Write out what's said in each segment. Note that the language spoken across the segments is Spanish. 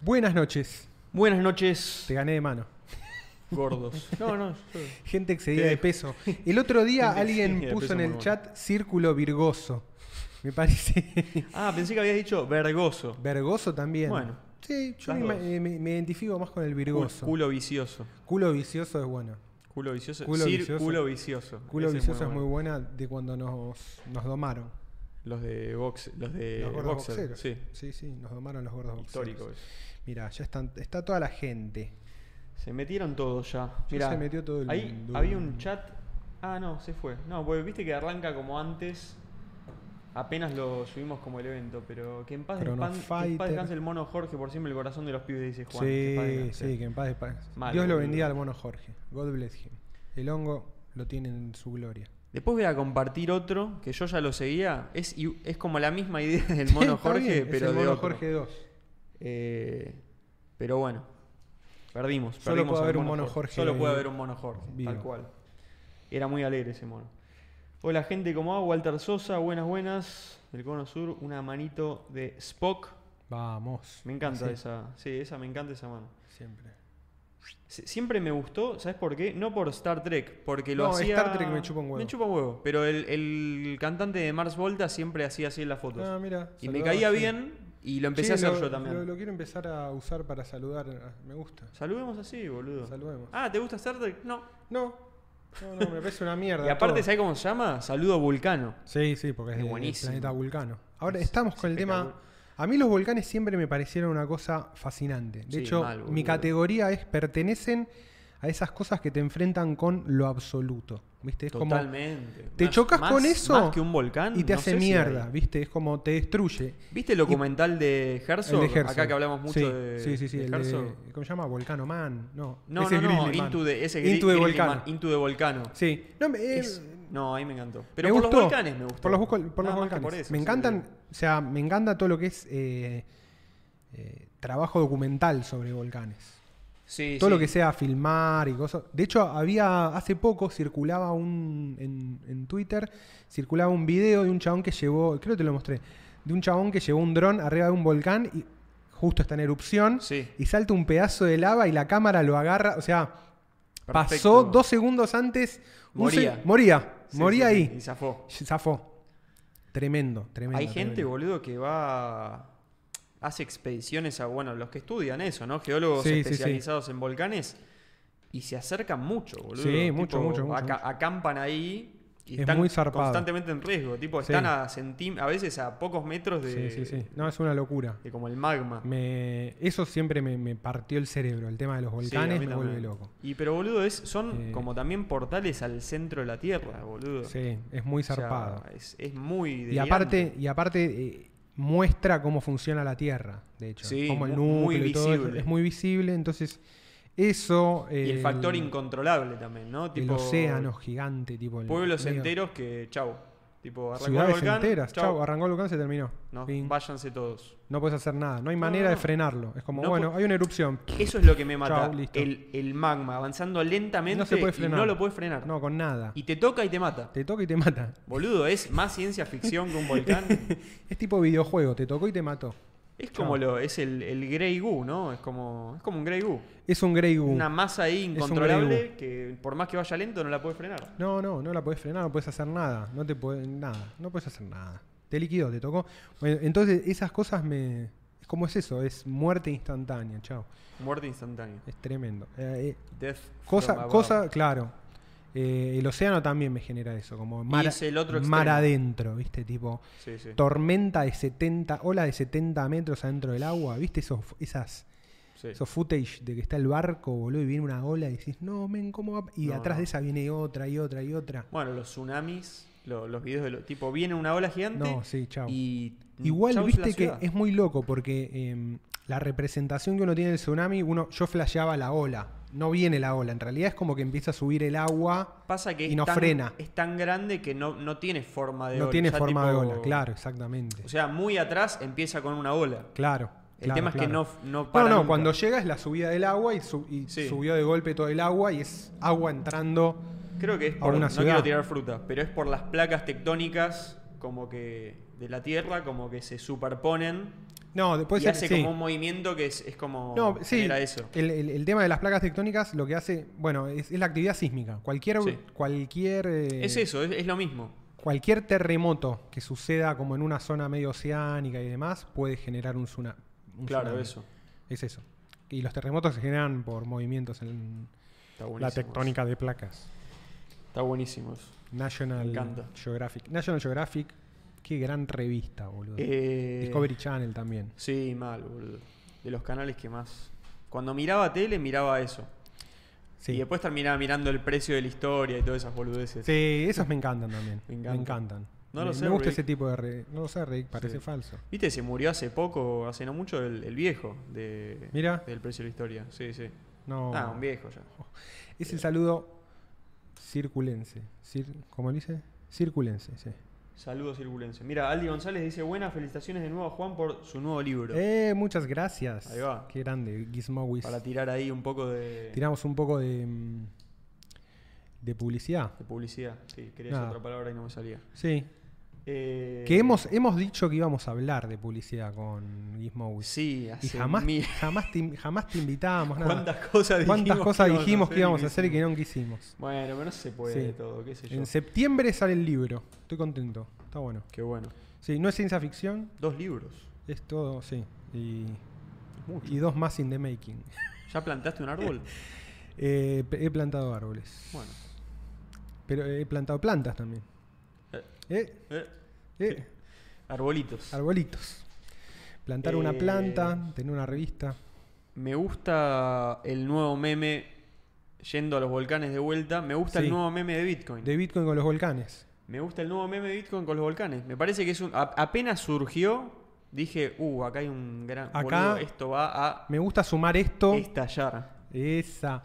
Buenas noches. Buenas noches, Te gané de mano. gordos. No, no. yo- Gente excedida de dejo. peso. El otro día Gente alguien excedida de puso peso en muy el bueno. chat círculo virgoso. Me parece Ah, pensé que habías dicho vergoso. vergoso también. Bueno, Sí, yo las me, dos. ima- me- me identifico más con el Culo, virgoso. Culo, culo vicioso. vicioso es bueno. Culo vicioso. Culo Cir- vicioso. Culo vicioso. Culo Ese vicioso es muy, bueno. buena de cuando nos, nos domaron. Los de box, los de los gordos Eh, boxer, boxeros. sí. sí, sí, nos domaron los gordos Histórico. boxeros. Mira, ya están, está toda la gente. Se metieron todos ya. Ya Mirá, se metió todo el ahí mundo. había un chat. Ah, no, se fue. No, porque viste que arranca como antes. Apenas lo subimos como el evento, pero que en paz, Chrono despan- que en paz Fighter. descanse el mono Jorge por siempre el corazón de los pibes, dice Juan. Que en paz Sí, descanse. sí, que en paz descanse. Mal, Dios lo boludo. bendiga al mono Jorge. God bless him. El hongo lo tiene en su gloria. Después voy a compartir otro que yo ya lo seguía. Es, i- es como la misma idea del mono Está bien, Jorge, es pero el de mono otro. Jorge 2. Eh, pero bueno, perdimos. Solo perdimos puede al haber un mono Jorge Solo puede vivo. haber un mono Jorge, Vivo. tal cual. Era muy alegre ese mono. Hola gente, ¿cómo va? Walter Sosa, buenas, buenas. Del Cono Sur, una manito de Spock. Vamos. Me encanta Así, esa. Sí, esa me encanta esa mano. Siempre. Sie- Siempre me gustó, ¿sabes por qué? No por Star Trek, porque lo No, hacía. Star Trek me chupa un huevo. Me chupa un huevo. Pero el, el cantante de Mars Volta siempre hacía así en las fotos. Ah, mira. y me saludaba, caía sí. bien y lo empecé Sí, a hacer lo- yo también. Lo, lo quiero empezar a usar para saludar. Ah, Me gusta. Saludemos así, boludo. Saludemos. Ah, ¿te gusta Star Trek? No. No. No, no, me parece una mierda. Y aparte, todo. ¿sabes cómo se llama? Saludo Vulcano. Sí, sí, porque es, Es del buenísimo. planeta vulcano. Ahora Es- estamos es con el tema. espectacular. A mí los volcanes siempre me parecieron una cosa fascinante. De Sí, hecho, mal, mi boludo. categoría es pertenecen a esas cosas que te enfrentan con lo absoluto. ¿Viste? Es como Totalmente. te Más- chocas más- con eso Más que un volcán. y te no hace sé si mierda, hay. ¿viste? Es como te destruye. ¿Viste el documental de Herzog? El de Herzog. Acá que hablamos mucho Sí, de, Sí, sí, sí. de el de- Herzog. ¿Cómo se llama? Volcano Man. No, No, ese no, es no. Grizzly Man. Into the, ese Into the Volcano. Volcano. Into the Volcano. Sí. No, me- Es- eh, no, ahí me encantó. Pero Me por gustó. los volcanes me gustó. Por los, buco- por los Nada más que volcanes. por eso, me sí, encantan, boludo. o sea, me encanta todo lo que es eh, eh, trabajo documental sobre volcanes. Sí, todo sí. lo que sea filmar y cosas. De hecho, había hace poco circulaba un en, en Twitter circulaba un video de un chabón que llevó, creo que te lo mostré, de un chabón que llevó un dron arriba de un volcán y justo está en erupción Sí. y salta un pedazo de lava y la cámara lo agarra, o sea, pasó Perfecto. dos segundos antes, un se- Moría. moría, Sí, moría sí, ahí. sí, Y zafó. Zafó. Tremendo, tremendo. Hay gente, tremendo. boludo, que va. Hace expediciones a, bueno, los que estudian eso, ¿no? Geólogos Sí, sí, sí. especializados en volcanes. Y se acercan mucho, boludo. Sí, mucho, mucho, mucho, aca- mucho. Acampan ahí. Y Es están muy zarpado. constantemente en riesgo. Tipo, Sí. están a centim a veces a pocos metros de, Sí, sí, sí. No, es una locura. de como el magma. Me- Eso siempre me, me partió el cerebro, el tema de los Sí, a mí volcanes me también. vuelve loco. Y pero boludo, es, son Eh. como también portales al centro de la Tierra, boludo. Sí, es muy O sea, zarpado. es, es muy y aparte, y aparte eh, muestra cómo funciona la Tierra, de hecho. Sí, cómo el mu- muy núcleo y todo eso, visible. es muy visible, entonces eso... delirante. Y el factor el- incontrolable también, ¿no? eh, El océano gigante, tipo... el- Pueblos medio- enteros que, chau. Tipo, arrancó el Ciudades volcán, enteras. chau. Chau, arrancó el volcán, se terminó. No, Fin. váyanse todos. No puedes hacer nada, no hay No, manera no, de no. frenarlo. Es como, No bueno, po- hay una erupción. Eso es lo que me mata. Chau, listo. el, el magma avanzando lentamente No se puede frenar. y no lo puedes frenar. No, con nada. Y te toca y te mata. Te toca y te mata. Boludo, es más ciencia ficción que un volcán. Es tipo videojuego, te tocó y te mató. Es Chau. como lo, es el, el Grey Goo, ¿no? Es como, es como un Grey Goo. Es un Grey Goo. Una masa ahí un Grey incontrolable que por más que vaya lento no la puede frenar. No, no, no la podés frenar, no podés hacer nada. No te podés, nada, no podés hacer nada. Te liquidó, te tocó. Bueno, entonces esas cosas me... Es como es eso, es muerte instantánea, chao. Muerte instantánea. Es tremendo. Eh, eh, Death from cosa, above. cosa, claro. Eh, el océano también me genera eso, como mar, es el otro mar extremo. adentro, ¿viste? Tipo, Sí, sí. tormenta de 70, ola de 70 metros adentro del agua, ¿viste? Esos, esas, Sí. esos footage de que está el barco, boludo, y viene una ola y decís, no, men, ¿cómo va? Y No, atrás no. de esa viene otra y otra y otra. Bueno, los tsunamis, lo- los videos de los tipo viene una ola gigante No, sí, chao. y Igual, Mm. chau, es la viste que ciudad. es muy loco porque em, la representación que uno tiene del tsunami, uno, yo flasheaba la ola, no viene la ola, en realidad es como que empieza a subir el agua, pasa que y es no tan, frena. es tan grande que no, no tiene forma de no ola. tiene Ya forma de tipo- ola, claro, exactamente. O sea, muy atrás empieza con una ola. claro. El claro, tema es que claro. no, no para No, no, nunca. cuando llega es la subida del agua y, su- y Sí. subió de golpe todo el agua y es agua entrando. Creo que es a por una no ciudad. quiero tirar fruta, pero es por las placas tectónicas como que de la Tierra como que se superponen No, después y el- hace sí. como un movimiento que es, es como No, sí. genera eso. El, el- el tema de las placas tectónicas lo que hace, bueno, es, es la actividad sísmica. Cualquier, Sí. cualquier, eh, es eso, es, es lo mismo. cualquier terremoto que suceda como en una zona medio oceánica y demás puede generar un, tsuna- un Claro, tsunami. eso. Es eso. Y los terremotos se generan por movimientos en Está la buenísimo. tectónica de placas. Está buenísimo. eso. Me National encanta. Geographic. National Geographic, qué gran revista, boludo. Eh, Discovery Channel también. Sí, mal, boludo. De los canales que más. Cuando miraba tele, miraba eso. Sí. Y después terminaba mirando el precio de la historia y todas esas boludeces. Sí, esos me encantan también. Me Me encantan. encantan. No me, lo sé, me gusta Rick. ese tipo de re- No lo sé, Rick, parece Sí. falso. Viste, se murió hace poco, hace no mucho, el, el viejo de, Mira. del precio de la historia. Sí, sí. No. Ah, un viejo ya. es el saludo circulense. Cir- ¿Cómo le dice? Circulense, sí. Saludos circulense. Mira, Aldi González dice buenas felicitaciones de nuevo a Juan por su nuevo libro. Eh, muchas gracias. Ahí va. Qué grande, Gizmowis. Para tirar ahí un poco de, Tiramos un poco de, mm, de publicidad. de publicidad. Sí, quería Nada. decir otra palabra y no me salía. Sí. Eh, Que hemos, hemos dicho que íbamos a hablar de publicidad con Gizmowis. Sí, y hace jamás, mil- jamás, te, in- jamás te invitábamos nada. ¿Cuántas cosas dijimos, ¿Cuántas cosas dijimos que íbamos a hacer y que hicimos? no quisimos? Bueno, pero no se puede Sí. de todo, qué sé yo. En septiembre sale el libro. Estoy contento. Está bueno. Qué bueno. Sí, no es ciencia ficción, Dos libros. es todo, sí. Y, Mucho. y dos más in the making. ¿Ya plantaste un árbol? Eh, pe- he plantado árboles. bueno. Pero he plantado plantas también. Eh, Eh, eh, eh, arbolitos. arbolitos. Plantar una Eh. planta, tener una revista. Me gusta el nuevo meme yendo a los volcanes de vuelta. Me gusta Sí. el nuevo meme de Bitcoin. De Bitcoin con los volcanes. Me gusta el nuevo meme de Bitcoin con los volcanes. Me parece que es un. a- apenas surgió, dije, uh, acá hay un gran. Acá- boludo, esto va a Me gusta sumar esto. estallar. Esa.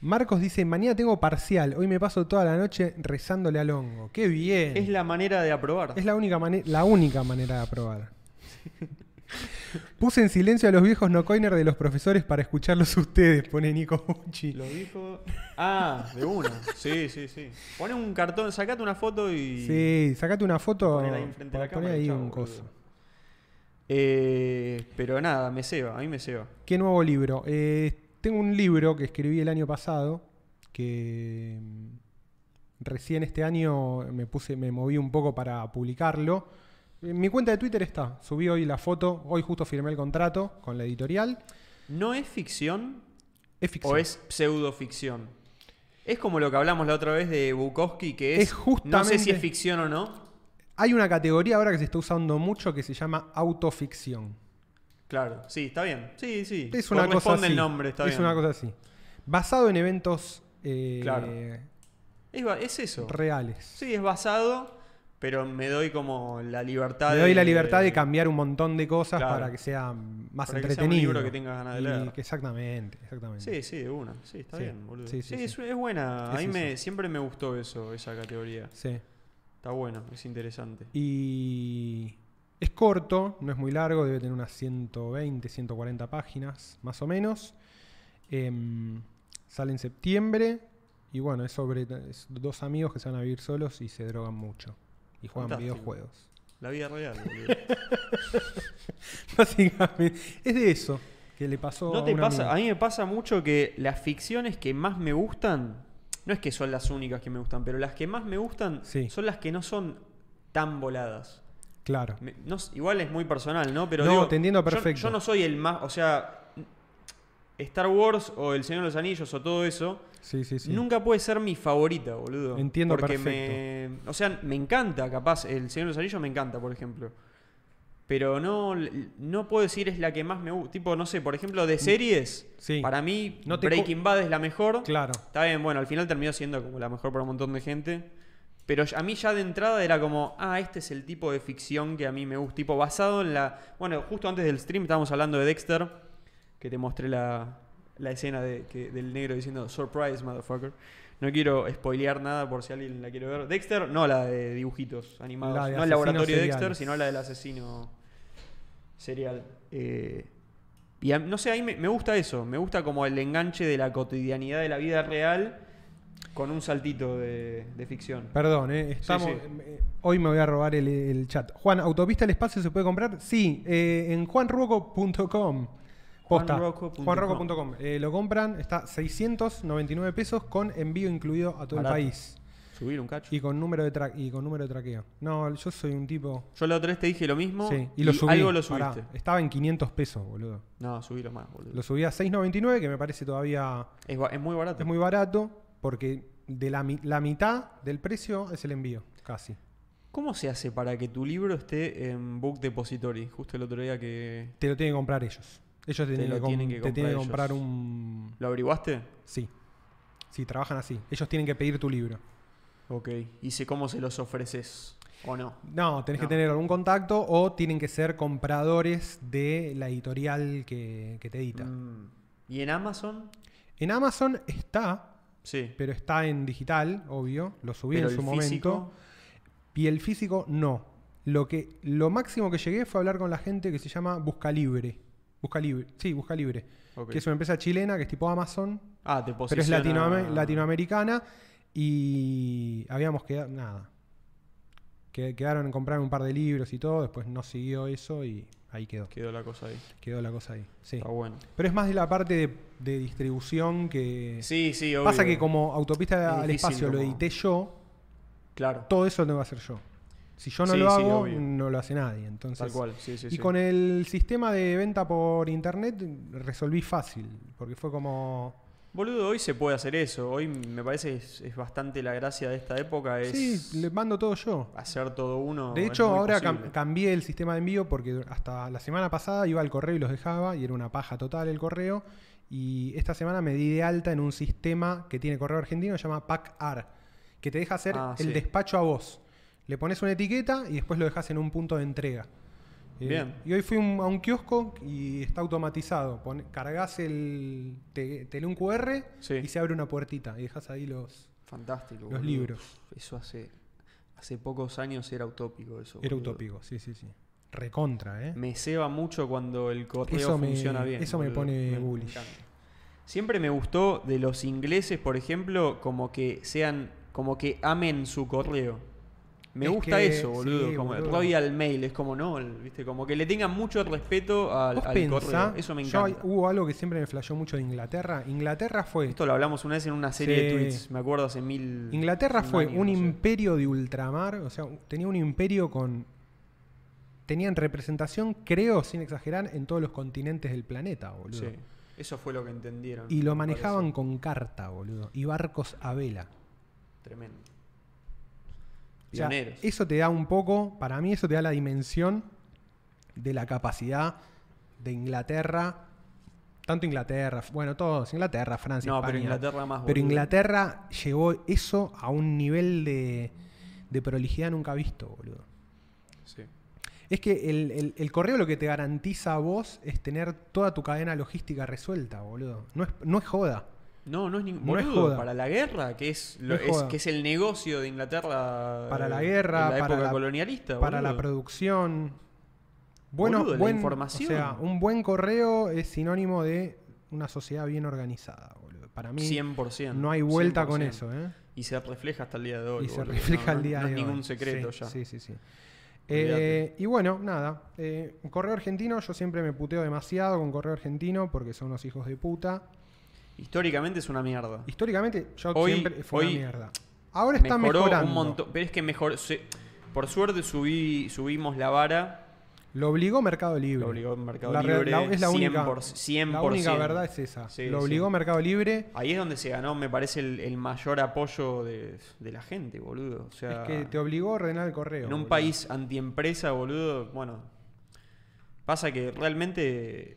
Marcos dice, mañana tengo parcial. Hoy me paso toda la noche rezándole al hongo. ¡Qué bien! Es la manera de aprobar. Es la única, mane- la única manera de aprobar. Puse en silencio a los viejos no coiner de los profesores para escucharlos ustedes, pone Nico Bucci. Lo dijo. Ah, de una. Sí, sí, sí. Pone un cartón, sacate una foto y. Sí, sacate una foto. Ponela ahí enfrente de la pon- poné cámara y ahí chau, un boludo. coso. Eh, pero nada, me ceba, a mí me ceba. ¿Qué nuevo libro? Eh, tengo un libro que escribí el año pasado que mm, recién este año me puse, me moví un poco para publicarlo. En mi cuenta de Twitter está. Subí hoy la foto. Hoy justo firmé el contrato con la editorial. ¿No es ficción Es ficción. o es pseudoficción? Es como lo que hablamos la otra vez de Bukowski, que es. Es justamente- No sé si es ficción o no. Hay una categoría ahora que se está usando mucho que se llama autoficción. Claro, sí, está bien. Sí, sí. Es una cosa Corresponde así. el nombre, está es bien. una cosa así. Basado en eventos eh, Claro. Es, ba- es eso. reales. Sí, es basado, pero me doy como la libertad Le doy la libertad de cambiar un montón de cosas Claro. para que sea más Para que sea un entretenido. libro que tengas ganas de Y leer. que- exactamente, exactamente. Sí, sí, de una. Sí, está Sí. bien, boludo. Sí, Sí, sí, es, sí. es buena. Es a mí me, eso. siempre me gustó eso, esa categoría. Sí. Está bueno, es interesante. Y es corto, no es muy largo, debe tener unas 120, 140 páginas, más o menos. Em, sale en septiembre y bueno, es sobre es dos amigos que se van a vivir solos y se drogan mucho. Y juegan Fantástico. videojuegos. La vida real, boludo. Básicamente, es de eso que le pasó ¿No a te un pasa? A amigo. mí me pasa mucho que las ficciones que más me gustan, no es que son las únicas que me gustan, pero las que más me gustan Sí. son las que no son tan voladas. Claro. Me- no s- igual es muy personal, ¿no? Pero No, digo, te entiendo yo- perfecto. Yo, no soy el más, o sea, Star Wars o El Señor de los Anillos o todo eso, Sí, sí, sí. nunca puede ser mi favorita, boludo. Entiendo Porque me, o sea, me encanta, capaz El Señor de los Anillos me encanta, por ejemplo. Pero no, no puedo decir es la que más me gusta. Tipo, no sé, por ejemplo, de series, Mm. Sí. para mí No te Breaking Bad es la mejor. Claro. Está bien, bueno, al final terminó siendo como la mejor para un montón de gente. Pero a mí ya de entrada era como, ah, este es el tipo de ficción que a mí me gusta. Tipo, basado en la. Bueno, justo antes del stream estábamos hablando de Dexter, que te mostré la, la escena de, que- del negro diciendo, surprise, motherfucker. No quiero spoilear nada por si alguien la quiere ver. Dexter, no la de dibujitos animados, La de no el asesinos laboratorio de Dexter, seriales. sino la del asesino serial. Eh, y a- no sé, ahí me, me gusta eso. Me gusta como el enganche de la cotidianidad de la vida real con un saltito de, de ficción. Perdón, eh, estamos, sí. eh, Hoy me voy a robar el, el chat. Juan, ¿Autopista al Espacio se puede comprar? Sí, eh, en juanruoco.com. Posta. Juanroco.com. Juanroco.com. Eh, lo compran, está 699 pesos con envío incluido a todo Barato. el país. Subir un cacho. Y con número de tra- y con número de traqueo. No, yo soy un tipo. Yo la otra vez te dije lo mismo Sí, y lo subí. algo lo Pará, subiste. estaba en 500 pesos, boludo. No, subilo más, boludo. Lo subí a 6.99, que me parece todavía Es, ba- es muy barato. es muy barato, porque de la, mi- la mitad del precio es el envío, casi. ¿Cómo se hace para que tu libro esté en Book Depository? Justo el otro día que... Te lo tienen que comprar ellos. Ellos te tienen, lo que, com- tienen que te comprar tienen que ellos. comprar un... ¿Lo averiguaste? Sí. Sí, trabajan así. Ellos tienen que pedir tu libro. Ok. ¿Y sé cómo se los ofreces? ¿O no? No, tenés No. que tener algún contacto o tienen que ser compradores de la editorial que, que te edita. Mm. ¿Y en Amazon? En Amazon está, Sí. pero está en digital, obvio. Lo subí Pero en su el momento. físico, Y el físico no. Lo, que, lo máximo que llegué fue a hablar con la gente que se llama Busca Libre. Busca Libre. Sí, Busca Libre. ok. Que es una empresa chilena que es tipo Amazon, Ah, te pero es posiciona- latinoame- latinoamericana. Y habíamos quedado. Nada. Que- Quedaron en comprar un par de libros y todo. Después no siguió eso y ahí quedó. Quedó la cosa ahí. Quedó la cosa ahí. Sí. Está bueno. Pero es más de la parte de, de distribución que. Sí, sí, obvio. Pasa que como Es autopista al difícil espacio lo como- edité yo, Claro, todo eso lo tengo que hacer yo. Si yo no Sí, lo sí, hago, obvio. no lo hace nadie. Entonces, tal cual. Sí, sí, y sí. con el sistema de venta por internet resolví fácil, porque fue como... Boludo, hoy se puede hacer eso. Hoy me parece que es, es bastante la gracia de esta época. Es Sí, le mando todo yo. hacer todo uno. De es hecho, muy ahora cam- posible. cambié el sistema de envío porque hasta la semana pasada iba al correo y los dejaba y era una paja total el correo. Y esta semana me di de alta en un sistema que tiene correo argentino, se llama PACAR, que te deja hacer Ah, el sí. despacho a vos. Le pones una etiqueta y después lo dejas en un punto de entrega. Eh, Bien. y hoy fui un- a un kiosco y está automatizado. Pon- cargas el. Te, te lee un QR Sí. y se abre una puertita y dejas ahí los. Fantástico. los boludo. libros. Eso hace, hace pocos años era utópico eso. Era boludo. utópico, sí, sí, sí. Recontra, ¿eh? Me ceba mucho cuando el correo Eso me- funciona bien. eso me boludo. pone bullish. encanta. Siempre me gustó de los ingleses, por ejemplo, como que sean, como que amen su correo. Me Es gusta que- eso, boludo. sí, como el boludo. Royal Mail, es como no, el- viste, como que le tengan mucho respeto al, ¿Vos al pensá? correo. Eso me yo encanta. hay- hubo algo que siempre me flashó mucho de Inglaterra. Inglaterra fue. Esto lo hablamos una vez en una serie de Sí. tweets, me acuerdo hace mil. Inglaterra mil fue años, un no sé. imperio de ultramar. O sea, tenía un imperio con. Tenían representación, creo, sin exagerar, en todos los continentes del planeta, boludo. Sí. Eso fue lo que entendieron. Y lo me parece. manejaban con carta, boludo. Y barcos a vela. Tremendo. O sea, Pioneros. eso te da un poco, para mí eso te da la dimensión de la capacidad de Inglaterra, tanto Inglaterra, bueno, todos, Inglaterra, Francia, No, España. pero Inglaterra más, Pero boludo. Inglaterra llevó eso a un nivel de, de prolijidad nunca visto, boludo. Sí. Es que el, el- el correo lo que te garantiza a vos es tener toda tu cadena logística resuelta, boludo. No es, no es joda. No, no es ningún No es joda. Para la guerra, que es, No lo- es es- joda. que es el negocio de Inglaterra. Para la eh, guerra, en la para época la- colonialista. para la boludo. producción. Bueno, Boludo, la buen- información. O sea, un buen correo es sinónimo de una sociedad bien organizada, boludo. Para mí 100%. no hay vuelta con 100%. eso, ¿eh? Y se refleja hasta el día de hoy. Y se boludo. refleja No, el día no, de No es ningún hoy. secreto Sí, ya. Sí, sí, sí. Olvídate. Eh, y bueno, nada. eh, correo argentino, yo siempre me puteo demasiado con correo argentino porque son unos hijos de puta. Históricamente es una mierda. Históricamente, yo Hoy- siempre fue hoy una mierda. Ahora está mejorando. un montón. Pero es que mejor. se- por suerte subí, subimos la vara. Lo obligó Mercado Libre. Lo obligó Mercado La re- Libre. la- es la única, 100%. la única verdad es esa. Sí, lo sí. obligó Mercado Libre. Ahí es donde se ganó, me parece, el, el mayor apoyo de, de la gente, boludo. O sea, Es que te obligó a ordenar el correo. En un boludo. país antiempresa, boludo, bueno. Pasa que realmente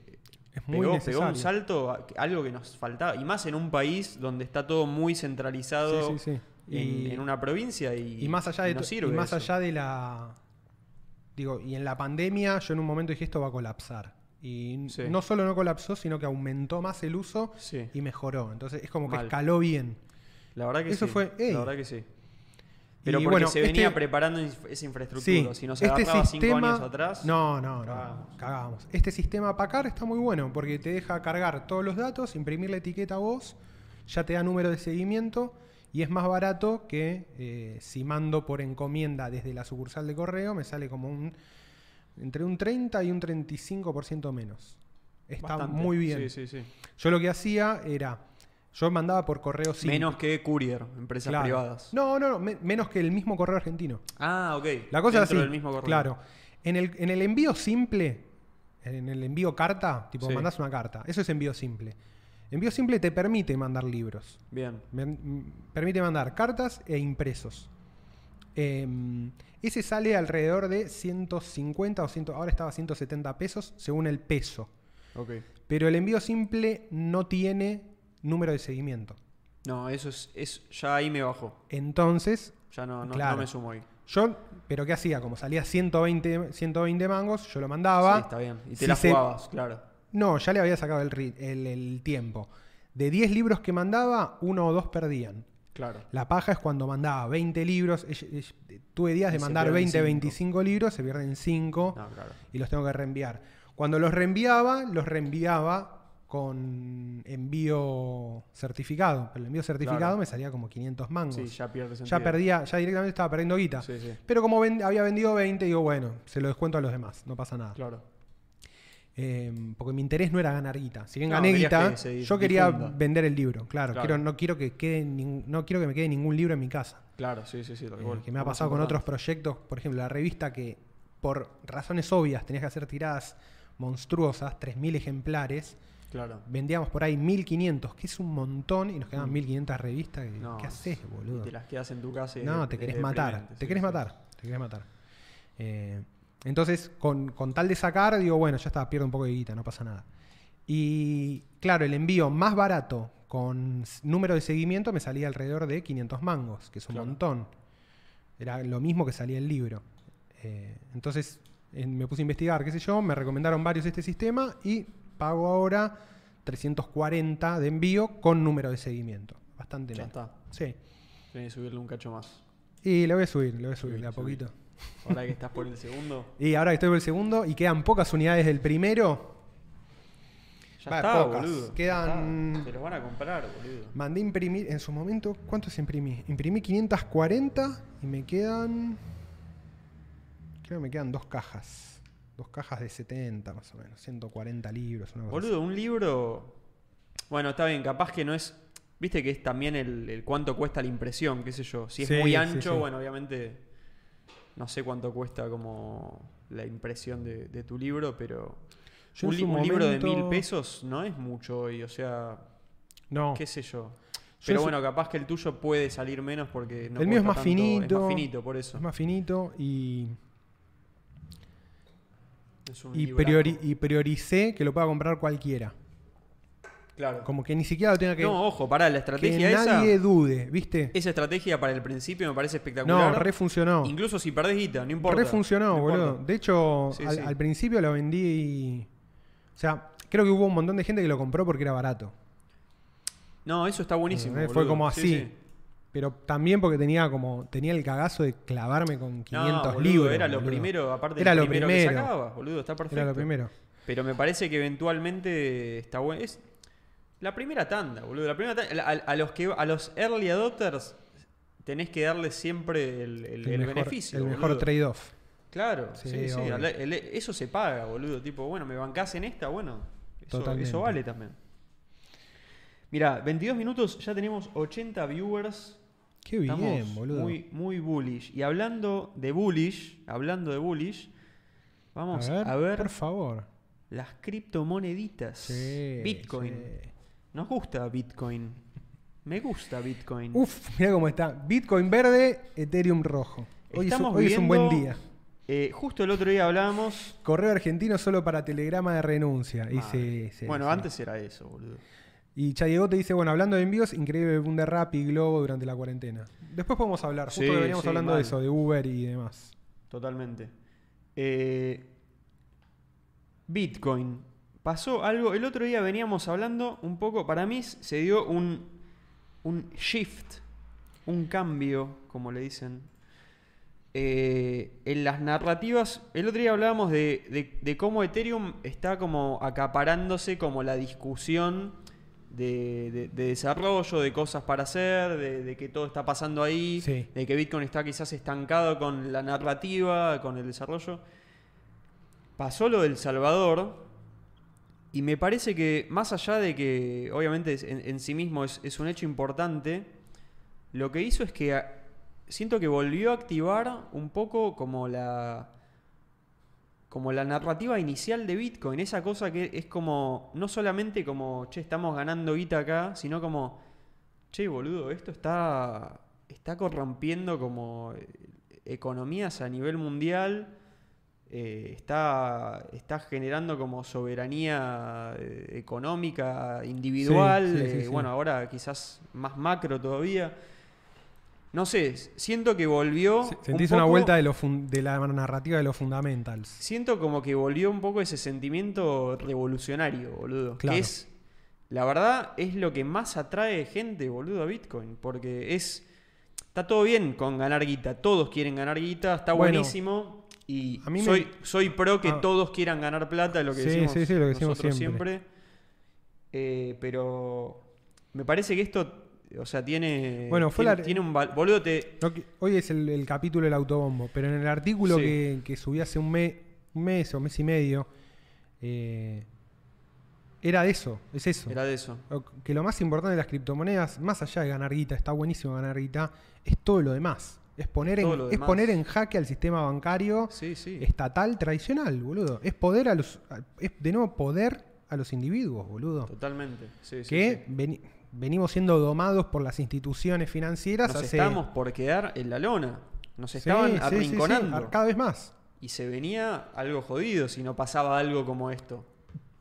Es muy pegó, pegó necesario. un salto, a- algo que nos faltaba. Y más en un país donde está todo muy centralizado Sí, sí, sí. En, Y- en una provincia y, Y más allá de no to- sirve y más eso. allá de la digo, y en la pandemia yo en un momento dije esto va a colapsar. Y n- Sí. no solo no colapsó, sino que aumentó más el uso Sí, y mejoró. Entonces es como que Mal. escaló bien. la verdad que Eso sí, fue, ey. La verdad que sí. Pero Y porque bueno, se venía este- preparando inf- esa infraestructura. Sí, este Si nos agarraba cinco años atrás. No, no, no. cagábamos. Cagábamos. Este sistema Pacar está muy bueno porque te deja cargar todos los datos, imprimir la etiqueta a vos, ya te da número de seguimiento y es más barato que eh, si mando por encomienda desde la sucursal de correo, me sale como un entre un 30 y un 35% menos. Está Bastante. muy bien. Sí, sí, sí. Yo lo que hacía era, yo mandaba por correo simple. Menos que Courier, empresas Claro. privadas. No, no, no, me- menos que el mismo correo argentino. Ah, ok. La cosa Dentro es así. del mismo correo. Claro. En el, en el envío simple, en el envío carta, tipo Sí. mandás una carta. Eso es envío simple. Envío simple te permite mandar libros. Bien. Me- m- permite mandar cartas e impresos. Em, ese sale alrededor de 150 o 100, ahora estaba a 170 pesos según el peso. Ok. Pero el envío simple no tiene número de seguimiento. No, eso es, es. Ya ahí me bajo. Entonces, Ya no, no, Claro. no me sumo ahí. yo, pero ¿qué hacía? Como salía 120, 120 mangos, yo lo Sí, mandaba. está bien. Y te Ah, Si la se- jugabas, claro. No, ya le había sacado el, ri- el- el tiempo. De 10 libros que mandaba, uno o dos perdían. Claro. La paja es cuando mandaba 20 libros. ell- ell- Tuve días de Y se mandar pierden 20, cinco. Ah. 25 libros, se pierden 5 No, claro. y los tengo que reenviar. Cuando los reenviaba, los reenviaba con envío certificado. Pero el envío certificado Claro. me salía como 500 mangos. Sí, ya ya pierdes sentido. perdía, ya directamente estaba perdiendo guita. Sí, sí. Pero como ven- había vendido 20, digo, bueno, se lo descuento a los demás, no pasa nada. Claro. Eh, porque mi interés no era ganar guita. Si bien No, gané querías guita, que se yo quería difunda. vender el libro. Claro, Claro. Quiero, no, quiero que quede nin- no quiero que me quede ningún libro en mi casa. Claro, sí, sí, sí. tal Eh, cual. que me ha Lo más pasado con otros importante. proyectos, por ejemplo, la revista que por razones obvias tenías que hacer tiradas monstruosas, 3.000 ejemplares, Claro. vendíamos por ahí 1.500, que es un montón, y nos quedaban Mm. 1.500 revistas. que- No, Mm, ¿Qué haces, sí, boludo? y Te las quedas en tu casa. y No, es- te es querés matar. deprimente, Te sí, querés sí. matar. Te querés matar. Eh, entonces, con, con tal de sacar, digo, bueno, ya está, pierdo un poco de guita, no pasa nada. Y claro, el envío más barato con s- número de seguimiento me salía alrededor de 500 mangos, que es un Claro. montón. Era lo mismo que salía el libro. Eh, entonces eh, me puse a investigar, qué sé yo, me recomendaron varios este sistema y pago ahora 340 de envío con número de seguimiento. Bastante Ya menos. está. Sí. Tenés que subirle un cacho más. Y le voy a subir, le voy a subir, de a Subí, subí. poquito. Ahora que estás por el segundo. Y ahora que estoy por el segundo y quedan pocas unidades del primero, Ya Va, está, pocas. boludo. ya Quedan- está. Te los van a comprar, boludo. mandé imprimir, en su momento, ¿cuántos imprimí? Imprimí 540 y me quedan, creo que me quedan dos cajas, dos cajas de 70 más o menos, 140 libros, una cosa Boludo, un libro. Bueno, está bien, capaz que no es. Viste que es también el, el cuánto cuesta la impresión, qué sé yo. Si es Sí, sí, muy ancho, sí. bueno, obviamente. No sé cuánto cuesta como la impresión de, de tu libro, pero. Yo un en li- su un libro de momento- mil pesos no es mucho hoy, o sea, así. No, qué sé yo. Yo en Pero su- bueno, capaz que el tuyo puede salir menos porque no El mío es cuesta más tanto, Es finito. más finito, por eso. es más finito y, Es un y, libraco. priori- y prioricé que lo pueda comprar cualquiera. Claro. Como que ni siquiera lo tenga que... No, ojo, pará, la que estrategia esa. nadie dude, ¿viste? Esa estrategia para el principio me parece espectacular. No, re funcionó. Incluso si perdés guita, no importa. Refuncionó, No importa. boludo. De hecho, Sí, al, sí. al principio lo vendí O sea, creo que hubo un montón de gente que lo compró porque era barato. No, eso está buenísimo. ¿Entendés? Eh, Fue boludo. como Sí, así. sí. Pero también porque tenía como tenía el cagazo de clavarme con 500 no, boludo, libros. Era lo boludo. primero, aparte Era del lo primero, que primero. sacabas, boludo. Está perfecto. Era lo primero. Pero me parece que eventualmente está bueno. Es la primera tanda, boludo. La primera tanda- a, a los que, a los early adopters tenés que darle siempre el, el- el mejor, beneficio. el boludo. mejor trade-off. Claro, Sí, sí, sí. obvio. al- el- eso se paga, boludo. Tipo, bueno, me bancás en esta, bueno. Eso, Totalmente. eso vale también. Mirá, 22 minutos, ya tenemos 80 viewers. Qué bien, Estamos boludo. Muy, muy bullish. Y hablando de bullish, hablando de bullish, vamos a, ver, a ver, por favor. las criptomoneditas. Sí, Bitcoin. sí. Nos gusta Bitcoin. Me gusta Bitcoin. Uf, mira cómo está. Bitcoin verde, Ethereum rojo. Hoy, es un- Estamos hoy es un buen viendo, día. eh, justo el otro día hablábamos Correo argentino solo para telegrama de renuncia. Y Madre. se- se- bueno, se- antes era eso, boludo. Y Chadiego te dice, bueno, hablando de envíos, increíble boom de Rap y Globo durante la cuarentena. Después podemos hablar, justo Sí, que veníamos sí, hablando de mal. eso, de Uber y demás. Totalmente. Eh, Bitcoin. Pasó algo. El otro día veníamos hablando un poco. Para mí se dio un, un shift, un cambio, como le dicen. eh, en las narrativas. El otro día hablábamos de, de- de cómo Ethereum está como acaparándose como la discusión de, de- de desarrollo, de cosas para hacer, de, de que todo está pasando ahí, Sí. de que Bitcoin está quizás estancado con la narrativa, con el desarrollo. Pasó lo del Salvador y me parece que más allá de que obviamente es- en, en sí mismo es, es un hecho importante, lo que hizo es que a- siento que volvió a activar un poco como la como la narrativa inicial de Bitcoin, esa cosa que es como no solamente como che, estamos ganando guita acá, sino como che, boludo, esto está está corrompiendo como eh, economías a nivel mundial. eh, está, está generando como soberanía eh, económica, individual, sí, sí, eh, sí. bueno, ahora quizás más macro todavía. No sé, siento que volvió. Se- un Sentís una poco- vuelta de, lo fun- de la narrativa de los fundamentals. Siento como que volvió un poco ese sentimiento revolucionario, boludo. Claro. Que es, la verdad, es lo que más atrae gente, boludo, a Bitcoin. Porque es. Está todo bien con ganar guita. Todos quieren ganar guita, está Bueno, buenísimo. Y a mí me- soy, soy pro que Ah. todos quieran ganar plata, lo que Sí, decimos sí, sí, lo que decimos nosotros siempre. Eh, pero me parece que esto, o sea, tiene. Bueno, fue tiene, la- tiene un val- Boludo, te. No, que- hoy es el, el capítulo del autobombo, pero en el artículo Sí. que, que subí hace un, me- un mes o mes y medio, eh, era eso, es eso. Era de eso. O- Que lo más importante de las criptomonedas, más allá de ganar guita, está buenísimo ganar guita, es todo lo demás. Es poner, Es todo en, lo es demás. poner en jaque al sistema bancario Sí, sí. Este, estatal tradicional, boludo. Es poder a los. a- Es de nuevo poder a los individuos, boludo. Totalmente. Sí, sí, sí. que veni- venimos siendo domados por las instituciones financieras Nos hace- estábamos por quedar en la lona. Nos Sí, estaban sí, sí, sí, arrinconando. a- cada vez más. Y se venía algo jodido si no pasaba algo como esto.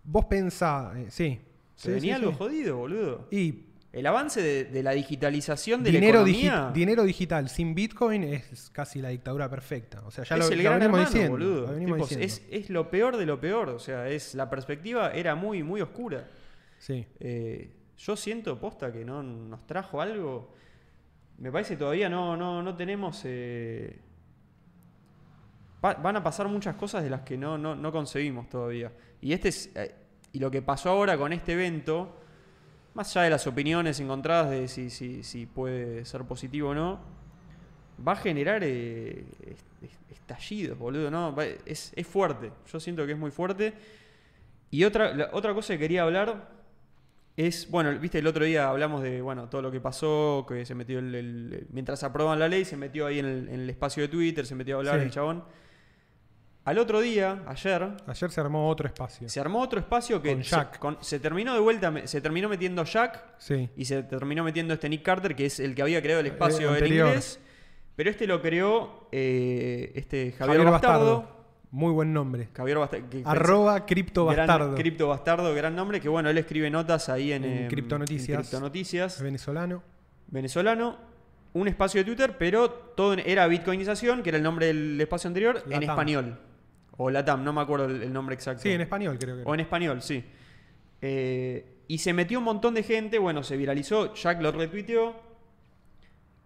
Vos pensá, eh, sí. Se Sí, venía sí, algo sí. jodido, boludo. Y El avance de, de la digitalización de dinero, la digi- economía. dinero digital sin Bitcoin es casi la dictadura perfecta. O sea, ya es lo, el ya gran lo venimos hermano, diciendo. boludo. lo venimos Tipo, diciendo. es, es lo peor de lo peor. O sea, es la perspectiva era muy, muy oscura. Sí. Eh, yo siento posta que no nos trajo algo. Me parece que todavía no, no, no tenemos. eh, va- van a pasar muchas cosas de las que no, no, no concebimos todavía. Y este es. eh, y lo que pasó ahora con este evento, más allá de las opiniones encontradas de si, si, si puede ser positivo o no, va a generar eh, est- est- estallidos, boludo. No, Va- es, es fuerte. Yo siento que es muy fuerte. Y otra, la- otra cosa que quería hablar es, bueno, viste, el otro día hablamos de, bueno, todo lo que pasó, que se metió el, el- el- mientras aproban la ley, se metió ahí en el, en el espacio de Twitter, se metió a hablar Sí. el chabón. Al otro día, ayer, Ayer se armó otro espacio. se armó otro espacio que Con se- Jack. con- se terminó de vuelta, me- se terminó metiendo Jack Sí. y se terminó metiendo este Nick Carter, que es el que había creado el espacio Eh, en anterior. inglés. Pero este lo creó eh, este Javier, Javier, Bastardo. Bastardo. Muy buen nombre. Javier Bastardo. que- Arroba cripto gran- bastardo. Cripto Bastardo, gran nombre, que bueno, él escribe notas ahí en, En em, Criptonoticias. en Criptonoticias. Venezolano. Venezolano, un espacio de Twitter, pero todo en- era Bitcoinización, que era el nombre del espacio anterior, en Latam. español. O Latam, no me acuerdo el, el nombre exacto. Sí, en español creo que. era. O en español, sí. Eh, y se metió un montón de gente, bueno, se viralizó, Jack lo retuiteó.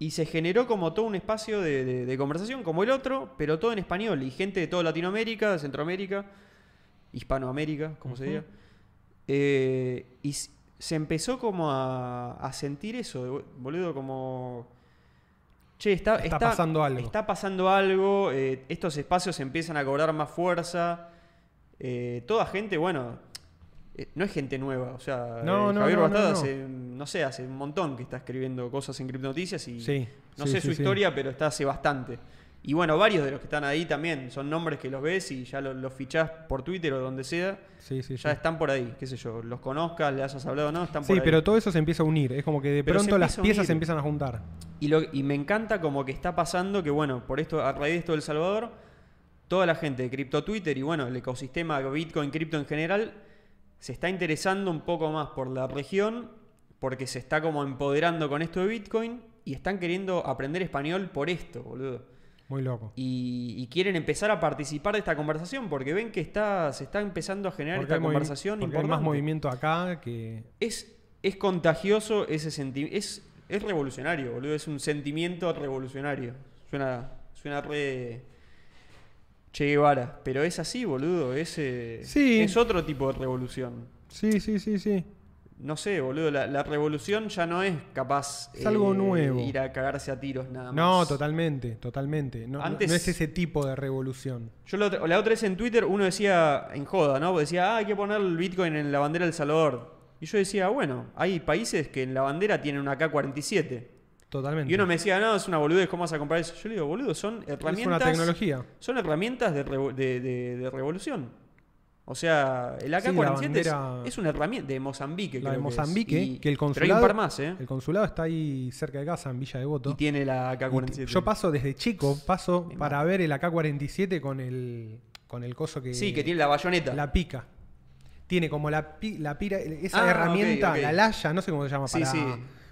Y se generó como todo un espacio de, de- de conversación, como el otro, pero todo en español. Y gente de toda Latinoamérica, Centroamérica, Hispanoamérica, como se Ujú. diga. Eh, y s- se empezó como a, a sentir eso, de, boludo, como... Che, está, Está pasando algo. Está pasando algo, eh, estos espacios empiezan a cobrar más fuerza. eh, toda gente, bueno, eh, no es gente nueva, o sea, No, eh, no, Javier no, no, Bastada no. hace, no sé, hace un montón que está escribiendo cosas en Criptonoticias y Sí, no sí, sé sí, su sí. historia, pero está hace bastante. Y bueno, varios de los que están ahí también son nombres que los ves y ya lo- los fichás por Twitter o donde sea, Sí, sí, sí. ya están por ahí, qué sé yo, los conozcas, le hayas hablado o no, están por Sí, ahí. pero todo eso se empieza a unir. Es como que de Pero se pronto las empieza a piezas unir. se empiezan a juntar. Y, lo- y me encanta como que está pasando que, bueno, por esto, a raíz de esto del Salvador, toda la gente de cripto Twitter y bueno, el ecosistema Bitcoin, cripto en general, se está interesando un poco más por la región, porque se está como empoderando con esto de Bitcoin y están queriendo aprender español por esto, boludo. Muy loco. Y, y quieren empezar a participar de esta conversación porque ven que está, se está empezando a generar Porque esta hay movi- conversación porque hay más importante. movimiento acá que. Es, es contagioso ese sentimiento. Es, es revolucionario, boludo. Es un sentimiento revolucionario. Suena, suena re. Che Guevara. Pero es así, boludo. Es, eh, Sí. es otro tipo de revolución. Sí, sí, sí, sí. No sé, boludo, la, la revolución ya no es capaz eh, Es algo nuevo. ir a cagarse a tiros nada más. No, totalmente, totalmente. No, no- Antes- no es ese tipo de revolución. Yo la otra, la otra vez en Twitter uno decía, en joda, ¿no? Decía, ah, hay que poner el Bitcoin en la bandera del Salvador. Y yo decía, bueno, hay países que en la bandera tienen una K-47. Totalmente. Y uno me decía, no, es una boludez, ¿cómo vas a comprar eso? Yo le digo, boludo, son es una herramientas. tecnología. Son herramientas de, revo- de- de- de revolución. O sea, el Sí, la AK-47 es- bandera- es, una herramienta de Mozambique. La de creo que es. Mozambique, que, Y- el pero hay consulado. un par más, ¿eh? El consulado está ahí cerca de casa, en Villa Devoto. Y tiene la Y AK-47. Yo paso desde chico, paso Me para ver el AK-47 con el, con el coso que, Sí, que tiene la bayoneta. la pica. Tiene como la, pi- la pira, esa Ah, herramienta, ok, ok. la laya, no sé cómo se llama, Sí, para, sí.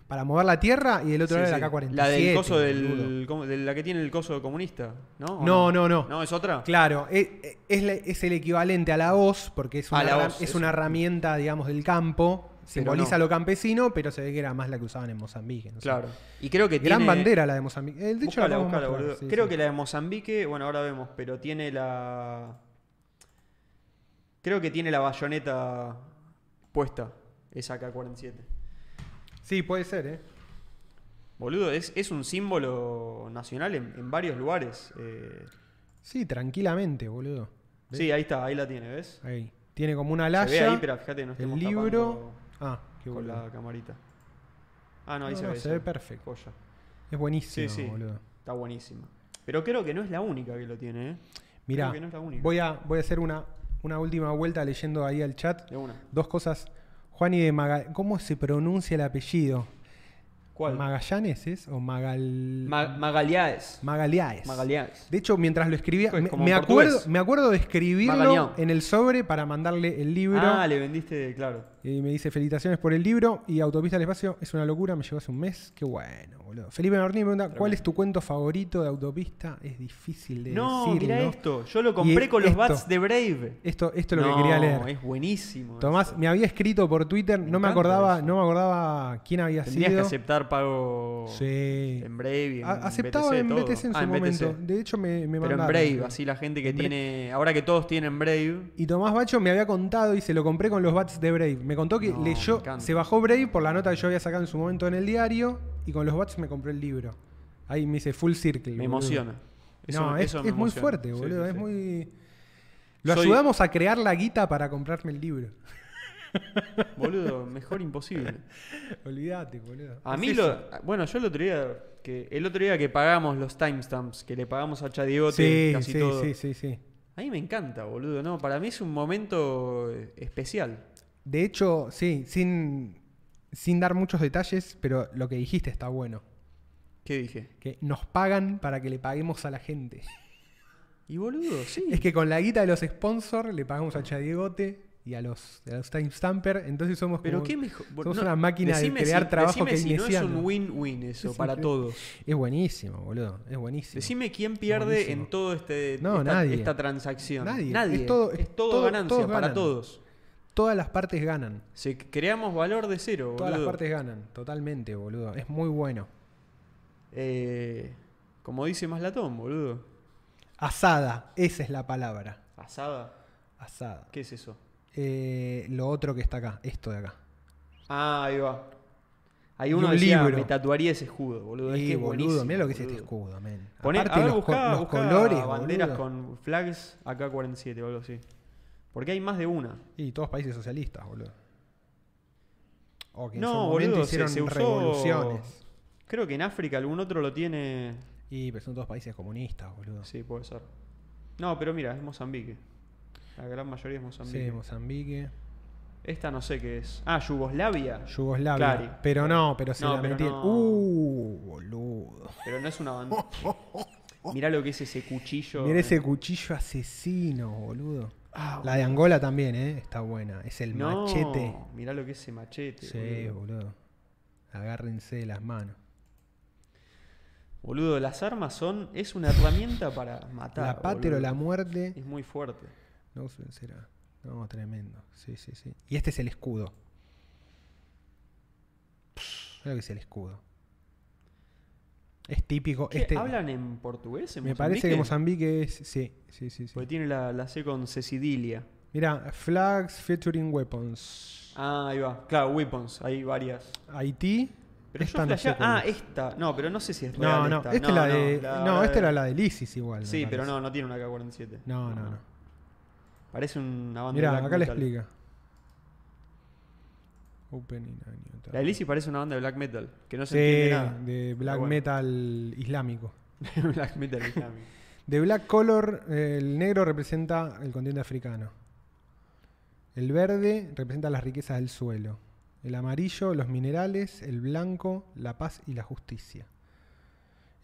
para mover la tierra y el otro Sí, lado sí. el AK-47. La del coso boludo. del. ¿cómo? de la que tiene el coso comunista, ¿no? ¿O No, no, no. No, es otra. Claro, e- e- es, la- es el equivalente a la hoz, porque es A una, la herra- hoz, es es- una herramienta, digamos, del campo. Simboliza no. lo campesino, pero se ve que era más la que usaban en Mozambique. no sé. Claro. Y creo que Gran tiene- bandera la de Mozambique. Eh, de hecho, Búscala, la podemos búscala, mostrar, boludo. sí, Creo sí. que la de Mozambique, bueno, ahora vemos, pero tiene la. Creo que tiene la bayoneta puesta, esa K-47. Sí, puede ser, ¿eh? Boludo, es, es un símbolo nacional en, en varios lugares. eh. Sí, tranquilamente, boludo. ¿Ves? sí, ahí está, ahí la tiene, ¿ves? Ahí. Tiene como una Se laya. ve ahí, pero fíjate, el no estemos libro. Ah, qué tapando con boludo. la camarita. Ah, no, ahí No, se no, ve. se ve perfecto. Joya. Es buenísimo, Sí, sí. boludo. Está buenísima. Pero creo que no es la única que lo tiene, ¿eh? Mirá, Creo que no es la única. voy, a, voy a hacer una, una última vuelta leyendo ahí al chat. De una. Dos cosas. Juani de Magallanes. ¿Cómo se pronuncia el apellido? ¿Cuál? ¿Magallanes es? ¿O Magal... Ma- Magaliades. Magallanes? Magaliades. De hecho, mientras lo escribía, Pues me, como me en acuerdo, portugués. me acuerdo de escribirlo Magallán. en el sobre para mandarle el libro. Ah, le vendiste, claro. Y me dice, felicitaciones por el libro y Autopista al Espacio es una locura, me llegó hace un mes. Qué bueno, boludo. Felipe Martínez pregunta, ¿cuál es tu cuento favorito de Autopista? Es difícil de No, decirlo. mirá esto. Yo lo compré Y con los esto. bats de Brave. Esto, esto es lo no, que quería leer. es buenísimo. Tomás, eso. me había escrito por Twitter, Me no me encanta acordaba, eso. no me acordaba quién había Tendrías que sido. aceptar pago Sí. en Brave. y En A- aceptaba BTC, en todo. BTC en su Ah, momento. BTC. De hecho, me, me Pero en mandaron. Brave, así la gente que En Brave. tiene. Ahora que todos tienen Brave. Y Tomás Bacho me había contado y se lo compré con los bats de Brave. Me contó que No, me leyó, encanta. se bajó Brave por la nota que yo había sacado en su momento en el diario y con los bats me compró el libro. Ahí me hice full circle. Me boludo. emociona. Eso- no, es, eso me es muy emociona. fuerte, Sí, boludo. sí, es sí. muy. Lo Soy- ayudamos a crear la guita para comprarme el libro. Boludo, mejor imposible. Olvídate, boludo. A Es mí eso. lo. Bueno, yo el otro día. Que, el otro día que pagamos los timestamps, que le pagamos a Chadigote Sí, casi sí, todo. sí, sí, sí. A mí me encanta, boludo. No, para mí es un momento eh, especial. De hecho, sí, sin, sin dar muchos detalles, pero lo que dijiste está bueno. ¿Qué dije? Que nos pagan para que le paguemos a la gente. Y boludo, sí. Es que con la guita de los sponsors le pagamos Ah. a Chadiegote y a los, a los Time Stamper, entonces somos Pero como- qué mejor. bo- somos una máquina de decime crear si- trabajo decime si no es keynesiano. un win-win eso Es para increíble. todos. Es buenísimo, boludo. Es buenísimo. Decime quién pierde Buenísimo. en todo este No, esta, nadie. esta transacción. Nadie. Es todo, es todo, ganancia todos para ganan. todos. Todas las partes ganan. Se creamos valor de cero, Todas las boludo. partes ganan, totalmente, boludo. Es muy bueno. Eh, como dice Maslatón, boludo. Asada, esa es la palabra. Asada. Asada. ¿Qué es eso? Eh, lo otro que está acá, esto de acá. Ah, ahí va. Hay Y uno un decía, libro. me tatuaría ese escudo, boludo. Sí, es que es boludo, mira lo que es buenísimo, este boludo. escudo, men. Poné, Aparte a ver, los, co- buscá- los buscá colores, banderas boludo. con flags AK-47 o algo así. Porque hay más de una. Y todos países socialistas, boludo. O que en No, su momento boludo, se- hicieron se usó- revoluciones. Creo que en África algún otro lo tiene. Y pero son todos países comunistas, boludo. Sí, Sí, puede ser. No, pero mira, es Mozambique. La gran mayoría es Mozambique. Mozambique, Esta no sé qué es. Ah, Yugoslavia. Yugoslavia. Claro. Pero no, pero se No, la pero metieron. no. Uh, boludo. Pero no es una banda. Mirá lo que es ese cuchillo. Mira ese cuchillo asesino, boludo. eh. Ah, La de Angola también, ¿eh? Está buena. Es el no, machete. Mirá lo que es ese machete. Sí, boludo. boludo. Agárrense de las manos. Boludo, las armas son. Es una herramienta para matar. la patria o boludo. la muerte. Es muy fuerte. No se vencerá. No, tremendo. Sí, sí, sí. Y este es el escudo. Creo que es el escudo. Es típico. Che, este, ¿Hablan en portugués? en me parece que Mozambique? Pues Mozambique es. Sí, sí, sí. sí. Porque tiene la, la C con Cecidilia. Mirá, Flags Featuring Weapons. Ah, ahí va. Claro, Weapons, hay varias. Haití. Pero Esta yo no sé flashea- cuál Ah, es. esta. No, pero no sé si es real. No, no, esta. esta es la de. no, esta de- era la del ISIS igual. me Sí, pero parece. no, no tiene una K-47. No, no, no. Parece una banda Mirá, de black acá le metal. explica. Opening año, tal. La Elisi parece una banda de black metal, que no se Sí, entiende nada. de black Pero bueno. metal islámico. black metal islámico. De black color, eh, el negro representa el continente africano. El verde representa las riquezas del suelo. El amarillo, los minerales. El blanco, la paz y la justicia.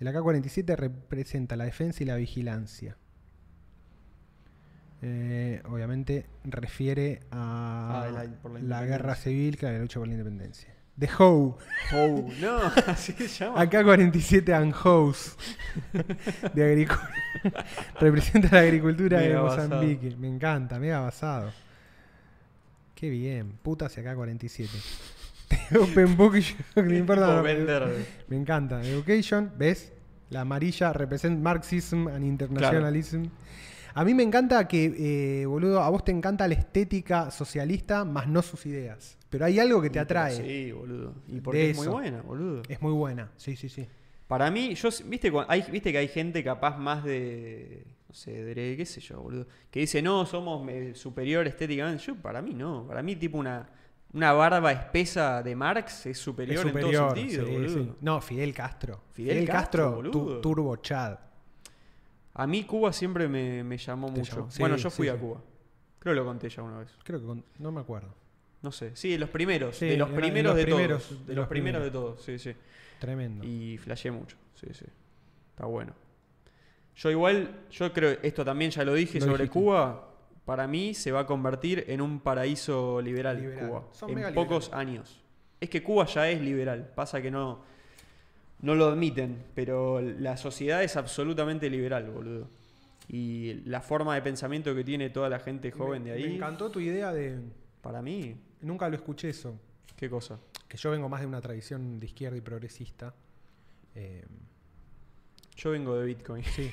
El AK-47 representa la defensa y la vigilancia. Eh, obviamente refiere a Ah, la- por la la guerra independencia. civil, claro, la lucha por la independencia. The How. Oh, no, así se llama. AK-47 and House de agricultura. Representa la agricultura de Mega basado. Mozambique. Me encanta, mega basado. Qué bien, putas y AK-47. Open Book, yo- no importa, Tipo no, vender. me encanta. Education, ¿ves? La amarilla representa Marxism and Internationalism. A mí me encanta que, eh, boludo, a vos te encanta la estética socialista, más no sus ideas. Pero hay algo que te Y, pero atrae. Sí, boludo. Y De porque es muy eso. buena, boludo. Es muy buena, sí, sí, sí. Para mí, yo viste, cua- hay, viste que hay gente capaz más de. No sé, de qué sé yo, boludo. Que dice, no, somos eh, superior estéticamente. Yo, para mí no. Para mí, tipo, una, una barba espesa de Marx es Es superior, en todo sentido, sí, boludo. sí. No, Fidel Castro. Fidel Castro, tu- boludo. Turbo Chad. A mí Cuba siempre me, me llamó Te mucho. llamó. Sí, bueno, yo sí, fui a sí. Cuba. Creo que lo conté ya una vez. Creo que con- no me acuerdo. No sé. Sí, de los primeros. Sí, de los era- de primeros los de, primeros, todos. De, de los los primeros de todos, sí, sí. Tremendo. Y flashé mucho. Sí, sí. Está bueno. Yo igual, yo creo, esto también ya lo dije Lo sobre dijiste. Cuba. Para mí se va a convertir en un paraíso liberal, Liberal. Cuba. Son en mega pocos años. Es que Cuba ya es liberal. Pasa que no, no lo admiten, pero la sociedad es absolutamente liberal, boludo. Y la forma de pensamiento que tiene toda la gente este joven de me, ahí, me encantó tu idea de. para mí, Nunca lo escuché eso. qué cosa. Que yo vengo más de una tradición de izquierda y progresista. Eh, Yo vengo de Bitcoin. sí.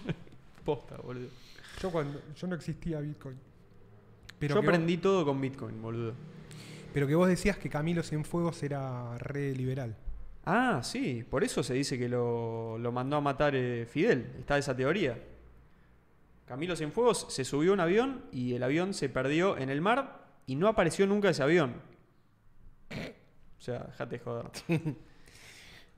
Posta, boludo. Yo, cuando, yo no existía Bitcoin. Pero, Yo que vos- aprendí todo con Bitcoin, boludo. pero que vos decías que Camilo Cienfuegos era re liberal. Ah, sí, por eso se dice que lo, lo mandó a matar eh, Fidel. Está esa teoría. Camilo Cienfuegos se subió a un avión y el avión se perdió en el mar y no apareció nunca ese avión. O sea, déjate joder.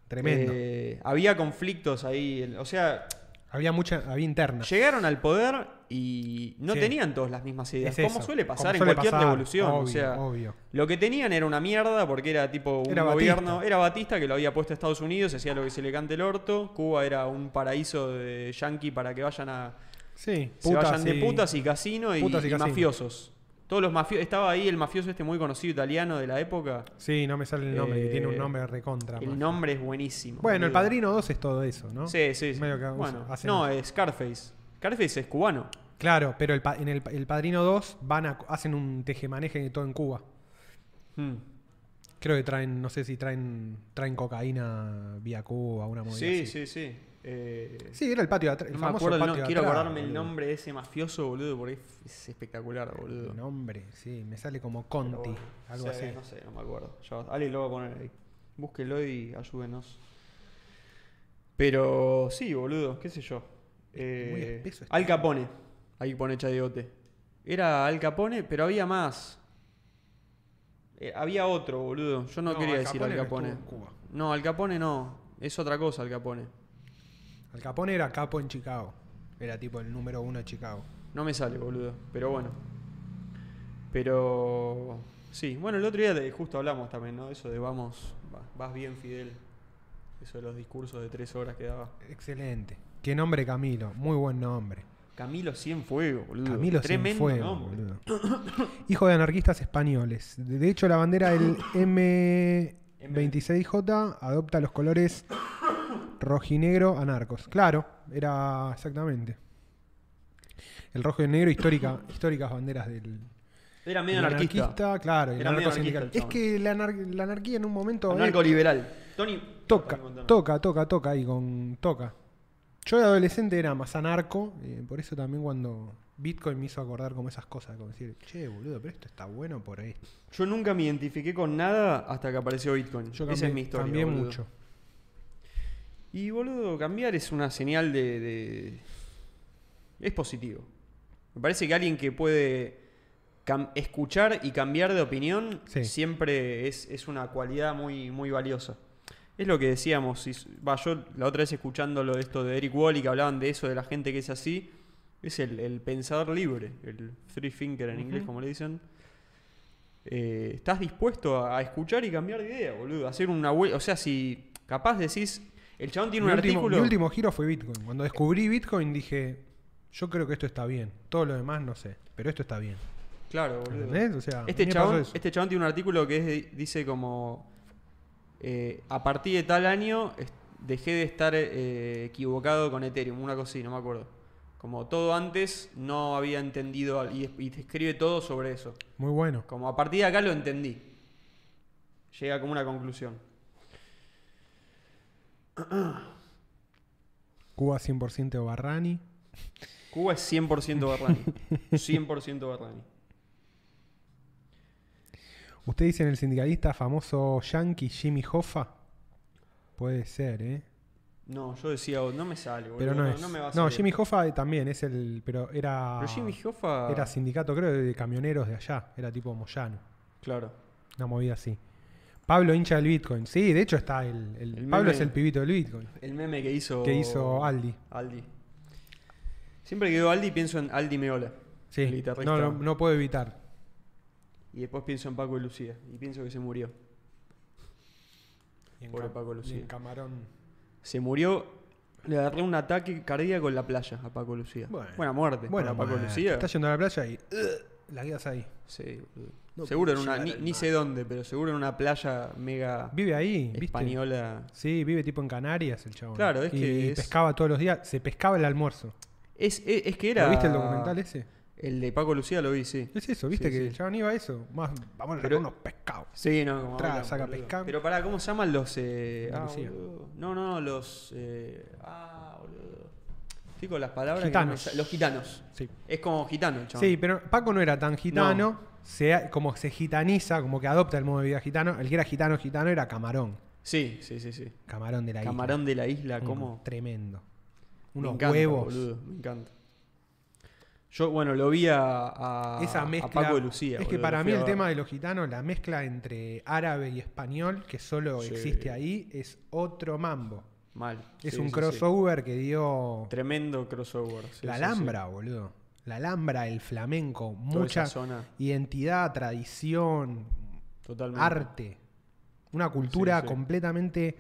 Tremendo. Eh, había conflictos ahí. el- O sea, había mucha, había interna. llegaron al poder y no Sí. tenían todas las mismas ideas. Es como eso. suele pasar Como en suele cualquier pasar, revolución. o obvio, sea, obvio. lo que tenían era una mierda porque era tipo un Era gobierno. Batista. Era Batista que lo había puesto a Estados Unidos, hacía lo que se le cante el orto. Cuba era un paraíso de yankee para que vayan a. Sí, se vayan de putas y casino y, Putas y y casino. mafiosos. Todos los mafiosos. Estaba ahí el mafioso este muy conocido italiano de la época. Sí, no me sale el nombre, que tiene Eh, un nombre recontra. el más. nombre es buenísimo. Bueno, el boludo. Padrino 2 es todo eso, ¿no? Sí, sí. sí. Medio que bueno, usa- hacen no, eso. es Scarface. Scarface es cubano. Claro, pero el, pa- en el, el Padrino 2 van a, hacen un tejemaneje de todo en Cuba. Hmm. Creo que traen, no sé si traen traen cocaína vía Cuba, una movida Sí, así. sí, sí. Eh, Sí, era el patio de atrás. el no me famoso acuerdo el patio nombre. de Quiero atrás, acordarme el boludo. nombre de ese mafioso, boludo, porque es- es espectacular, boludo. El nombre, sí, me sale como Pero Conti, bueno, algo sí, así. No sé, no me acuerdo. Ya va- alguien lo va a poner ahí. Búsquelo y ayúdenos. Pero sí, boludo, qué sé yo. Eh, muy espeso este. Al Capone. Ahí pone Chadeote. Era Al Capone, pero había más. Eh, había otro, boludo. Yo no, No, quería Al decir Capone Al no Capone. estuvo en Cuba. No, Al Capone no. Es otra cosa Al Capone. Al Capone era capo en Chicago. Era tipo el número uno de Chicago. No me sale, boludo. Pero bueno. Pero. Sí, bueno, el otro día de- justo hablamos también, ¿no? Eso de vamos, va- vas bien, Fidel. Eso de los discursos de tres horas que daba. Excelente. Qué nombre Camilo, muy buen nombre. Camilo Cienfuegos, boludo. Camilo Uh, Tremendo Cienfuegos, nombre. boludo. Hijo de anarquistas españoles. De hecho, la bandera del M26J adopta los colores rojinegro a narcos. Claro, era exactamente. El rojo y el negro, histórica, históricas banderas del. Era medio el anarquista. claro, y el Era medio anarcosindicalista. anarquista el Es que la, anar- la anarquía en un momento. eh, Anarco liberal. Tony. toca, Tony Montana. toca, toca, toca ahí con. Toca. Yo de adolescente era más anarco, eh, por eso también cuando Bitcoin me hizo acordar como esas cosas, como decir, che, boludo, pero esto está bueno por ahí. Yo nunca me identifiqué con nada hasta que apareció Bitcoin. Yo Esa cambié, es mi historia. cambié boludo. mucho. Y boludo, cambiar es una señal de, de- Es positivo. Me parece que alguien que puede cam- escuchar y cambiar de opinión Sí. siempre es, es una cualidad muy, muy valiosa. Es lo que decíamos. y s- va, yo la otra vez escuchando lo de esto de Eric Wall y que hablaban de eso, de la gente que es así. Es el, el pensador libre, el free thinker en inglés, Ujú. como le dicen. Eh, estás dispuesto a, a escuchar y cambiar de idea, boludo. Hacer una vuelta. O sea, si capaz decís. El chabón tiene mi, un último, artículo. mi último giro fue Bitcoin. Cuando descubrí Bitcoin dije, yo creo que esto está bien. Todo lo demás no sé, pero esto está bien. Claro, boludo. ¿Entendés? O sea, a Este mí me pasó chabón, eso. este chabón tiene un artículo que es de- dice como. eh, a partir de tal año es- dejé de estar eh, equivocado con Ethereum, una cosa así, no me acuerdo. Como todo antes no había entendido al- y, y te escribe todo sobre eso. Muy bueno. Como a partir de acá lo entendí. Llega como una conclusión. Cuba 100% Barrani. Cuba es 100% Berlani. 100% Berlani. ¿Usted dice en el sindicalista famoso yankee Jimmy Hoffa? Puede ser, ¿eh? No, yo decía, "Oh, no me sale, boludo. Pero no, es. no No, me va a salir. Jimmy Hoffa eh, también es el. Pero era. Pero Jimmy Hoffa. Era sindicato, creo, de camioneros de allá. Era tipo Moyano. Claro. Una movida así. Pablo hincha del Bitcoin. Sí, de hecho está el. el- El Pablo meme. Oh, es el pibito del Bitcoin. El meme que hizo. Que hizo Aldi. Aldi. Siempre que veo Aldi pienso en Aldi Meola. Sí. El guitarrista. No, no, no puedo evitar. Y después pienso en Paco y Lucía. Y pienso que se murió. Y en, Pobre Cam- Pablo y Lucía. en Camarón. Se murió. Le agarré un ataque cardíaco en la playa a Paco Lucía. Bueno. Buena muerte. Bueno, para Paco bueno, Lucía. Estás yendo a la playa y. ugh, la quedas ahí. Sí, boludo. No seguro en puedo llegar una. Ni, al ni mar. sé dónde, pero seguro en una playa mega Vive ahí, ¿viste? española. Sí, vive tipo en Canarias el chabón. Claro, es y que es- pescaba todos los días. Se pescaba el almuerzo. Es, es- es que era. ¿Lo viste el documental ese? El de Paco Lucía lo vi, sí. Es eso, viste Sí, que sí. el chabón iba a eso. Más, vamos a sacar Pero- unos pescados. Sí, no, como Tra, hablan, saca boludo. pescado. Pero pará, ¿cómo se llaman los. eh, ah, Andalucía. boludo. no, no, no, los. eh, ah, boludo. Estoy con las palabras. que Gitanos. no me sa- los gitanos. Sí. Es como gitano, chaval. Sí, pero Paco no era tan gitano. Se ha- como se gitaniza, como que adopta el modo de vida gitano. El que era gitano, gitano era Camarón. sí, sí, sí. sí. Camarón de la Camarón isla. de la isla, Un ¿cómo? Tremendo. Me Unos encanta, huevos. boludo, me encanta. Yo, bueno, lo vi a, a- Esa a mezcla. Paco de Lucía. es que boludo, para lo mí fui a el ver. tema de los gitanos, la mezcla entre árabe y español, que solo Sí. existe ahí, es otro mambo. Mal. Es Sí, un sí, sí. crossover que dio Tremendo crossover. sí, la sí, sí. Alhambra, boludo. La Alhambra, el flamenco, Toda mucha esa zona, identidad, tradición, totalmente. arte. Una cultura Sí, sí. completamente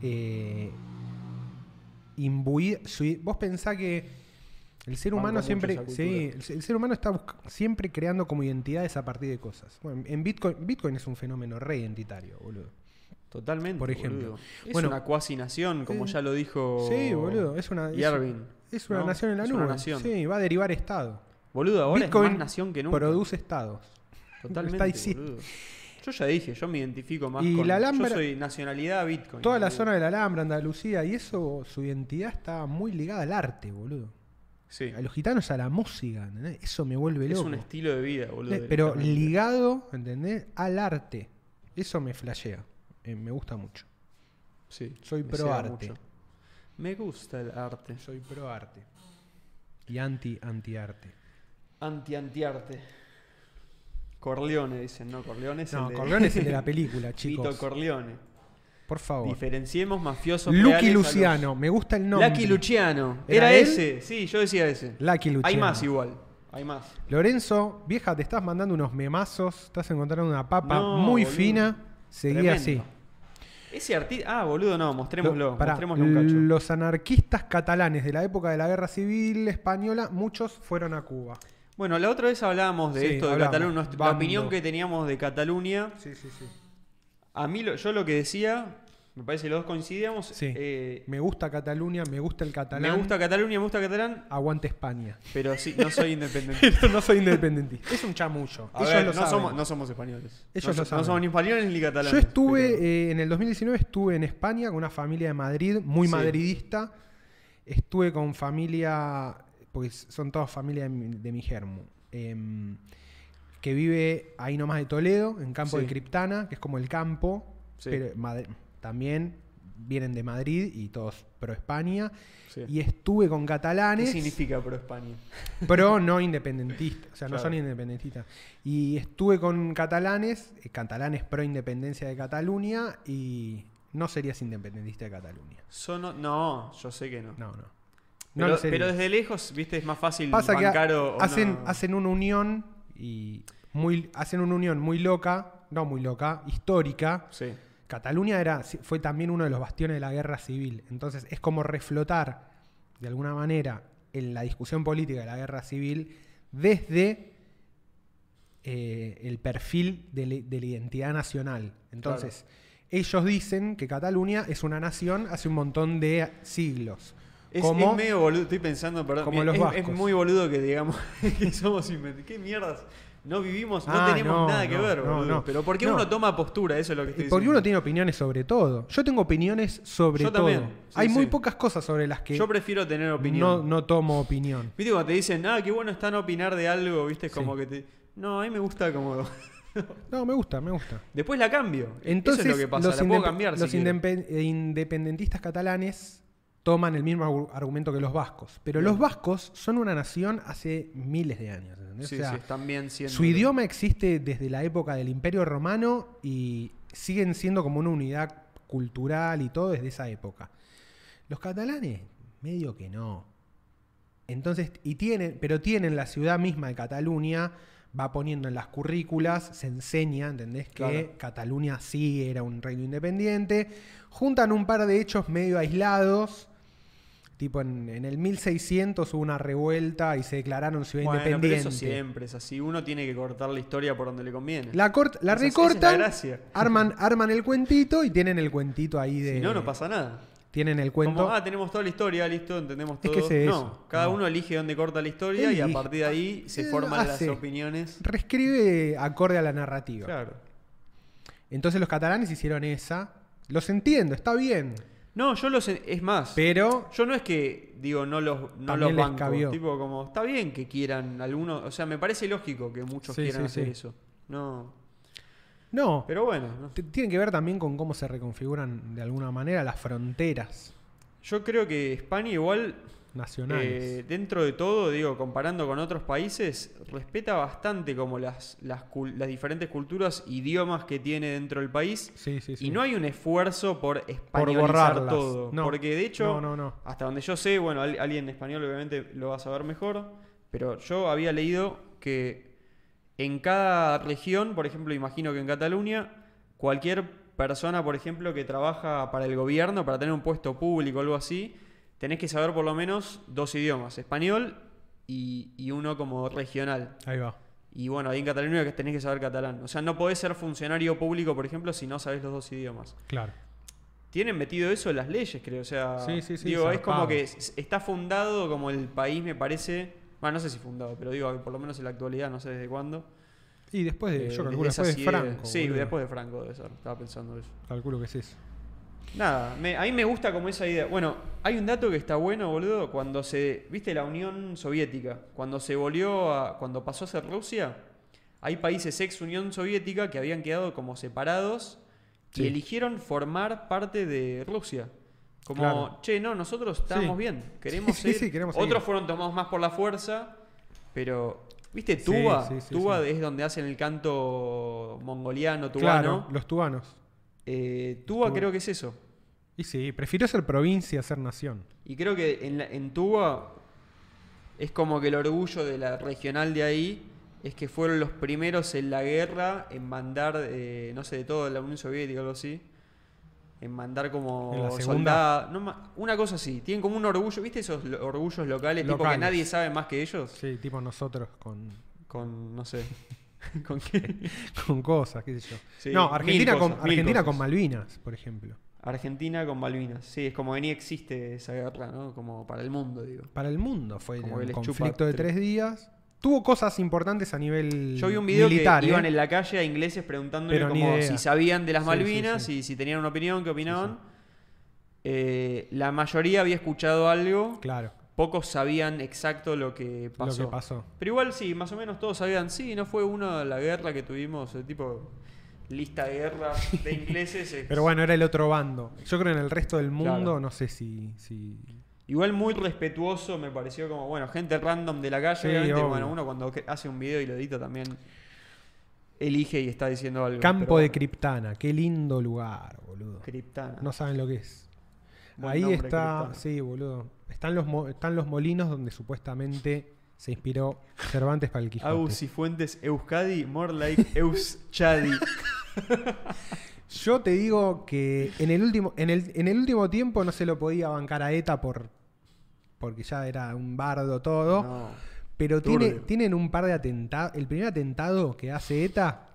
eh, imbuida. sui- Vos pensá que el ser Banco humano mucho siempre. esa cultura. sí, el, se- el ser humano está busc- siempre creando como identidades a partir de cosas. Bueno, en Bitcoin, Bitcoin es un fenómeno re identitario, boludo. Totalmente. Por ejemplo. boludo. Es Bueno. una cuasi nación, como Eh, ya lo dijo. sí, boludo. Es una. Es, Yervin. es una Oh. ¿no? nación en la Es nube. una nación. Sí, va a derivar Estado. Boludo, ahora es Bitcoin más nación que nunca. Produce Estados. Totalmente. está ahí, sí. boludo. Yo ya dije, yo me identifico más Y con. la Alhambra- Yo soy nacionalidad Bitcoin. Toda la boludo. zona de la Alhambra, Andalucía, y eso, su identidad está muy ligada al arte, boludo. Sí. A los gitanos a la música, ¿entendés? Eso me vuelve Es loco. un estilo de vida, boludo. ¿Entendés? Eh, Pero directamente. ligado, ¿entendés? Al arte. Eso me flashea. Eh, me gusta mucho. Sí, soy me pro ceba arte. mucho. Me gusta el arte. Soy pro arte. Y anti, anti arte. Anti-anti-arte. Corleone, dicen, no, Corleone es el No, de- Corleone es el de la película, Vito chicos. Corleone. Por favor. Diferenciemos mafiosos reales a Lucky los- Luciano, me gusta el nombre. Lucky Luciano. ¿Era Era, él? ese. Sí, yo decía ese. Lucky Luciano. Hay más igual. Hay más. Lorenzo, vieja, te estás mandando unos memazos. Estás encontrando una papa No, muy boludo. fina. Seguí Tremendo. así. Ese artista. Ah, boludo, no. Mostrémoslo. Lo- pará, mostrémoslo un cacho. Los anarquistas catalanes de la época de la Guerra Civil Española, muchos fueron a Cuba. Bueno, la otra vez hablábamos de Sí, esto de hablamos. Cataluña. nuestra- La Bando. opinión que teníamos de Cataluña. Sí, sí, sí. A mí, lo- yo lo que decía. Me parece que los dos coincidíamos. Sí. eh, Me gusta Cataluña, me gusta el catalán. me gusta Cataluña, me gusta Catalán. Aguante España. Pero sí, no soy independiente. Pero no soy independentista. es un chamullo. A Ellos ver, lo no, saben. somos, no somos españoles. Ellos no, lo so- saben. no somos ni españoles ni catalanes. Yo estuve pero- eh, en el 2019 estuve en España con una familia de Madrid muy Sí. madridista estuve con familia, porque son todas familia de mi, de mi germo, em, que vive ahí nomás de Toledo, en Campo Sí. de Criptana, que es como el campo, Sí. pero Madri- también vienen de Madrid y todos pro España. Sí. Y estuve con ¿Qué catalanes. significa pro España? Pro no independentista, o sea, no Claro. son independentistas. Y estuve con catalanes, eh, catalanes pro independencia de Cataluña, y no serías independentista de Cataluña. Sono- no, yo sé que no. No, no. No pero, lo serías. pero desde lejos, viste, es más fácil Pasa que bancar ha- o- o hacen, no. hacen una unión y muy, hacen una unión muy loca, no muy loca, histórica. Sí, Cataluña era, fue también uno de los bastiones de la guerra civil. Entonces es como reflotar, de alguna manera, en la discusión política de la guerra civil desde eh, el perfil de, la- de la identidad nacional. Entonces, ellos dicen que Cataluña es una nación hace un montón de siglos. Es, como, es medio boludo, estoy pensando, perdón. como mira, los es, es vascos. muy boludo que digamos que somos invent- ¿Qué mierdas? No vivimos, no Ah, tenemos no, nada que no, ver, no, boludo. no. Pero ¿por qué No. uno toma postura? Eso es lo que estoy porque diciendo. uno tiene opiniones sobre todo. Yo tengo opiniones sobre Yo todo. también, sí, Hay muy sí. pocas cosas sobre las que Yo prefiero tener opinión. no, no tomo opinión. Viste cuando te dicen, ah, qué bueno está no opinar de algo, viste, es como Sí. que te... No, a mí me gusta como... No, me gusta, me gusta. Después la cambio. Entonces, Eso es lo que pasa, los, la puedo indep- cambiar si los quiero. indepen- eh, independentistas catalanes toman el mismo argu- argumento que los vascos. Pero los vascos son una nación hace miles de años. ¿entendés? Sí, O sea, sí, están bien siendo... su idioma existe desde la época del Imperio Romano y siguen siendo como una unidad cultural y todo desde esa época. Los catalanes, medio que no. Entonces, y tienen, pero tienen la ciudad misma de Cataluña, va poniendo en las currículas, se enseña, ¿entendés? Que Claro. Cataluña sí era un reino independiente. Juntan un par de hechos medio aislados. Tipo, en, en el 1600 hubo una revuelta y se declararon ciudad Bueno, pero independiente. eso siempre es así. Uno tiene que cortar la historia por donde le conviene. La, cort- la Esa- esa es recortan, la gracia. arman, arman el cuentito y tienen el cuentito ahí de. Si no, no pasa nada. Tienen el cuento. Como, ah, tenemos toda la historia, listo, entendemos Es todo. que ese es no, eso. cada No. uno elige dónde corta la historia y a Elige. partir de ahí se Eh, forman hace. las opiniones. Reescribe acorde a la narrativa. Claro. Entonces los catalanes hicieron esa. Los entiendo, está bien. No, yo los... en- Es más, Pero yo no es que, digo, no los, no También los les banco. cabió. Tipo, como, está bien que quieran algunos... O sea, me parece lógico que muchos Sí, quieran sí, hacer sí. eso. No. no. Pero bueno. no. T- Tiene que ver también con cómo se reconfiguran de alguna manera las fronteras Yo creo que España igual nacionales. Eh, dentro de todo, digo, comparando con otros países, respeta bastante como las, las, cul- las diferentes culturas, idiomas que tiene dentro del país. sí, sí, sí. Y no hay un esfuerzo por por españolizar borrarlas. todo. No. porque de hecho, No, no, no. hasta donde yo sé, bueno, al- alguien en español obviamente lo va a saber mejor, pero yo había leído que en cada región, por ejemplo, imagino que en Cataluña, cualquier persona, por ejemplo, que trabaja para el gobierno, para tener un puesto público o algo así, tenés que saber por lo menos dos idiomas, español y, y uno como regional. Ahí va. Y bueno, ahí en Cataluña que tenés que saber catalán. O sea, no podés ser funcionario público, por ejemplo, si no sabés los dos idiomas Claro. tienen metido eso en las leyes, creo. O sea, Sí, sí, sí, digo, es como zarpado. que s- está fundado como el país, me parece. Bueno, no sé si fundado, pero digo, por lo menos en la actualidad, no sé desde cuándo. Y después de. Eh, yo calculo desde esas después de ideas. Franco. Sí, boludo. después de Franco debe ser. Estaba pensando eso. Calculo que es eso. Nada, me- a mí me gusta como esa idea. Bueno, hay un dato que está bueno, boludo. Cuando se. ¿Viste la Unión Soviética? Cuando se volvió a. Cuando pasó a ser Rusia, hay países ex Unión Soviética que habían quedado como separados y Sí. eligieron formar parte de Rusia. Como, Claro. che, no, nosotros estábamos Sí. bien. Queremos Sí, sí, ir. sí, queremos Otros seguir. fueron tomados más por la fuerza, pero. ¿Viste Sí, Tuba? sí, sí, Tuba sí. es donde hacen el canto mongoliano, Claro, tubano. los tubanos. Eh, Tuba Tuba. creo que es eso. Y sí, prefiero ser provincia a ser nación. Y creo que en, la- en Tuba es como que el orgullo de la regional de ahí es que fueron los primeros en la guerra en mandar, eh, no sé, de todo la Unión Soviética o algo así. En mandar como En la segunda. soldados. no ma- una cosa así, tienen como un orgullo, ¿viste esos lo- orgullos locales, tipo que Locales. nadie sabe más que ellos? Sí, tipo nosotros con, Con, no sé, con qué. con cosas, qué sé yo. Sí, no, Argentina, mil con, cosas, mil Argentina cosas. con Malvinas, por ejemplo. Argentina con Malvinas. Sí, es como que ni existe esa guerra, ¿no? Como para el mundo, digo. Para el mundo fue Como que un les conflicto chupa de tre- tres días. Tuvo cosas importantes a nivel Yo vi un video militar. que ¿eh? iban en la calle a ingleses preguntándole Pero ni como idea. si sabían de las Sí, sí, Malvinas sí. y si tenían una opinión, qué opinaban. eh, la mayoría había escuchado algo, Claro, pocos sabían exacto lo que pasó. lo que pasó. Pero igual sí, más o menos todos sabían, sí, no fue una la guerra que tuvimos, eh, tipo lista de guerra de ingleses. eh, Pero bueno, era el otro bando. Yo creo que en el resto del mundo, Claro. no sé si. si... Igual muy respetuoso me pareció como, bueno, gente random de la calle, Sí, obviamente, obvio. bueno, uno cuando que- hace un video y lo edita también elige y está diciendo algo. Campo pero de bueno, Criptana, qué lindo lugar, boludo. Criptana. No saben lo que es. Buen Ahí nombre, está, Criptana. sí, boludo. Están los, mo- están los molinos donde supuestamente se inspiró Cervantes para el Quijote. Agus y Fuentes Euskadi, more like Euschadi. Yo te digo que en el último, en el, en el último tiempo no se lo podía bancar a ETA por porque ya era un bardo todo. No. pero tiene, turbio. tienen un par de atentados. El primer atentado que hace ETA,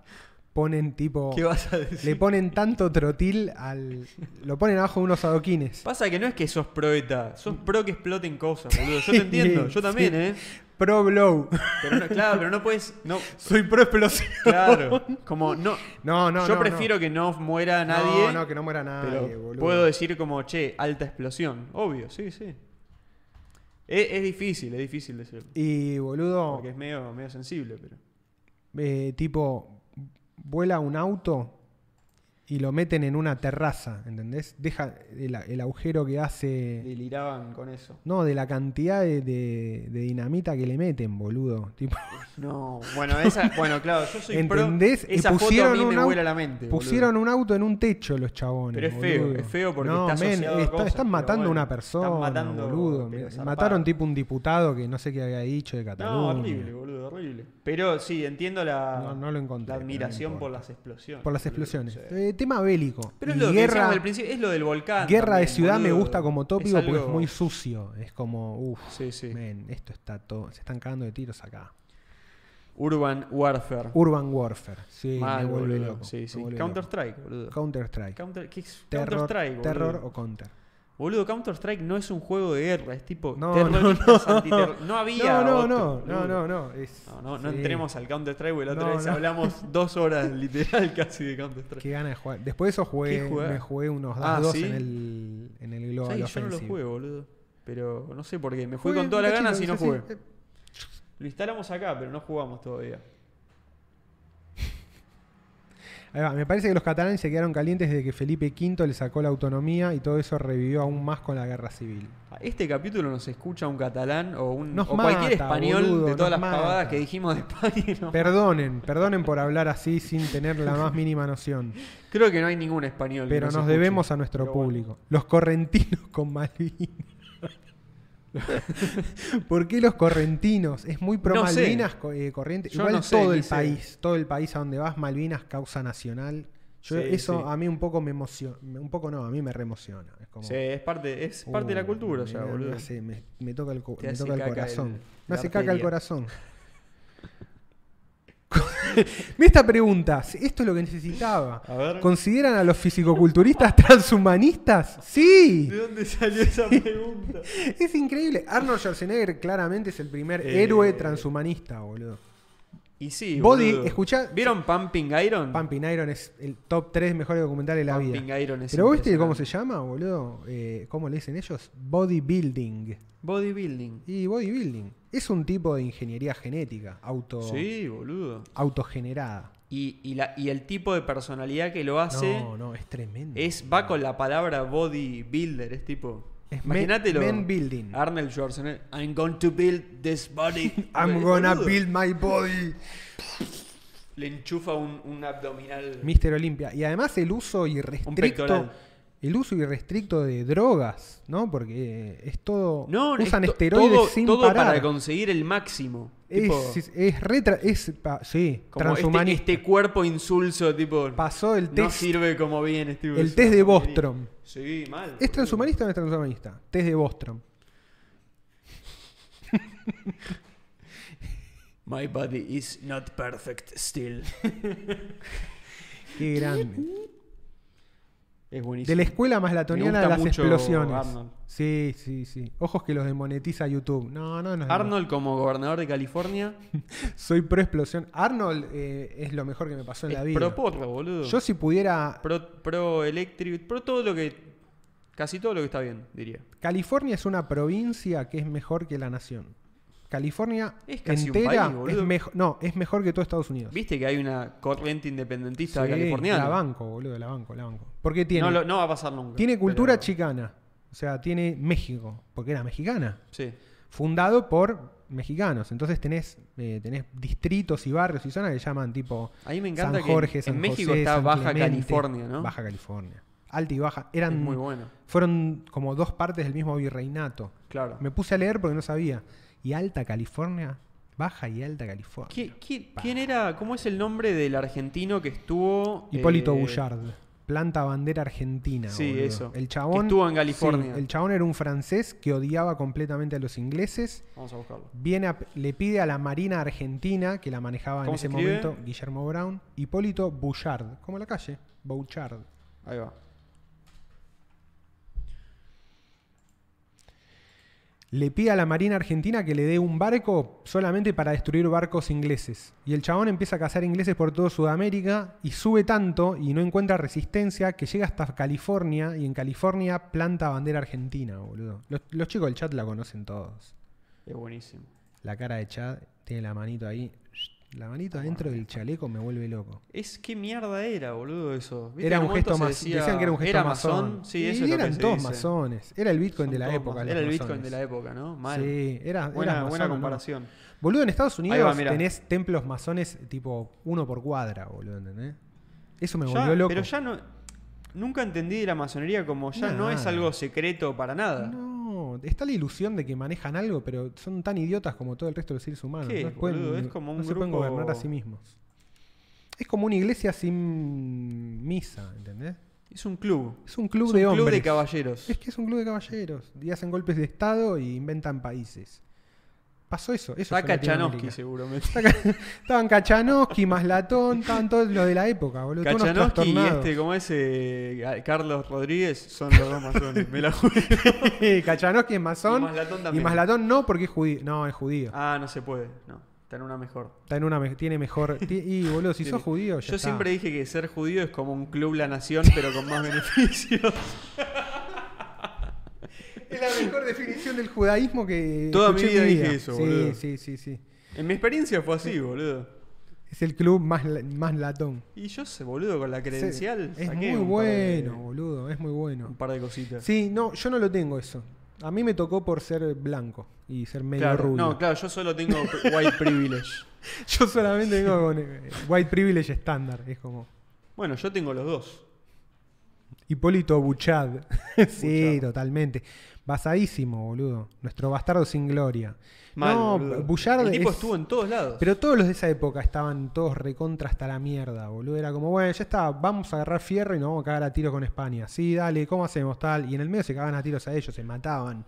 ponen tipo. ¿Qué vas a decir? Le ponen tanto trotil al. Lo ponen abajo de unos adoquines. Pasa que no es que sos proeta, sos pro que exploten cosas, boludo. Yo te entiendo, yo también, Sí. ¿eh? Pro blow. Pero no- claro, pero no puedes. No, Soy pro explosivo. claro. Como no. No, no, yo no, prefiero no. que no muera nadie. No, no, que no muera nadie, pero boludo. puedo decir como, che, alta explosión. Obvio, sí, sí. E, Es, es difícil, es difícil decirlo. Y boludo, Porque es medio, medio sensible, pero. eh, tipo, vuela un auto y lo meten en una terraza, ¿entendés? Deja el, el agujero que hace. Deliraban con eso. No, de la cantidad de, de- de dinamita que le meten, boludo. Tipo, No, bueno, esa, bueno, claro, yo soy ¿Entendés? pro. Y Esa pusieron foto a mí un me au- vuela la mente. boludo. pusieron un auto en un techo los chabones. Pero es feo, boludo. es feo porque No, está men, asociado a está- cosas, Están pero matando a bueno, una están persona, matando, boludo. pero zarpado. Mataron tipo un diputado que no sé qué había dicho de Cataluña. No, horrible, boludo, horrible. Pero sí, entiendo la, No, no lo encontré, la pero no admiración por importa. las explosiones. Por las boludo, explosiones. sí. Eh, tema bélico. Pero Y es lo que guerra, decíamos al principio, es lo del volcán. guerra de también, ciudad me boludo. gusta como tópico Es porque es algo- muy sucio. Es como, uff, Sí, sí. men, esto está todo. Se están cagando de tiros acá. Urban Warfare. Urban Warfare. Sí, Ah. Mal, me vuelve boludo. loco. Sí, sí. me vuelve loco. Counter-Strike, boludo. Counter-Strike. Counter, ¿qué es? Terror, Counter-Strike, terror boludo. o counter. Boludo, Counter-Strike no es un juego de guerra, es tipo. No, terroristas, no, no. antiterror- No había. No, no, otro, no, boludo. no, no, no. es- No, no, no sí. entremos al Counter-Strike, porque la otra No, vez no. hablamos dos horas literal casi de Counter-Strike. Qué gana de jugar. Después de eso ¿Qué jugué, jugás? me jugué unos Ah, dados ¿sí? en el en el ¿Sabes Global que Yo no lo Offensive. jugué, boludo. Pero no sé por qué. Me fui Jugué con toda un la cachito, gana y no sí, jugué. sí. Eh, Lo instalamos acá, pero no jugamos todavía. Ahí va, Me parece que los catalanes se quedaron calientes desde que Felipe V le sacó la autonomía y todo eso revivió aún más con la guerra civil. Este capítulo nos escucha un catalán o un Nos o cualquier mata, español boludo, de todas las nos pavadas mata. que dijimos de España. ¿no? Perdonen, perdonen por hablar así sin tener la más mínima noción, Creo que no hay ningún español. que pero nos escuche. debemos a nuestro Pero bueno. público. Los correntinos con Malvinas. ¿Por qué los correntinos? Es muy pro No sé. Malvinas co- eh, corriente. Yo Igual no sé, todo ni el sé. país, todo el país a donde vas, Malvinas, causa nacional. Yo, Sí, eso sí. a mí un poco me emociona. Un poco no, a mí me reemociona. Es como, Sí, es parte, es parte de la Uh, cultura me- ya, me boludo. hace- me, me toca el, co- Te me hace toca el caca corazón. el- me la hace caca el arteria. corazón. Mira esta pregunta. si Esto es lo que necesitaba. A ver. ¿Consideran a los fisicoculturistas transhumanistas? ¡Sí! ¿De dónde salió esa pregunta? Es increíble. Arnold Schwarzenegger claramente es el primer Eh, héroe transhumanista, boludo. Y sí, Body, boludo. escuchá- ¿Vieron Pumping Iron? Pumping Iron es el top 3 mejores documentales de la vida. Pumping Iron es Pero ¿viste cómo impresionante. se llama, boludo? Eh, ¿Cómo le dicen ellos? Bodybuilding. Bodybuilding. Y bodybuilding. Es un tipo de ingeniería genética, auto, Sí, boludo. autogenerada. Y, y la, y el tipo de personalidad que lo hace No, no, es tremendo. Ah, es va con la palabra bodybuilder. Es tipo. Es men- Imagínatelo. men building. Arnold Schwarzenegger. I'm going to build this body. I'm Boludo, gonna build my body. Le enchufa un, un abdominal. Mister Olimpia. Y además el uso irrestricto. pectoral. El uso irrestricto de drogas, ¿no? Porque eh, es todo. No, es usan to- esteroides todo, sin todo parar. para conseguir el máximo. Tipo, es, es, es retra- es pa- sí, como este, transhumanista. este cuerpo insulso, tipo. Pasó el no test. sirve como bien, tipo, el es test una de porquería. Bostrom. Sí, mal. ¿Es boludo. transhumanista o no es transhumanista? Test de Bostrom. My body is not perfect still. Qué grande. De Es buenísimo. la escuela más Me latoniana de gusta las mucho explosiones. Arnold. Sí, sí, sí. Ojos que los demonetiza YouTube. No, no, no. es Arnold como gobernador de California verdad. Soy pro explosión. Arnold eh, es lo mejor que me pasó en la es vida. pro porro, boludo. Yo si pudiera. pro, pro electric, pro todo lo que Casi todo lo que está bien, diría. California es una provincia que es mejor que la nación. California Es casi un entera país, es boludo. mejor, no, es mejor que todo Estados Unidos. ¿Viste que hay una corriente independentista Sí, californiana? La banco, boludo, la banco, la banco. Porque tiene, no, lo- no va a pasar nunca. tiene cultura pero- chicana. O sea, tiene México, porque era mexicana. Sí. Fundado por mexicanos. Entonces tenés, eh, tenés distritos y barrios y zonas que llaman tipo A mí me encanta San que Jorge, en San México José, está San Baja Clemente. California, ¿no? Baja California. Alta y baja. Eran Es muy bueno, Fueron como dos partes del mismo virreinato. claro. Me puse a leer porque no sabía. Y Alta California, Baja y Alta California. ¿Qui- qui- ¿Quién era? ¿Cómo es el nombre del argentino que estuvo? Hipólito eh, Bullard. Planta bandera argentina. Sí, boludo. eso. El chabón. Que estuvo en California. sí, el chabón era un francés que odiaba completamente a los ingleses. Vamos a buscarlo. Viene a- le pide a la Marina Argentina, que la manejaba en ¿Cómo ese se escribe? momento Guillermo Brown, Hipólito Bouchard, como la calle, Bouchard. Ahí va. Le pide a la Marina Argentina que le dé un barco solamente para destruir barcos ingleses. Y el chabón empieza a cazar ingleses por todo Sudamérica y sube tanto y no encuentra resistencia que llega hasta California y en California planta bandera argentina, boludo. Los, los chicos del chat la conocen todos. Es buenísimo. La cara de Chad tiene la manito ahí. La manito adentro del chaleco me vuelve loco. Es que mierda era, boludo, eso. ¿Viste? Era En un momento gesto se más. decía, decían que era un gesto ¿era masón. Sí, Y eso es lo que eran se todos dice. masones. Era el Bitcoin Son de la todos época. mas- los Era el masones. Bitcoin de la época, ¿no? Mal. Sí, era, buena, eras buena masón, ¿no? comparación. Boludo, en Estados Unidos va, mirá. tenés templos masones tipo uno por cuadra, boludo, ¿entendés? Eso me Ya, volvió loco. Pero ya no. Nunca entendí la masonería como ya no es Nada. algo secreto para nada. No, está la ilusión de que manejan algo, pero son tan idiotas como todo el resto de los seres humanos. ¿Qué, no se pueden- boludo? Es como un no se pueden grupo- gobernar a sí mismos. Es como una iglesia sin misa, ¿entendés? Es un club. Es un club Es de un hombres. club de caballeros. Es que es un club de caballeros. Y hacen golpes de estado y inventan países. Pasó eso. eso fue Saca Chanovsky, Latinoamérica. seguramente. Estaban Kachanowski, Maslatón, estaban todos los de la época, boludo. todos unos Kachanowski y trastornados. este, como ese Carlos Rodríguez, son los dos masones. Me la juego. Kachanowski es Y masón. Maslatón Y también. Maslatón no, porque es judío. No, es judío. Ah, no se puede. No, está en una mejor. Está en una, me- tiene mejor. ti- Y boludo, si Tiene- sos judío, Pues ya Yo está. siempre dije que ser judío es como un club La Nación, pero con más beneficios. Es la mejor definición del judaísmo que. Toda escuché mi en vida dije eso, Sí, boludo. sí, sí, sí. En mi experiencia fue así, boludo. Es el club más, la- más latón. Y yo sé, boludo, con la credencial. Es muy saqué un par de- bueno, boludo. Es muy bueno. Un par de cositas. Sí, no, yo no lo tengo eso. A mí me tocó por ser blanco y ser medio Claro, rubio. No, claro, yo solo tengo pr- white privilege. Yo solamente vengo con eh, white privilege estándar. Es como Bueno, yo tengo los dos. Hipólito Buchad. sí, Buchad. totalmente. Basadísimo, boludo. Nuestro bastardo sin gloria. Mal, no, boludo. Buchard El tipo es- estuvo en todos lados. Pero todos los de esa época estaban todos recontra hasta la mierda, boludo. Era como, bueno, ya está, vamos a agarrar fierro y nos vamos a cagar a tiros con España. Sí, dale, ¿cómo hacemos tal? Y en el medio se cagaban a tiros a ellos, se mataban.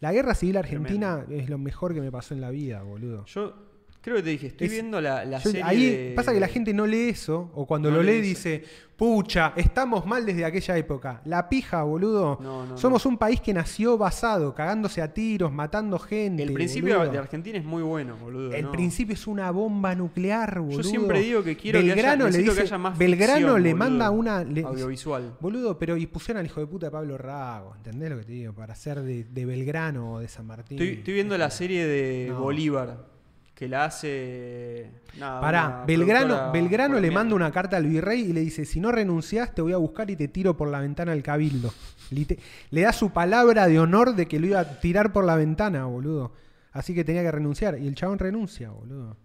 La guerra civil argentina es lo mejor que me pasó en la vida, boludo. Yo creo que te dije, estoy Es- viendo la, la Yo- serie. ahí de- pasa que la gente no lee eso, o cuando No lo lee lee dice, pucha, estamos mal desde aquella época. La pija, boludo. No, no, Somos un país que nació basado, cagándose a tiros, matando gente. El principio boludo. de Argentina es muy bueno, boludo. El ¿no? principio es una bomba nuclear, boludo. siempre digo que quiero que haya- necesito que haya más Belgrano ficción, le boludo. manda una. le- Audiovisual. boludo, pero y pusieron al hijo de puta de Pablo Rago, ¿entendés lo que te digo? Para ser de, de Belgrano o de San Martín. Estoy, estoy viendo la serie de No. Bolívar, que la hace. Nada, Pará, una Belgrano, productora Belgrano le colombiana. manda una carta al virrey y le dice: Si no renunciás, te voy a buscar y te tiro por la ventana al cabildo. Lite- le da su palabra de honor de que lo iba a tirar por la ventana, boludo. Así que tenía que renunciar. Y el chabón renuncia, boludo.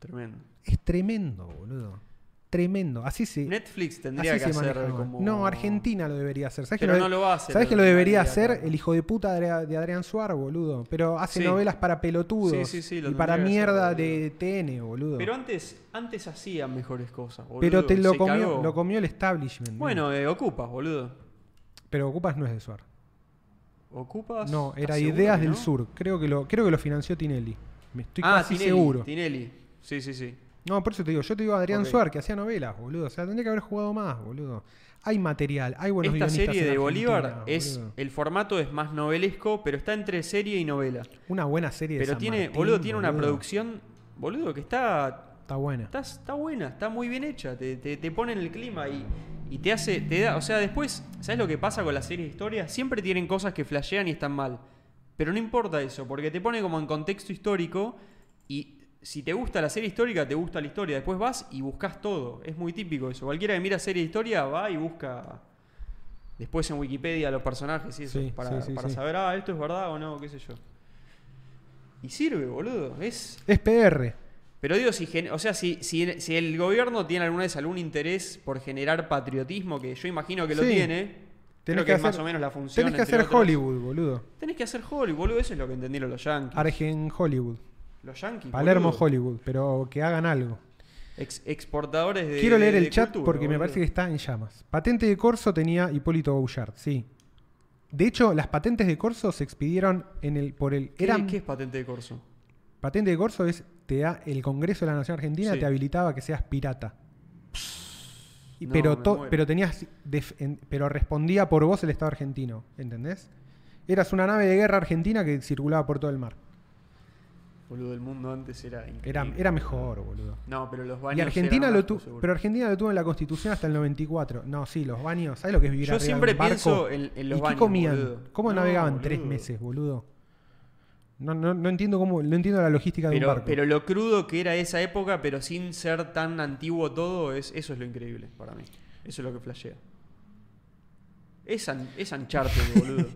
Tremendo. Es tremendo, boludo. Tremendo. Así se. Netflix tendría así que se hacer manejaban. como. No, Argentina lo debería hacer. ¿Sabés Pero que no lo va a hacer ¿Sabés la que lo debería localidad, hacer claro. el hijo de puta de, Adri- de Adrián Suar, boludo? Pero hace Sí. novelas para pelotudos Sí, sí, sí, lo y para tendría que hacer, mierda boludo. de TN, boludo. Pero antes, antes hacían mejores cosas, boludo. Pero te lo se comió, cagó. lo comió el establishment. Bueno, eh, ocupas, boludo. Pero Ocupas no es de Suar. Ocupas. No, era ¿Estás seguro Ideas que del no? Sur. Creo que lo creo que lo financió Tinelli. Me estoy ah, casi Tinelli, seguro. Tinelli. Sí, sí, sí. No, por eso te digo, yo te digo Adrián Ok. Suar, que hacía novelas, boludo. O sea, tendría que haber jugado más, boludo. Hay material, hay buenos Esta guionistas serie en de Bolívar Argentina, es. boludo. El formato es más novelesco, pero está entre serie y novela. Una buena serie de Pero San tiene, Martín, boludo, tiene una boludo. producción, boludo, que está Está buena. Está, está buena, está muy bien hecha, te, te, te pone en el clima y, Y te hace, te da, o sea, después, ¿sabes lo que pasa con las series de historia? Siempre tienen cosas que flashean y están mal. Pero no importa eso, porque te pone como en contexto histórico y si te gusta la serie histórica, te gusta la historia. Después vas y buscas todo. Es muy típico eso. Cualquiera que mira serie de historia va y busca después en Wikipedia los personajes y eso, Sí, para, sí, sí, para sí. saber, ah, esto es verdad o no, qué sé yo. Y sirve, boludo. Es, Es PR. pero digo, si, gen- o sea, si, si, si el gobierno tiene alguna vez algún interés por generar patriotismo, que yo imagino que lo Sí. tiene, creo que, es más o menos la función. Tenés que entre hacer otras. Hollywood, boludo. Tenés que hacer Hollywood, boludo. Eso es lo que entendieron los yankees. Argen Hollywood. los yankees. Palermo boludo. Hollywood, pero que hagan algo. Ex- exportadores de. Quiero leer de el chat cultura, porque me boludo. parece que está en llamas. Patente de corso tenía Hipólito Bouchard, sí. De hecho, las patentes de corso se expidieron en el por el ¿Qué, eran qué es patente de corso? patente de corso es te da el Congreso de la Nación Argentina Sí. te habilitaba que seas pirata. Y- No, pero me to- muero. pero tenías def- en- pero respondía por vos el Estado argentino, ¿entendés? Eras una nave de guerra argentina que circulaba por todo el mar. Boludo, el mundo antes era increíble. Era, era mejor, boludo. No, pero los baños. Y Argentina eran lo asco, tu- seguro. pero Argentina lo tuvo en la Constitución hasta el 94. No, sí, los baños. ¿Sabes lo que es vivir Yo arriba de siempre un barco? pienso en, en los ¿Y baños. qué comían? boludo. ¿Cómo No, navegaban tres boludo. meses, boludo? No, no, no entiendo cómo, no entiendo la logística de un Pero, barco. pero lo crudo que era esa época, pero sin ser tan antiguo todo, es, eso es lo increíble para mí. Eso es lo que flashea. Es, an- es Uncharted, boludo.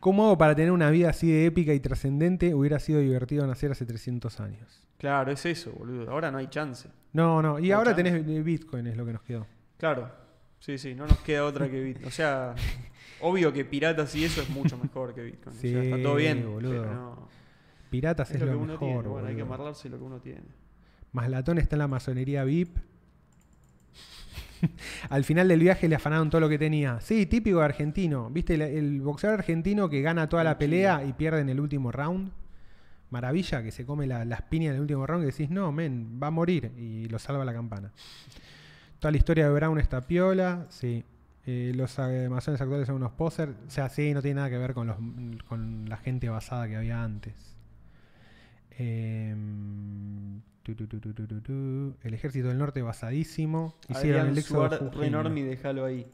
¿Cómo hago para tener una vida así de épica y trascendente? Hubiera sido divertido nacer hace 300 años. Claro, es eso, boludo. Ahora no hay chance. No, no. Y No, ahora chance. tenés eh, Bitcoin, es lo que nos quedó. Claro. Sí, sí, no nos queda otra que Bitcoin. O sea, obvio que piratas y eso es mucho mejor que Bitcoin. o sea, está todo Sí, bien, boludo. pero no. Piratas es, Es lo lo, que uno mejor, tiene. Bueno, hay que boludo. amarrarse lo que uno tiene. Maslatón está en la masonería VIP. Al final del viaje le afanaron todo lo que tenía. Sí, típico de argentino. ¿Viste el, el boxeador argentino que gana toda la Mochila. pelea y pierde en el último round? Maravilla, que se come la- las piñas en el último round que decís, no, men, va a morir. Y lo salva la campana. Toda la historia de Brown está piola. Sí. Eh, los eh, masones actuales son unos posers. O sea, sí, no tiene nada que ver con, los, con la gente basada que había antes. Em, tu, tu, tu, tu, tu, tu, tu. El ejército del norte basadísimo. Hicieron el Adrián éxodo Suar, jujeño. Renormi, déjalo ahí.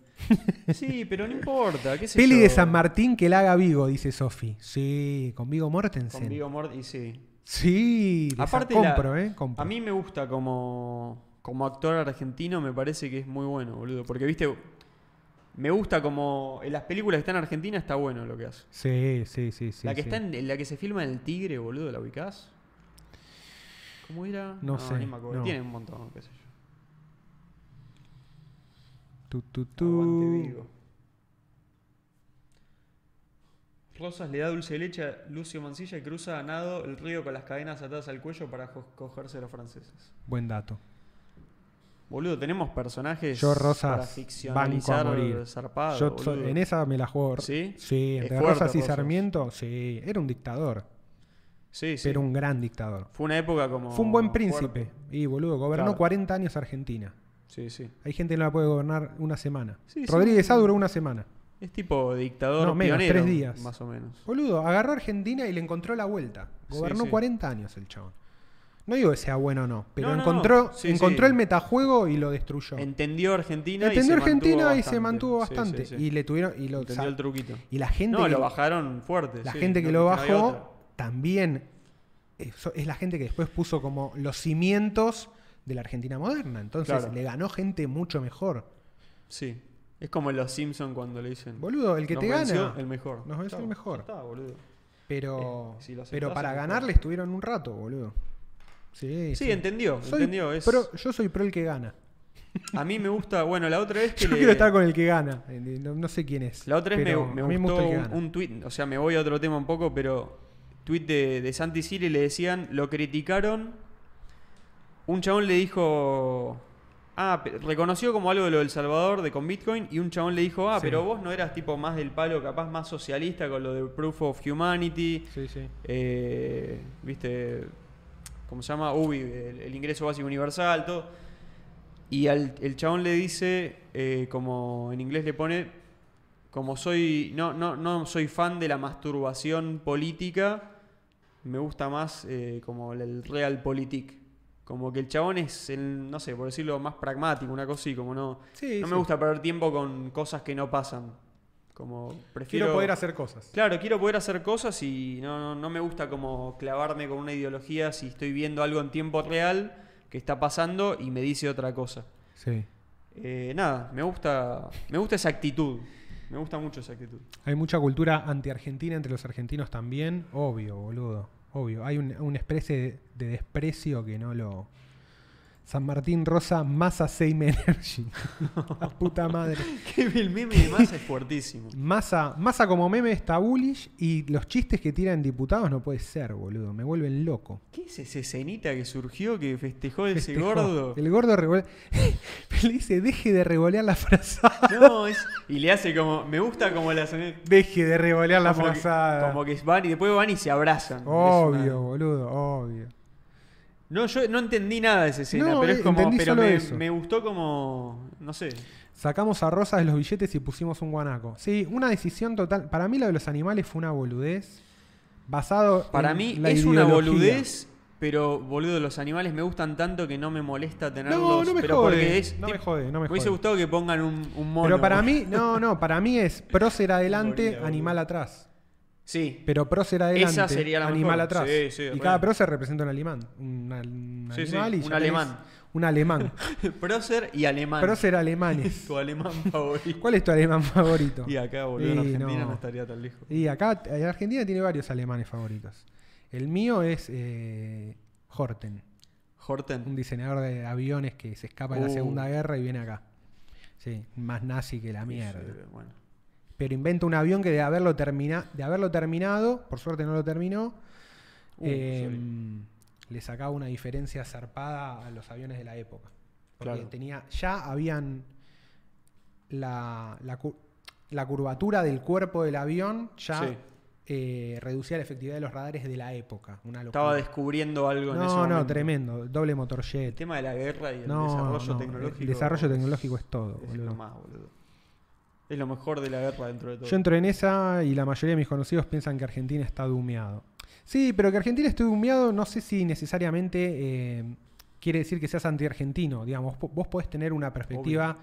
Sí, pero no importa, qué sé Peli yo. de San Martín que la haga Vigo, dice Sofi. Sí, con Vigo Mortensen. Con Viggo Mort- y sí. Sí, les Aparte, compro, la- ¿eh? Compro. a mí me gusta como, como actor argentino, me parece que es muy bueno, boludo. Porque, viste, me gusta como. En las películas que están en Argentina está bueno lo que hace. Sí, sí, sí. sí, la que sí. está en, en la que se filma en El Tigre, boludo, ¿la ubicás? ¿Cómo era? No sé, ni me acuerdo. no. Tiene un montón, qué sé yo. Tu, tu, tu. Aguante Vigo. Rosas le da dulce de leche a Lucio Mancilla y cruza a nado el río con las cadenas atadas al cuello para co- cogerse a los franceses. Buen dato. Boludo, tenemos personajes Yo, Rosas, para ficcionalizar banco a morir. zarpado, Yo so- boludo. en esa me la juego. ¿Sí? Sí, Es entre fuerte, Rosas y Rosas. Sarmiento. Sí, era un dictador. Sí, sí. Pero un gran dictador. Fue una época como... Fue un buen fuerte. príncipe. Y boludo, gobernó Claro. 40 años Argentina. Sí, sí. Hay gente que no la puede gobernar una semana. Sí, sí. Rodríguez A duró una semana. Es tipo dictador No, menos, pionero, tres días. más o menos. Boludo, agarró a Argentina y le encontró la vuelta. Gobernó sí. 40 años el chabón. No digo que sea bueno o no, pero No, no, encontró, no. Sí, encontró sí. el metajuego y lo destruyó. Entendió Argentina Entendió y se Argentina mantuvo y se mantuvo bastante. Y le tuvieron. Y, lo, Entendió sa- el truquito. y la gente no, que, lo bajaron fuerte. la sí, gente que no- lo no había otra. bajó también eso- es la gente que después puso como los cimientos de la Argentina moderna. Entonces Claro. le ganó gente mucho mejor. Sí. Es como en los Simpsons cuando le dicen... Boludo, el que "Nos te venció gana. el mejor. nos venció el Chau, mejor. ya Está, boludo. Pero, Eh, si lo aceptás, pero para es mejor. ganarle estuvieron un rato, boludo. Sí, Sí, entendió. Soy entendió. Es, pro- yo soy pro el que gana. A mí me gusta... Bueno, la otra vez que Yo le- quiero estar con el que gana. Eh, No, no sé quién es. La otra vez me, pero me a gustó mí el que un- gana. un, tweet, o sea, me voy a otro tema un poco, pero tweet de, de Santi Siri le decían, lo criticaron. Un chabón le dijo. Ah, pe- reconoció como algo de lo del Salvador de con Bitcoin. Y un chabón le dijo, ah, Sí. pero vos no eras tipo más del palo, capaz más socialista con lo de Proof of Humanity. Sí, sí. eh, ¿Viste? ¿Cómo se llama? UBI, el, el ingreso básico universal, todo. Y al, el chabón le dice, eh, como en inglés le pone, como soy, no, no, no soy fan de la masturbación política, me gusta más eh, como el realpolitik. Como que el chabón es, el, no sé, por decirlo más pragmático, una cosa así, como no. Sí, no sí. me gusta perder tiempo con cosas que no pasan. Como prefiero. Quiero poder hacer cosas. Claro, quiero poder hacer cosas y no, no, no me gusta como clavarme con una ideología si estoy viendo algo en tiempo real que está pasando y me dice otra cosa. Sí. Eh, nada, me gusta, me gusta esa actitud. Me gusta mucho esa actitud. Hay mucha cultura anti-argentina entre los argentinos también. Obvio, boludo. Obvio. Hay un, un especie de, de desprecio que no lo. San Martín Rosa, Massa Same Energy. La puta madre. que el meme de más es fuertísimo. Massa, Massa como meme está bullish y los chistes que tiran diputados no puede ser, boludo. Me vuelven loco. ¿Qué es esa escenita que surgió que festejó ese Festejó. gordo? El gordo revole- le dice, deje de revolear la frazada. No, es. Y le hace como. Me gusta como la escena- Deje de revolear la como que- frazada. como que van y después van y se abrazan. Es una- Obvio, boludo, obvio. No, yo no entendí nada de esa escena, No, pero eh, es como. entendí Pero solo me, eso. me gustó como. No sé. Sacamos a Rosa de los billetes y pusimos un guanaco. Sí, una decisión total. Para mí lo de los animales fue una boludez. Basado Para en mí la es una ideología. boludez, pero boludo, los animales me gustan tanto que no me molesta tenerlos. No, no me pero jode. porque es. no me tipo, jode, no me me hubiese jode. gustado que pongan un, un mono. Pero para mí, no, no, para mí es prócer Moría, adelante, boludo. animal atrás. Sí. Pero prócer adelante, sería la animal mejor. atrás. Sí, sí, y re. cada prócer representa un alemán. Un, al- un Sí, sí, animal y un ya tenés alemán. Un alemán. Prócer y alemán. prócer alemanes. Tu alemán favorito. ¿Cuál es tu alemán favorito? Y acá, boludo, en Y Argentina no. no. estaría tan lejos. Y acá, en Argentina tiene varios alemanes favoritos. El mío es eh, Horten, un Horten. diseñador de aviones que se escapa de la Uh. Segunda Guerra y viene acá. Sí, más nazi que la mierda. Sí, bueno. Pero inventa un avión que de haberlo, termina, de haberlo terminado, por suerte no lo terminó, Uh, eh, sorry. le sacaba una diferencia zarpada a los aviones de la época. Porque Claro. tenía, ya habían la, la cu- la curvatura del cuerpo del avión, ya Sí. eh, reducía la efectividad de los radares de la época. Una locura. Estaba descubriendo algo en ese no, momento. no, tremendo. Doble motor El jet. tema de la guerra y el No, desarrollo no, tecnológico. El desarrollo tecnológico es todo. es boludo. lo más, boludo. Es lo mejor de la guerra dentro de todo. Yo entro en esa y la mayoría de mis conocidos piensan que Argentina está dumeado. Sí, pero que Argentina esté dumeado no sé si necesariamente eh, quiere decir que seas anti-argentino. Digamos, po- vos podés tener una perspectiva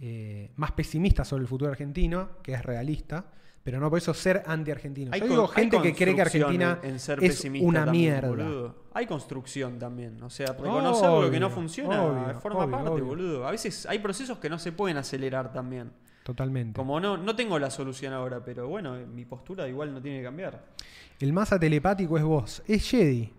eh, más pesimista sobre el futuro argentino, que es realista, pero no por eso ser anti-argentino. Yo con- digo gente que cree que construcción Argentina en- en ser es pesimista una también, mierda. boludo. Hay construcción también. O sea, reconocer lo que no Obvio, funciona obvio, forma obvio, parte, obvio. boludo. A veces hay procesos que no se pueden acelerar también. Totalmente. eh, Como no, no tengo la solución ahora, pero bueno, eh, mi postura igual no tiene que cambiar. El masa telepático es vos, es Jedi.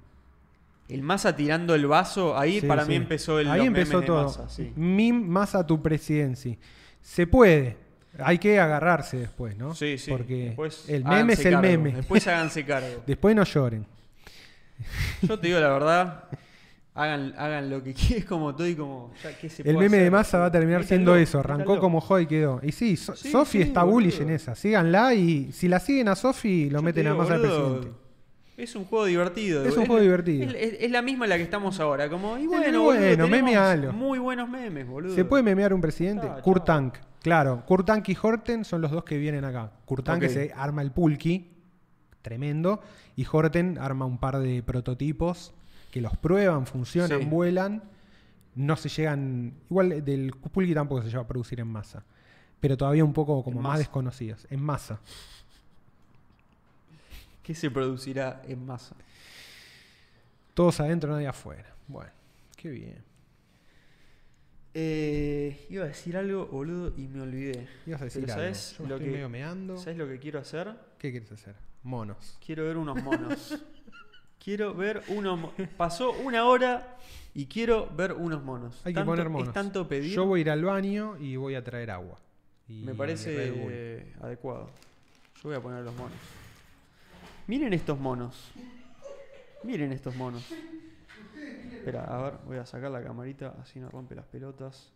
El Massa tirando el vaso, ahí Sí, para sí. mí empezó el Ahí los empezó memes de todo. Massa, sí. Mim masa tu presidencia. Se puede. Hay que agarrarse después, ¿no? Sí, sí. Porque Después el meme háganse es el cargo. meme. Después... Después háganse cargo. no lloren. Yo te digo la verdad, hagan, hagan lo que quieran, es como todo y como. ya, ¿qué se El puede meme de hacer? masa va a terminar siendo Métanlo, eso. Arrancó métanlo. como joy y quedó. Y sí, So- Sí, Sofi sí, está boludo. bullish en esa. Síganla y si la siguen a Sofi, lo Yo meten te a digo, masa de boludo, presidente. Es un juego divertido. Es un juego divertido. Es, es- es la misma en la que estamos ahora. Como, y bueno, muy boludo, bueno, tenemos memealo. Muy buenos memes, boludo. ¿Se puede memear un presidente? Chao, Kurt chao. Tank. Claro, Kurt Tank y Horten son los dos que vienen acá. Kurt Tank Ok. que se arma el pulki, tremendo, y Horten arma un par de prototipos que los prueban, funcionan, Sí. vuelan, no se llegan... Igual del pulki tampoco se lleva a producir en masa, pero todavía un poco como En más masa. desconocidos, en masa. ¿Qué se producirá en masa? Todos adentro, nadie afuera. Bueno, qué bien. Eh, iba a decir algo, boludo, y me olvidé. Ibas a decir Pero algo. ¿sabes Yo me lo estoy que- medio meando. ¿Sabes lo que quiero hacer? ¿Qué quieres hacer? Monos. Quiero ver unos monos. quiero ver unos mo- Pasó una hora y quiero ver unos monos. Hay que Tanto- poner monos. Es tanto pedir. Yo voy a ir al baño y voy a traer agua. Y Me parece Red Bull. eh, adecuado. Yo voy a poner los monos. Miren estos monos. Miren estos monos. Espera, a ver, voy a sacar la camarita, así no rompe las pelotas.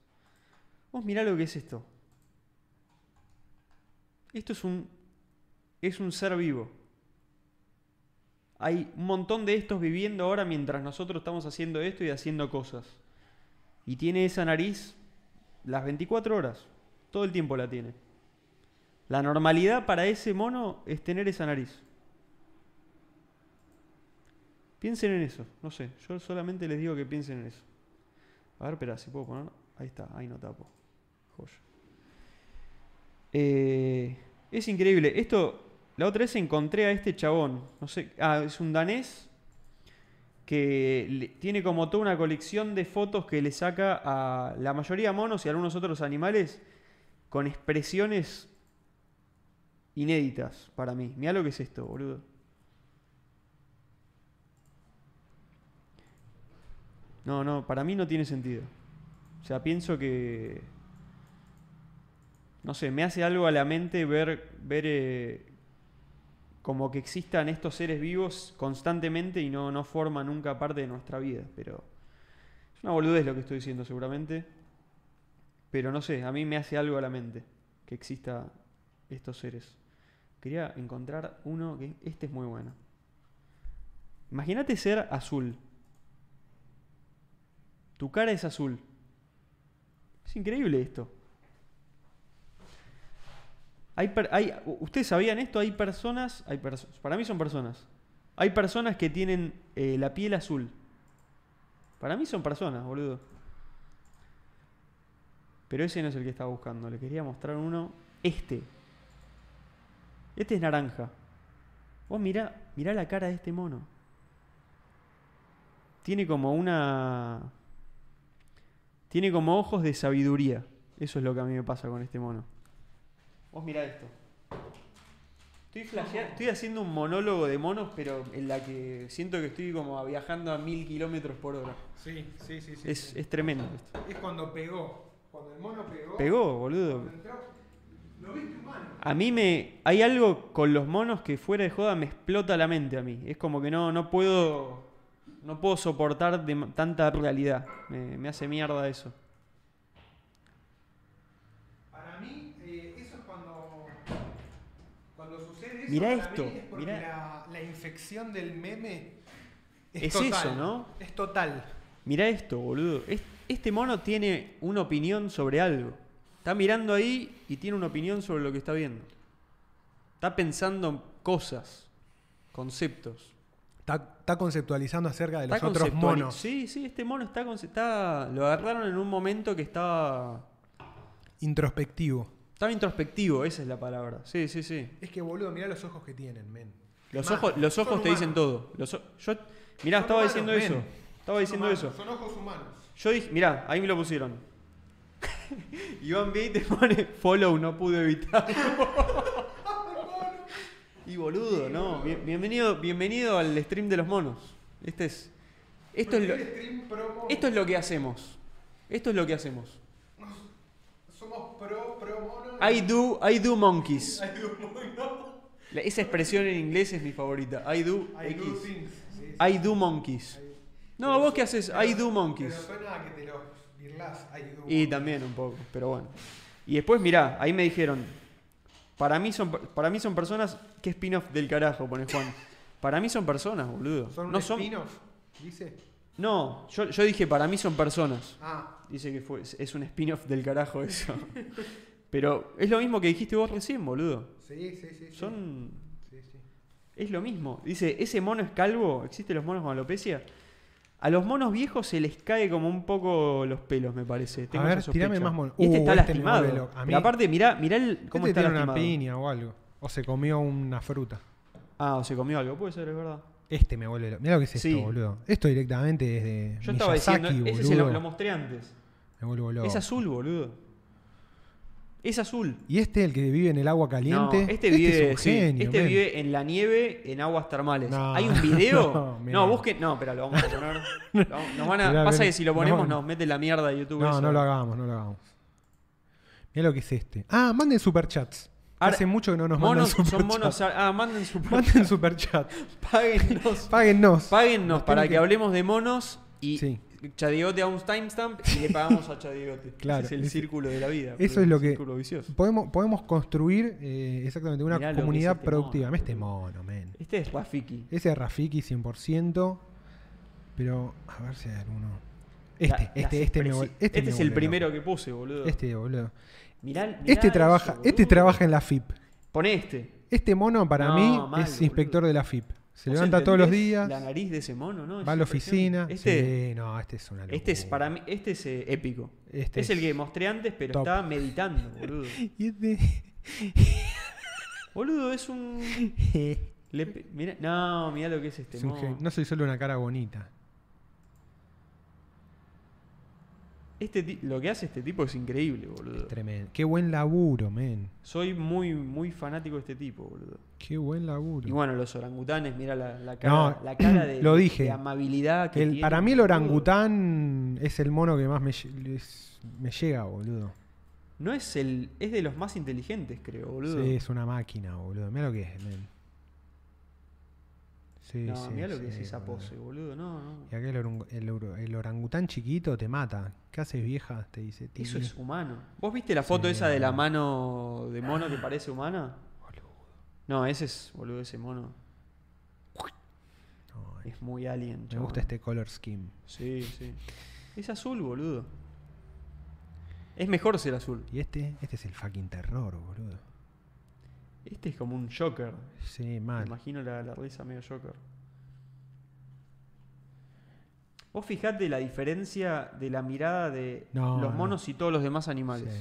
Vos mirá lo que es esto. Esto es un. es un ser vivo. Hay un montón de estos viviendo ahora mientras nosotros estamos haciendo esto y haciendo cosas. Y tiene esa nariz las 24 horas. Todo el tiempo la tiene. La normalidad para ese mono es tener esa nariz. Piensen en eso, no sé. Yo solamente les digo que piensen en eso. A ver, espera, si puedo poner. Ahí está, ahí no tapo. Joya. Eh, es increíble. Esto, la otra vez encontré a este chabón. No sé, ah, es un danés que le- tiene como toda una colección de fotos que le saca a la mayoría monos y algunos otros animales con expresiones inéditas para mí. Mirá lo que es esto, boludo. No, no, para mí no tiene sentido. O sea, pienso que. No sé, me hace algo a la mente ver. ver eh, como que existan estos seres vivos constantemente y no, no forman nunca parte de nuestra vida. Pero. Es una boludez lo que estoy diciendo, seguramente. Pero no sé, a mí me hace algo a la mente que exista estos seres. Quería encontrar uno que. Este es muy bueno. Imagínate ser azul. Tu cara es azul. Es increíble esto. Hay, per- hay- ¿Ustedes sabían esto? Hay personas, hay perso- para mí son personas. Hay personas que tienen eh, la piel azul. Para mí son personas, boludo. Pero ese no es el que estaba buscando. Le quería mostrar uno. Este. Este es naranja. Vos mirá, mirá la cara de este mono. Tiene como una... Tiene como ojos de sabiduría. Eso es lo que a mí me pasa con este mono. Vos mirá esto. Estoy, flashea- estoy haciendo un monólogo de monos, pero en la que siento que estoy como viajando a mil kilómetros por hora. Sí, sí, sí. sí Es, es tremendo esto. Es cuando pegó. Cuando el mono pegó. Pegó, boludo. cuando entró, Lo viste humano. A mí me. Hay algo con los monos que fuera de joda me explota la mente a mí. Es como que no, no puedo. No puedo soportar de- tanta realidad. Me, me hace mierda eso. Para mí, eh, eso es cuando. Cuando sucede eso. Mirá para esto, mí es porque mirá. La, la infección del meme. Es, Es total, eso, ¿no? Es total. Mirá esto, boludo. Es- Este mono tiene una opinión sobre algo. Está mirando ahí y tiene una opinión sobre lo que está viendo. Está pensando cosas, conceptos. Está, está conceptualizando acerca de los Está otros conceptuali- monos. Sí, sí, este mono está, conce- está. Lo agarraron en un momento que estaba. Introspectivo. Estaba introspectivo, esa es la palabra. Sí, sí, sí. Es que, boludo, mirá los ojos que tienen, men. Los Más, ojos, los son ojos te dicen humanos. todo. Los o- yo, mirá, Son estaba humanos, diciendo men. eso. Estaba Son diciendo humanos, eso. Son ojos humanos. Yo dije, mirá, ahí me lo pusieron. Iván B te pone follow, no pude evitarlo. y boludo, no. Bien- bienvenido, bienvenido al stream de los monos. Este es. Esto es lo, Primer stream pro mono. esto es lo que hacemos. Esto es lo que hacemos. Somos pro, pro mono. I do, I do monkeys. La- Esa expresión en inglés es mi favorita. I do, I do X. things. Sí, sí. I do monkeys. No, Pero vos su- qué haces, pero- I do monkeys. Pero suena a que te los birlas. I do Y monkeys. también un poco, pero bueno. Y después, mirá, ahí me dijeron, para mí son, para mí son personas, qué spin-off del carajo, pone Juan. Para mí son personas, boludo. ¿Son un no, son, spin-off? ¿Dice? no yo, yo dije, para mí son personas. Ah, Dice que fue, es un spin-off del carajo eso. pero es lo mismo que dijiste vos recién, boludo. sí, sí, sí. sí. Son... Sí, sí. Es lo mismo. Dice, ese mono es calvo. ¿Existen los monos con alopecia? A los monos viejos se les cae como un poco los pelos, me parece. Tengo A ver, esa sospecha. tirame más mono. Y este Uh, está este me lastimado. vuelve loco. A mí- Pero aparte, mirá, mirá el- cómo Este está tiene lastimado. una piña o algo. O se comió una fruta. Ah, o se comió algo. Puede ser, es verdad. Este me vuelve loco. Mirá lo que es esto, Sí. boludo. Esto directamente desde Yo estaba Miyazaki, diciendo, ese se boludo. lo, lo mostré antes. Me vuelvo loco. Es azul, boludo. Es azul. Y este, el que vive en el agua caliente. No, este vive, es un sí, genio, este men. vive en la nieve, en aguas termales. No, Hay un video. no, No, men. busquen. No, espera, lo vamos a poner. Lo vamos- Nos van a, Mirá, pasa ven, que si lo nos ponemos van- nos mete la mierda de YouTube. No, eso. no lo hagamos, no lo hagamos. Mirá lo que es este. Ah, manden superchats. Ahora, Hace mucho que no nos Monos, mandan son superchats. monos. ar- Ah, manden su. Manden superchats. Páguennos. Páguennos. Páguennos Nos para tienen que... que- hablemos de monos y Sí. Chadigote a un timestamp y le pagamos a Chadigote. Claro, Ese es el ese- círculo de la vida. eso boludo, es lo el que- Círculo vicioso. Podemos, podemos construir eh, exactamente una Mirá lo que es comunidad este productiva. mono. Me este mono, men. Este es Rafiki. Ese es Rafiki 100%. Pero, a ver si hay alguno. La- Este, las este, este, me expresi- vol- Este, me es el vuelve primero que puse, boludo. loco. Este, boludo. Mirá- mirá este eso, trabaja, boludo. este trabaja en la FIP. Poné este. Este mono para No, mí mal, es inspector de la FIP. Se ¿Vos levanta todos los entendés días. La nariz de ese mono, ¿no? Es Va a la impresionante. oficina. Este, Sí, no, este es una locura. este es para mí, este es eh, épico. Este es el que mostré antes, pero top. estaba meditando, boludo. Y este- boludo, es un. le pe- mirá- no, mirá lo que es este es un mono. genio. No soy solo una cara bonita. Este ti- lo que hace este tipo es increíble, boludo. Es tremendo. Qué buen laburo, men. Soy muy, muy fanático de este tipo, boludo. Qué buen laburo. Y bueno, los orangutanes, mira la, la cara, No, la cara de, lo dije. de amabilidad que El- tiene, este para mí el boludo. orangután es el mono que más me, lle- es- me llega, boludo. No es el. es de los más inteligentes, creo, boludo. Sí, es una máquina, boludo. Mira lo que es, men. Sí, no, sí, mirá lo que sí, es esa boludo. pose, boludo. No, no. Y aquel orang- el, or- el orangután chiquito te mata. ¿Qué haces vieja? Te dice. "Ti". Eso es humano. ¿Vos viste la foto Sí, esa de la boludo. mano de mono que parece humana? Boludo. No, ese es, boludo, ese mono. No, Es muy alien. me chabón. gusta este color scheme. Sí, sí. Es azul, boludo. Es mejor ser azul. Y este, este es el fucking terror, boludo. Este es como un Joker. Sí, Me mal. imagino la, la risa medio Joker. Vos fijate la diferencia de la mirada de No, los no. monos y todos los demás animales.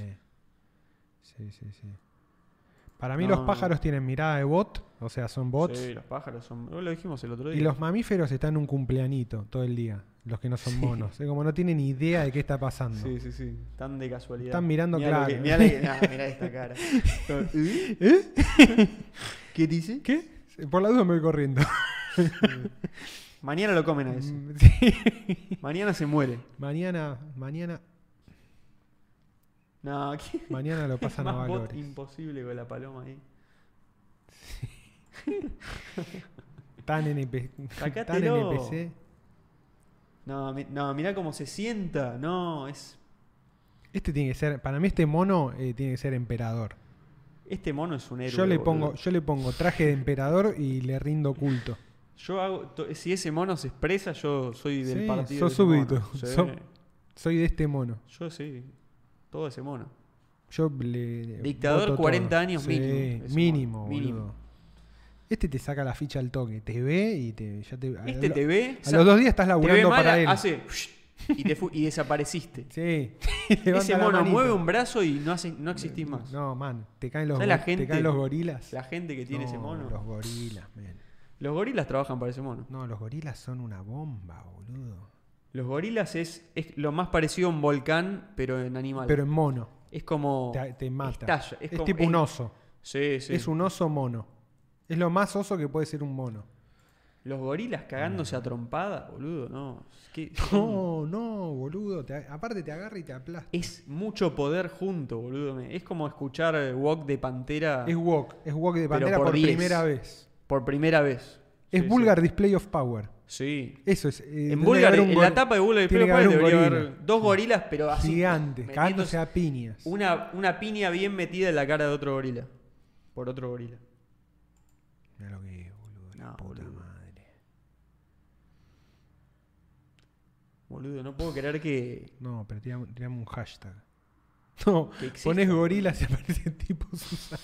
Sí. sí, sí, sí. Para mí No, los no. pájaros tienen mirada de bot, o sea, son bots. Sí, los pájaros son. Lo dijimos el otro día. Y los mamíferos están en un cumpleanito todo el día, los que no son monos. Es como no tienen idea de qué está pasando. Sí, sí, sí. Tan de casualidad. Están mirando Mirá claro. lo que- mirá la que- nah, mirá esta cara. ¿Eh? ¿Qué dice? ¿Qué? Por la duda me voy corriendo. Mañana lo comen a ese. Mm, sí. Mañana se muere. Mañana, mañana, No, ¿qué? mañana lo pasan a Más bot valores. imposible con la paloma ahí. Tan NPC. Tan Sacátelo. NPC. No, mi- no, mirá cómo se sienta. No, es. Este tiene que ser, para mí este mono eh, tiene que ser emperador. Este mono es un héroe. yo le boludo. pongo, yo le pongo traje de emperador y le rindo culto. Yo hago. to- Si ese mono se expresa, yo soy del Sí, partido. sos de ese mono. súbdito. Sí, Sos- Soy de este mono. Yo sí. Todo ese mono. Yo le Dictador, voto todo. 40 años Sí, mínimo. Es mínimo, un- mínimo. boludo. Este te saca la ficha al toque, te ve y te ya te a Este lo- te ve. A los dos días estás te ve laburando mal, para él. hace. Y, te fu- y desapareciste. Sí. Ese Levanta la mono manito. mueve un brazo y no, hace, no existís más. No, man, te caen los, ¿Sabes la go- gente? te caen los gorilas. La gente que tiene No, ese mono. Los Los... gorilas, man. gorilas trabajan para ese mono. No, los gorilas son una bomba, boludo. Los gorilas es, es lo más parecido a un volcán, pero en animal. Pero en mono. es como. Te, te mata. estalla, es Es, como- tipo es- un oso. Sí, sí. Es un oso mono. Es lo más oso que puede ser un mono. Los gorilas cagándose a trompada, boludo, no. Es, que son- No, no, boludo. te- aparte te agarra y te aplasta. es mucho poder junto, boludo. Me- Es como escuchar eh, Walk de Pantera Es walk. Es walk de bandera Ah. por por, 10. primera vez. por primera vez. Es Sí, Vulgar Display of Power. Sí. Eso es. eh, tiene En, que Bulgar, haber un en gor- la tapa de Bulgar tiene que Express haber un debería gorila. haber dos gorilas, pero así. Gigantes, metiéndose cagándose a piñas. Una, una piña bien metida en la cara de otro gorila. Por otro gorila. Mirá lo que es, boludo. La No, puta boludo. madre. Boludo, no puedo creer que. No, pero tiramos, tiramos un hashtag. No, Que exista, pones gorilas y aparece el tipo Susana.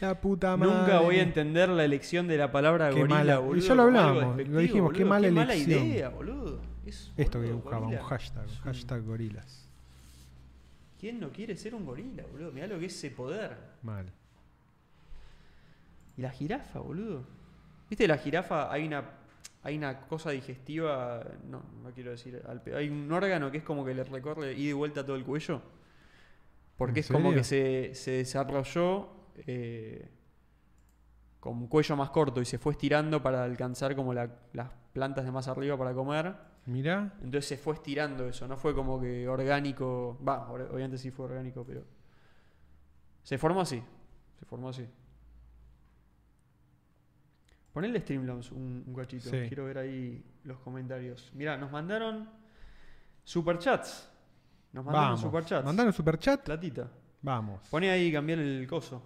La puta Ah, madre. Nunca voy a entender la elección de la palabra Qué gorila, mala- boludo. ya lo como algo hablamos, lo despectivo, dijimos, qué boludo. mala Mala elección. idea, boludo. Es, Esto que boludo, buscaba, gorila. un hashtag. Hashtag gorilas. ¿Quién no quiere ser un gorila, boludo? Mirá lo que es ese poder. Mal. Y la jirafa, boludo. ¿Viste la jirafa? Hay una hay una cosa digestiva, no, no quiero decir, al pe- hay un órgano que es como que le recorre ida y vuelta todo el cuello. Porque ¿En es como serio? que se, se desarrolló eh, con un cuello más corto y se fue estirando para alcanzar como la- las plantas de más arriba para comer. Mirá. Entonces se fue estirando eso, no fue como que orgánico. Va, or- obviamente sí fue orgánico, pero. Se formó así. Se formó así. Ponele Streamlabs un, un cachito. Sí. Quiero ver ahí los comentarios. Mirá, nos mandaron superchats. Nos mandaron Vamos. superchats. Mandaron superchat. Platita. Vamos. Poné ahí cambiar el coso.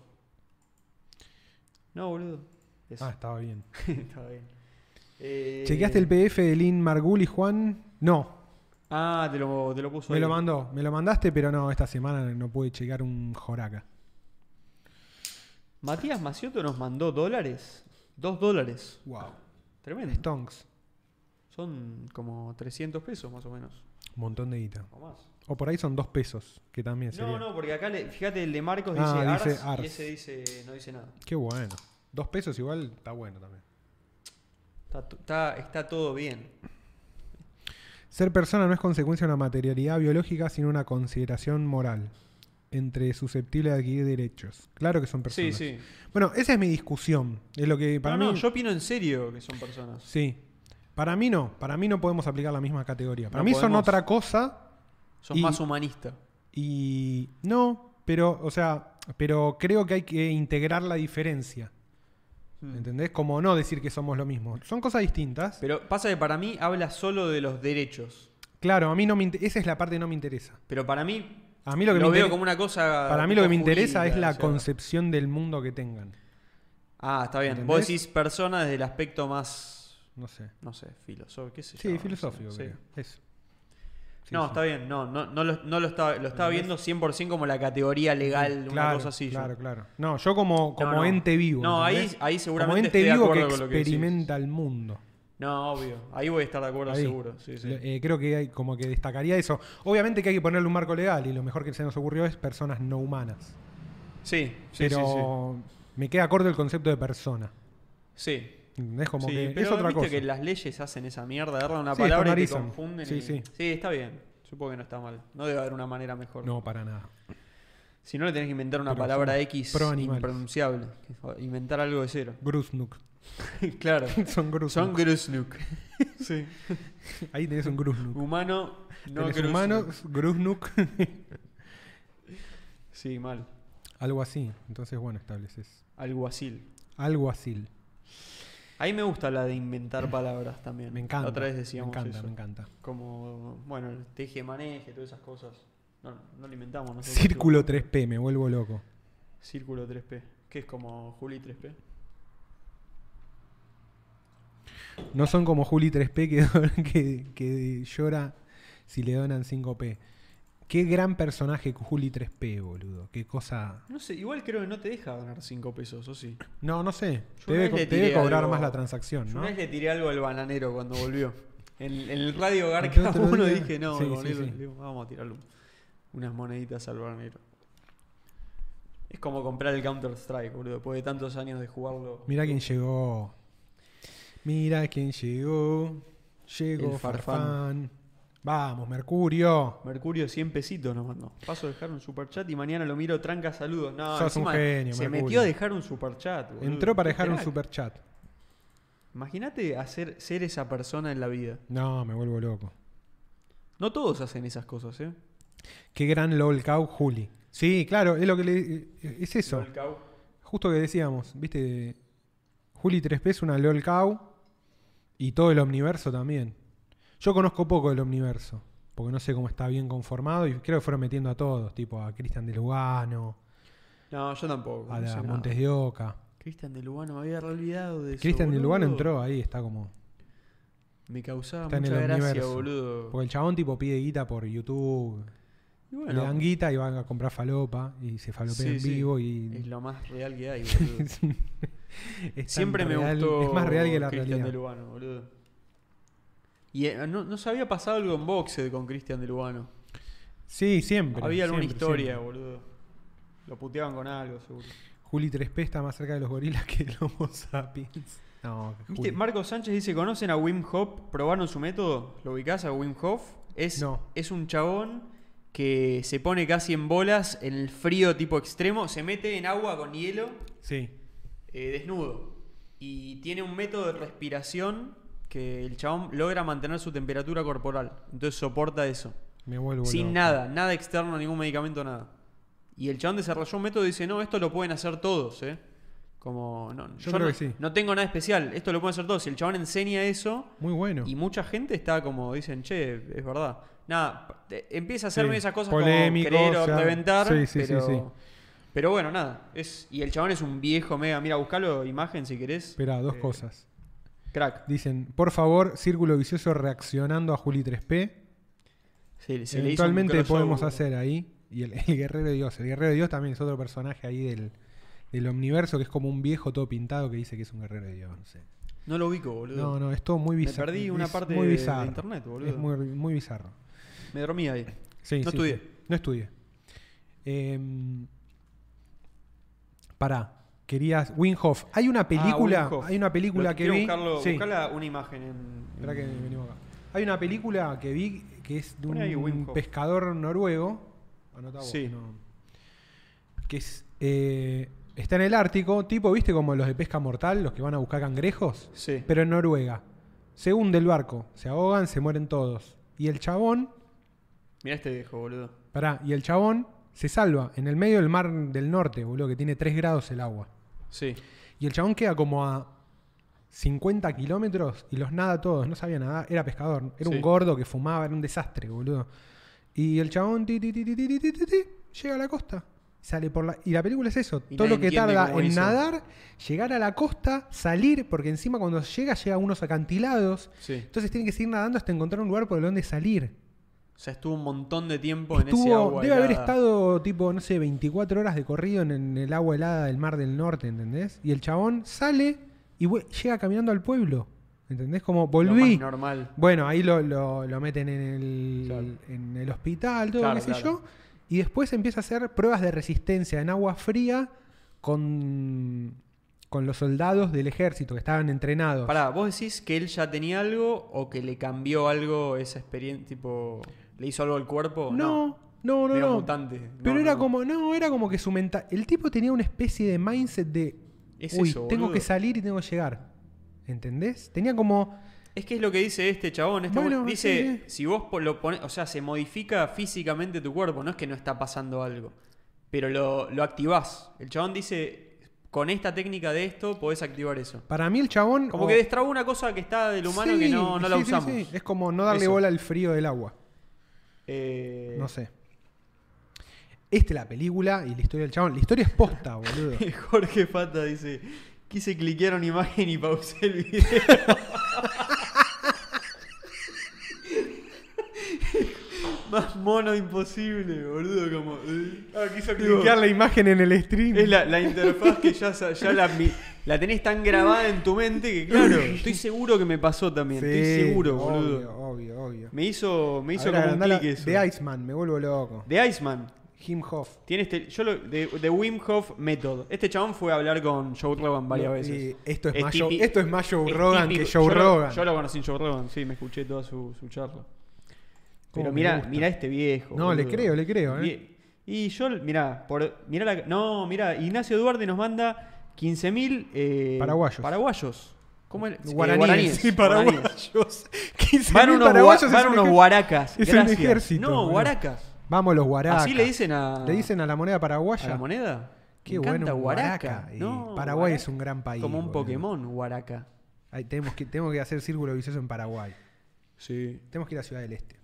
No, boludo. Eso. Ah, estaba bien. Está bien. Eh, ¿Chequeaste el PDF de Lin Margul y Juan? No. Ah, te lo, te lo puso Me ahí. lo mandó. Me lo mandaste, pero no, esta semana no pude checar un joraca. Matías Macioto nos mandó dólares. Dos dólares. Wow. Tremendo. Stonks. Son como 300 pesos más o menos. Un montón de guita. O más. O por ahí son dos pesos, que también sería. No, no, porque acá, le- fíjate, el de Marcos dice, Ah, Ars, dice Ars. y ese dice, no dice nada. Qué bueno. Dos pesos igual está bueno también. Está, to- está- está todo bien. Ser persona no es consecuencia de una materialidad biológica, sino una consideración moral. Entre susceptible de adquirir derechos. Claro que son personas. Sí, sí. Bueno, esa es mi discusión. Es lo que para no, mí. no, yo opino en serio que son personas. Sí. Para mí no. Para mí no podemos aplicar la misma categoría. Para No mí son podemos. otra cosa Son Y- más humanistas. y. No, pero, o sea, pero creo que hay que integrar la diferencia. Mm. ¿Entendés? Como no decir que somos lo mismo. Son cosas distintas. Hmm. Pero pasa que para mí habla solo de los derechos. Claro, a mí no me inte- esa es la parte que no me interesa. Pero para mí, A mí lo que lo me veo interesa- como una cosa. para mí lo que me jurídica, interesa es o la sea. concepción del mundo que tengan. Ah, está bien. ¿Entendés? Vos decís persona desde el aspecto más. No sé. No sé, filosófico, qué sé yo. Sí, no sé, filosófico. sí. creo. Eso. Sí, no, sí. está bien, no, no, no lo, no lo estaba, lo estaba viendo 100% como la categoría legal, una Claro, cosa así. yo. Claro, claro. No, yo como, como No, no. ente vivo. No, ahí- ¿entendés? ahí seguramente Como ente estoy de vivo que acuerdo con lo que decís. experimenta el mundo. No, obvio. Ahí voy a estar de acuerdo Ahí. seguro. sí, sí. Eh, creo que hay, como que destacaría eso. Obviamente que hay que ponerle un marco legal y lo mejor que se nos ocurrió es personas no humanas. Sí, sí, pero me queda corto el concepto de persona. sí, sí. Sí. ¿Entendés? Como Sí, que pero es otra viste cosa. que las leyes hacen esa mierda, darle una Sí, palabra y te estandarizan. confunden. Sí, y- sí. está bien. Supongo que no está mal. No debe haber una manera mejor. No, para nada. Si no, le tenés que inventar una Pero palabra son X pro animales. impronunciable. Inventar algo de cero. Grusnuk. claro. Son Grusnuk. Son Grusnuk. sí. Ahí tenés un Grusnuk. Humano, no tenés Grusnuk. humano, Grusnuk, Sí, mal. algo así. Entonces, bueno, estableces. Alguacil. Algo así. Ahí me gusta la de inventar palabras también. Eh, Me encanta. La otra vez decíamos Me encanta, eso. me encanta. Como, bueno, el teje, maneje, todas esas cosas. No, no lo inventamos. nosotros. Círculo 3P, me vuelvo loco. Círculo 3P. Que es como Juli 3P. No son como Juli 3P que, don- que, que llora si le donan 5P. Qué gran personaje Juli 3P, boludo. Qué cosa. No sé, igual creo que no te deja ganar 5 pesos, ¿o sí? No, no sé. Yo Te debe, una vez co- le te debe tiré cobrar algo- más la Yo transacción, ¿no? una vez le tiré algo al bananero cuando volvió. En, en el radio El Garca otro uno día. dije, no, Sí, con sí, él, sí. le digo, vamos a tirarle un- unas moneditas al bananero. Es como comprar el Counter Strike, boludo, después de tantos años de jugarlo. Mira quién llegó. Mira quién llegó. Llegó El Farfán. Farfán. Vamos, Mercurio. Mercurio 100 pesitos nos mandó. Paso a dejar un superchat y mañana lo miro tranca saludos. No, Sos un encima genio, se Mercurio. metió a dejar un superchat. boludo. Entró para Qué dejar un crack. super chat. Imagínate hacer ser esa persona en la vida. No, me vuelvo loco. No todos hacen esas cosas, ¿eh? Qué gran LOL cow Juli. Sí, claro, es lo que le. eh, Es eso. Lol Cow. Justo que decíamos, viste, Juli 3P es una LOL cow y todo el omniverso también. Yo conozco poco del omniverso, porque no sé cómo está bien conformado y creo que fueron metiendo a todos, tipo a Cristian de Lugano, No, yo tampoco. a no sé la nada. Montes de Oca. Cristian de Lugano, me había re olvidado de eso. Cristian de boludo. Lugano entró ahí, está como... Me causaba Está en mucha el gracia, universo. boludo. Porque el chabón tipo pide guita por YouTube, Y le bueno, dan guita y van a comprar falopa y se falopea Sí, en sí. vivo es y... lo más real que hay, boludo. es un- es tan Siempre me real- gustó. Es más real que la Cristian realidad. de Lugano, boludo. Y eh, no, no se había pasado algo en Boxed con Cristian de Lugano. Sí, siempre. había alguna siempre, historia, siempre. boludo. Lo puteaban con algo, seguro. Juli 3P está más cerca de los gorilas que de los Homo sapiens. No, ¿Viste? Juli. Marco Sánchez dice: ¿Conocen a Wim Hof? ¿Probaron su método? ¿Lo ubicás a Wim Hof? Es, No. es un chabón que se pone casi en bolas en el frío tipo extremo, se mete en agua con hielo Sí. eh, desnudo y tiene un método de respiración que el chabón logra mantener su temperatura corporal. Entonces soporta eso. Me vuelvo Sin loco. nada, nada externo, ningún medicamento, nada. Y el chabón desarrolló un método y dice, no, esto lo pueden hacer todos, ¿eh? Como, no, Yo creo no, que sí. no tengo nada especial, esto lo pueden hacer todos. Y el chabón enseña eso Muy bueno. y mucha gente está como, dicen, che, es verdad. Nada, pa- te- empieza a hacerme Sí, esas cosas polémico, como creer o o sea, reventar, sí, sí, sí, pero, sí. pero bueno, nada. Es, y el chabón es un viejo mega, mira, buscalo, imagen si querés. Espera, dos Eh, cosas. Crack. Dicen, por favor, círculo vicioso reaccionando a Juli 3P. Se, se le hizo un Eventualmente podemos crossover. hacer ahí. Y el, el Guerrero de Dios. El Guerrero de Dios también es otro personaje ahí del del Omniverso, que es como un viejo todo pintado que dice que es un guerrero de Dios. No, sé. No lo ubico, no, boludo. no, es todo muy Me bizarro. perdí una es parte muy de- de bizarro. internet, boludo. Es muy, muy bizarro. Me dormí ahí. Ah, Sí, No sí, estudié. sí. No estudié. Em, pará. Querías. Winghoff. Hay una película. Wim Hof. hay una película Ah, Lo- que quiero vi. buscarlo- sí. buscala una imagen en. Esperá que en- venimos acá. Hay una película que vi que es de un Poné ahí Wim Hof. pescador noruego. Anotá vos, Sí. no. Que es, eh, está en el Ártico, tipo, ¿viste como los de pesca mortal, los que van a buscar cangrejos? Sí. Pero en Noruega. Se hunde el barco, se ahogan, se mueren todos. Y el chabón, Mirá este dejo, boludo. pará, y el chabón se salva en el medio del mar del norte, boludo, que tiene 3 grados el agua. Sí. Y el chabón queda como a 50 kilómetros y los nada todos, no sabía nada, era pescador, era Sí. un gordo que fumaba, era un desastre, boludo. Y el chabón ti, ti, ti, ti, ti, ti, ti, ti, ti, llega a la costa. Sale por la... Y la película es eso, Y todo nadie lo que entiende tarda cómo en hizo. nadar, llegar a la costa, salir, porque encima cuando llega llega a unos acantilados, Sí. entonces tienen que seguir nadando hasta encontrar un lugar por donde salir. O sea, estuvo un montón de tiempo en ese Estuvo, agua. debe haber helada. estado tipo, no sé, 24 horas de corrido en, en el agua helada del Mar del Norte, ¿entendés? Y el chabón sale y vue- llega caminando al pueblo, ¿entendés? Como Lo volví. más normal. Bueno, ahí lo, lo- lo meten en el, Claro. en el hospital, todo, Claro, qué sé claro. yo. Y después empieza a hacer pruebas de resistencia en agua fría con, con los soldados del ejército que estaban entrenados. Pará, ¿vos decís que él ya tenía algo o que le cambió algo esa experiencia? Tipo, ¿le hizo algo al cuerpo? No, no, no, Medio no. mutante. No, Pero no, era no. como, no, era como que su mental. El tipo tenía una especie de mindset de. Es Uy, eso, tengo boludo. que salir y tengo que llegar. ¿Entendés? Tenía como. Es que es lo que dice este chabón. este Bueno, bol- dice, sí, sí. si vos po- lo pones, o sea, se modifica físicamente tu cuerpo, no es que no está pasando algo, pero lo, lo activás. El chabón dice, con esta técnica de esto podés activar eso. Para mí el chabón. Como o- que destraba una cosa que está del humano Oh. Sí, que no, no la sí, sí, usamos. sí. Es como no darle Eso. bola al frío del agua. Eh, No sé. Esta es la película y la historia del chabón. La historia es posta, boludo. Jorge Fata dice, quise cliquear una imagen y pausé el video. Más mono imposible, boludo, como... eh. Ah, quiso Digo- clicar la imagen en el stream. Es la, la interfaz que ya, sa- ya la, mi- la tenés tan grabada en tu mente que, claro, estoy seguro que me pasó también. estoy Sí, seguro, boludo. obvio, Obvio, obvio. Me hizo, me hizo A ver, como un agrandala- clic eso. De Iceman, me vuelvo loco. De Iceman. Jim Hoff. Tiene este, yo lo, de, de Wim Hof Method. Este chabón fue a hablar con Joe Rogan varias No, veces. y esto es más tipi- Joe- esto es más Joe Rogan que típico. Joe Yo lo- Rogan. Yo lo conocí en Joe Rogan, sí, me escuché toda su, su charla. Cómo Pero me mira, gusta. mira este viejo. No, le boludo. creo, le creo, ¿eh? Bien. Y yo, mira, por, mirá la, no, mira, Ignacio Duarte nos manda 15.000 eh, Paraguayos. paraguayos. ¿Cómo era? Eh, Guaraníes. Sí, guaraníes. paraguayos. 15.000 Van unos, paraguayos gua- van es un unos ej- guaracas. es un gracias. ejército, No, boludo. guaracas. Vamos los guaracas. Así le dicen a, Le dicen a la moneda a paraguaya. la moneda. Qué Me encanta bueno, un guaraca. guaraca. Y No, Paraguay guaraca. es un gran país, Como un boludo. Pokémon, guaraca. Ahí tenemos, que, tenemos que hacer círculo vicioso en Paraguay. Sí. Tenemos que ir a Ciudad del Este.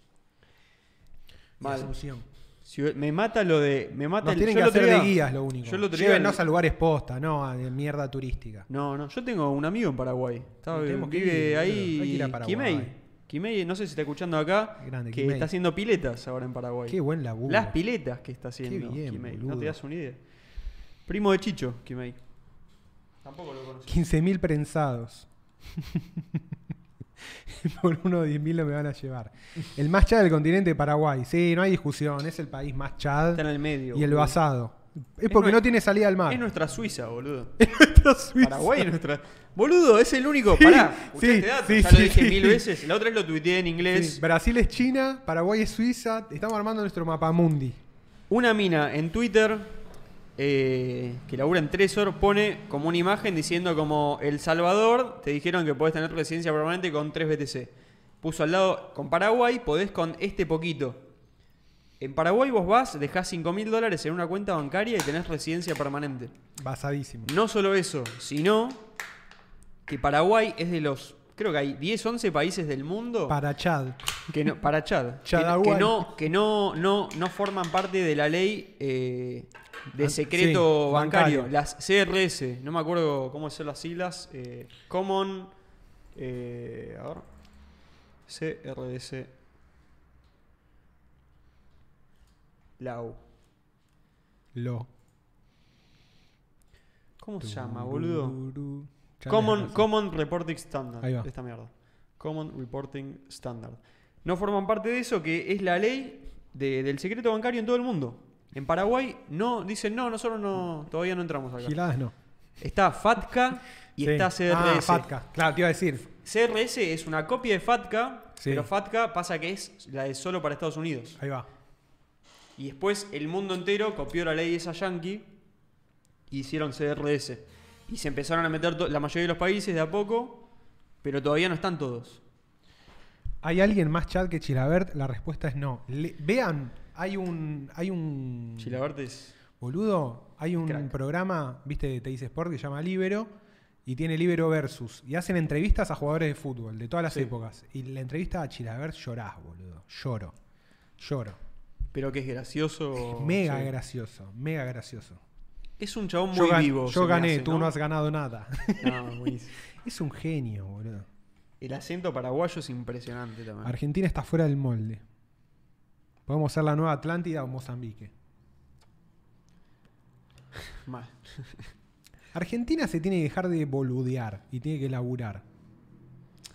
Y Mal. Asunción. me mata lo de. Me mata Nos el- tienen yo que el hacer otro de día- guías, lo único. Yo el otro día- Llévennos a lugares posta, no a de mierda turística. No, no, yo tengo un amigo en Paraguay. Estaba, Tenemos que vive ir, ahí. boludo. Hay que ir a Paraguay. Quimei. Quimei, no sé si está escuchando acá, Grande, que Quimei. está haciendo piletas ahora en Paraguay. Qué buen laburo. Las piletas que está haciendo bien, Quimei, no boludo. te das una idea. Primo de Chicho, Quimei. Tampoco lo conocí. 15.000 prensados. Por uno de 10.000 no me van a llevar. El más chad del continente de Paraguay. Sí, no hay discusión. Es el país más chad Está en el medio. y el boludo. basado. Es Es porque nue- no tiene salida al mar. Es nuestra Suiza, boludo. nuestra Suiza. Paraguay es nuestra. Boludo, es el único. Pará, escuchá sí, este dato, sí, ya sí, lo dije sí. mil veces. La otra vez lo tuiteé en inglés. Sí, Brasil es China, Paraguay es Suiza. Estamos armando nuestro mapamundi. Una mina en Twitter eh, que labura en Tresor pone como una imagen diciendo como El Salvador te dijeron que podés tener residencia permanente con 3 BTC. Puso al lado con Paraguay podés con este poquito. En Paraguay vos vas, dejás 5 mil dólares en una cuenta bancaria y tenés residencia permanente. Basadísimo. No solo eso, sino que Paraguay es de los, creo que hay 10, 11 países del mundo Para Chad. que no, para Chad. que, Chadahuay. que no, que no, no, no forman parte de la ley eh, de An- secreto sí, bancario. bancario. Las CRS, no me acuerdo cómo son las siglas. eh, common. eh, a ver. CRS. Lau. Lo. ¿Cómo se llama, boludo? Tururú. Ya les Common, pasé. Common Reporting Standard. Ahí va. Esta mierda. Common Reporting Standard. No forman parte de eso, que es la ley de- del secreto bancario en todo el mundo. En Paraguay no dicen, no, nosotros no, todavía no entramos acá. Giladas no. Está FATCA y Sí. está Ah, CRS. Fatka. Claro, te iba a decir. CRS es una copia de FATCA, Sí. pero FATCA pasa que es la de solo para Estados Unidos. Ahí va. Y después el mundo entero copió la ley esa yankee y hicieron CRS. Y se empezaron a meter to- la mayoría de los países de a poco, pero todavía no están todos. ¿Hay alguien más chat que Chilabert? La respuesta es no. Le- vean, hay un. Hay un. Chilabert es. Boludo, hay un Crack. programa, viste, de Teis Sport que se llama Libero y tiene Libero Versus. Y hacen entrevistas a jugadores de fútbol de todas las Sí. épocas. Y la entrevista a Chilabert llorás, boludo. Lloro. Lloro. Pero que es gracioso. mega sí. gracioso, mega gracioso. Es un chabón yo muy gan- vivo. se yo me gané, hace, tú no has ganado nada. No, buenísimo. es un genio, boludo. El acento paraguayo es impresionante también. Argentina está fuera del molde. Podemos ser la nueva Atlántida o Mozambique. Mal. Argentina se tiene que dejar de boludear y tiene que laburar.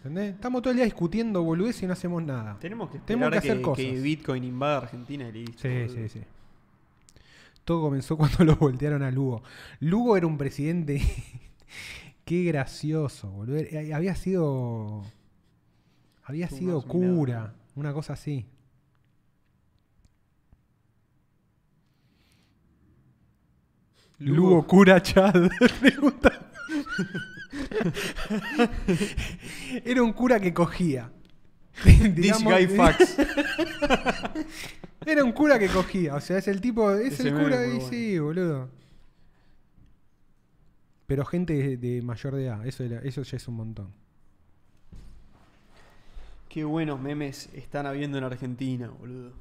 ¿Entendés? Estamos todo el día discutiendo boludez y no hacemos nada. Tenemos que Tenemos esperar que hacer cosas. que Bitcoin invada Argentina y listo. Sí, boludo. sí, sí. Todo comenzó cuando lo voltearon a Lugo. Lugo era un presidente. Qué gracioso, boludo. Eh, Había sido. Había Fue sido más un milagro. cura, una cosa así. Lugo, Lugo. cura Chad. Pregunta. Era un cura que cogía. This Digamos, guy fucks. era un cura que cogía, o sea, es el tipo, es Ese el meme cura, es muy y bueno. sí, boludo. Pero gente de, de mayor de edad, eso, era- eso ya es un montón. Qué buenos memes están habiendo en Argentina, boludo.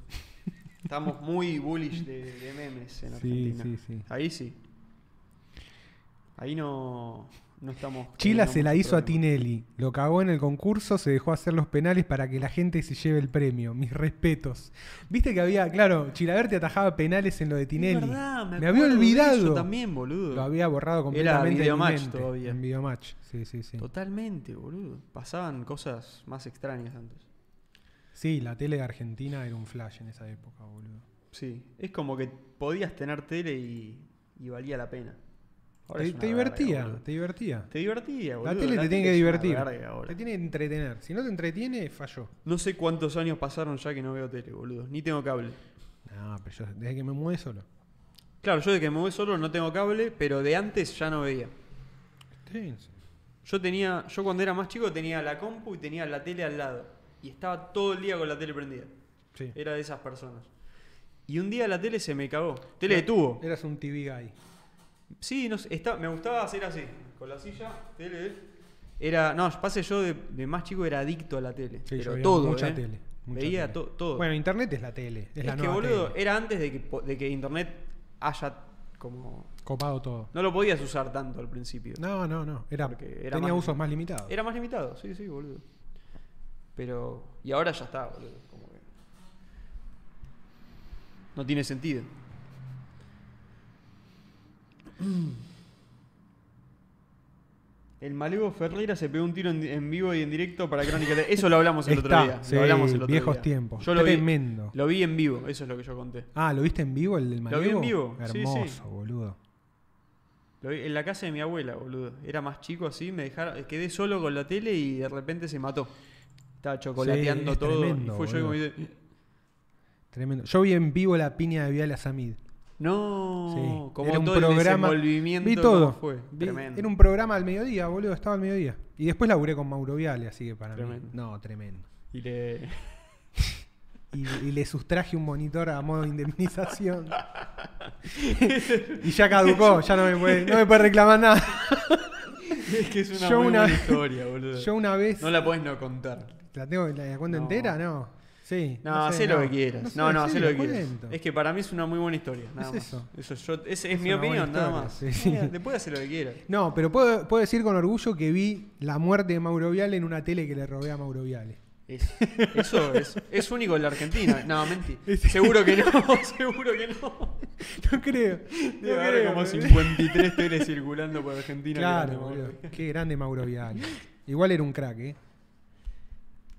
Estamos muy bullish de, de memes en Sí, Argentina. sí, sí. Ahí sí. Ahí no, no estamos. Chila teniendo se la mucho hizo a problema. Tinelli, lo cagó en el concurso, se dejó hacer los penales para que la gente se lleve el premio. Mis respetos. Viste que había, claro, Chilaberti atajaba penales en lo de Tinelli. Es verdad, me, me, había acuerdo de eso olvidado. también, boludo. Lo había borrado Era completamente. de mi Videomatch mente. todavía. En Videomatch, sí, sí, sí. Totalmente, boludo. Pasaban cosas más extrañas antes. Sí, la tele de Argentina era un flash en esa época, boludo. Sí. Es como que podías tener tele y, y valía la pena. Ahora Te, es una te divertía, verga, boludo. te divertía. Te divertía, boludo. La tele te tiene que es una divertir. verga ahora. Te tiene que entretener. Si no te entretiene, falló. No sé cuántos años pasaron ya que no veo tele, boludo. Ni tengo cable. No, pero yo desde que me mudé solo. Claro, yo de que me voy solo no tengo cable, pero de antes ya no veía. Yo tenía, yo cuando era más chico tenía la compu y tenía la tele al lado. Y estaba todo el día con la tele prendida. Sí. Era de esas personas. Y un día la tele se me cagó. Tele de tubo. Eras un TV guy. Sí, no sé, está- me gustaba hacer así. Con la silla, tele. de- Era, no, pase yo de, de más chico era adicto a la tele. Sí, yo pero veía todo. mucha ¿eh? tele, mucha veía tele. to- todo. Bueno, internet es la tele. Es, es la que nueva boludo, tele. era antes de que, po- de que internet haya como Copado todo. No lo podías usar tanto al principio. No, no, no. Era, Porque era tenía más- usos más limitados. Era más limitado, sí, sí, boludo. Pero. Y ahora ya está, boludo. Como que. No tiene sentido. El Malevo Ferreira se pegó un tiro en, en vivo y en directo para Crónica de. Eso lo hablamos el Está, otro día. sí, lo hablamos el otro viejos día. tiempos. Yo lo vi, Tremendo. lo vi en vivo, eso es lo que yo conté. Ah, ¿lo viste en vivo el del Lo vi en Malevo? vivo, sí, sí. Hermoso, boludo. Lo vi en la casa de mi abuela, boludo. Era más chico así, me dejaron, quedé solo con la tele y de repente se mató. Estaba chocolateando es todo. tremendo, y fue yo como boludo. dije, Tremendo. Yo vi en vivo la piña de Vial Asamid. no, Sí, como era un todo programa- el desenvolvimiento Vi todo. cómo fue. Vi- tremendo. Era un programa al mediodía, boludo. Estaba al mediodía. Y después laburé con Mauro Viale, así que para Tremendo. mí. No, tremendo. Y le- Y, y le sustraje un monitor a modo de indemnización. y ya caducó, ya no me puede, no me puede reclamar nada. es que es una Yo muy una- buena historia, boludo. Yo una vez. No la podés no contar. ¿La tengo la, la cuento No. entera? No. Sí. No, sé, hacé lo que quieras. sé, No, no, sí, hacé lo que la quieras. cuento. Es que para mí es una muy buena historia. Nada Es más. eso. yo- es, es mi una buena opinión, nada historia, más. sí, sí. Eh, Después hacer lo que quieras. No, pero puedo, puedo decir con orgullo que vi la muerte de Mauro Viale en una tele que le robé a Mauro Viale. Es- eso es, es único en la Argentina. No, mentí. Seguro que no, seguro que no. No creo. No Debe haber creo, como boludo. 53 teles circulando por Argentina. Claro, mirando, boludo. boludo. Qué grande Mauro Vidal. Igual era un crack, ¿eh?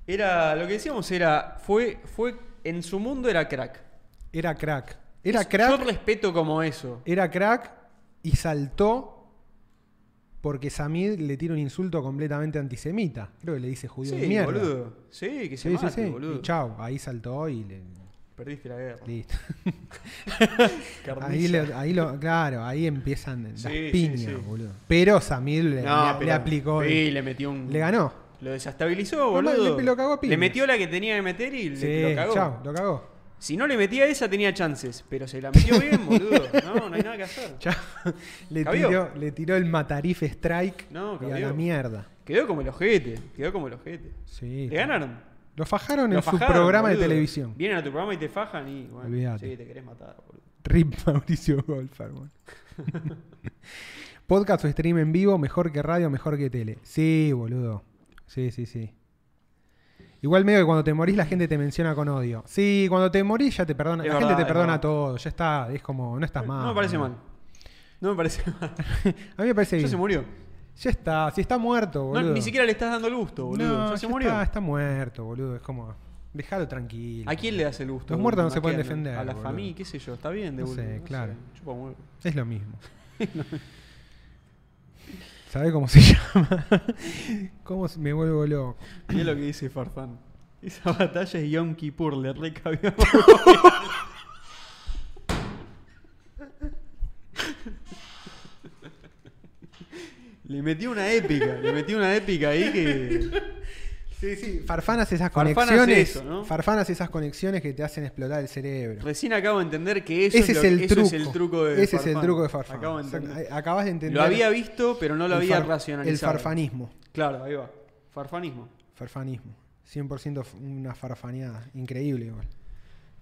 Era, lo que decíamos era, fue, fue, en su mundo era crack. Era crack. Era Es- Yo crack. respeto como eso. Era crack y saltó porque Samid le tira un insulto completamente antisemita. Creo que le dice judío de Sí, mierda. boludo. Sí, que se Sí, sí, mate, sí. boludo. Y chao, ahí saltó y le. Perdiste la guerra. Listo. Carniza. Ahí, lo- ahí lo- claro, ahí empiezan las Sí, sí, piñas, sí. boludo. Pero Samir le, No, le- pero- le aplicó. Sí, le metió un. Le ganó. Lo desestabilizó, Mamá, boludo. le- lo cagó a Le piñas. metió la que tenía que meter y le- Sí, lo cagó. chao, lo cagó. Si no le metía esa, tenía chances. Pero se la metió bien, boludo. No, no hay nada que hacer. Chao. Le, Cabió. tiró, le tiró el Matarif Strike No, y a la cabió. mierda. Quedó como el ojete. Quedó como el ojete. Sí. Le ganaron. Lo fajaron Lo en su fajaron, programa de boludo. televisión. Vienen a tu programa y te fajan y. Bueno, Olvídate. sí, te querés matar, boludo. Rip Mauricio Golfar. boludo. Podcast o stream en vivo, mejor que radio, mejor que tele. Sí, boludo. Sí, sí, sí. Igual medio que cuando te morís la gente te menciona con odio. Sí, cuando te morís ya te perdona. Es la verdad, gente te es perdona verdad. todo. Ya está, es como, no estás mal. No me parece boludo. mal. No me parece mal. A mí me parece Ya bien. se murió. Ya está, si está muerto, No, boludo. ni siquiera le estás dando el gusto, boludo. No, ya se murió. Está, está muerto, boludo. Es como, déjalo tranquilo. ¿A quién le das el gusto? Los muertos no ¿A se pueden quién? defender, A la boludo. familia, qué sé yo, está bien de No última, sé, claro. sé, chupa un huevo. Es lo mismo. ¿Sabe cómo se llama? ¿Cómo se- me vuelvo loco? Mirá lo que dice Farfán. Esa batalla es Yom Kippur, le recabió. le metió una épica, le metió una épica ahí que. Sí, sí. Farfán hace esas Farfán hace conexiones. eso, ¿no? Farfán hace esas conexiones que te hacen explotar el cerebro. Recién acabo de entender que eso ese es, es, lo- el eso truco. es el truco de Ese es el Farfán. truco de Farfán. Acabo de O sea, entender. a- acabas de entender. Lo había visto, pero no lo el había far- racionalizado. El farfanismo. Claro, ahí va. Farfanismo. Farfanismo. 100% f- una farfaneada. Increíble igual.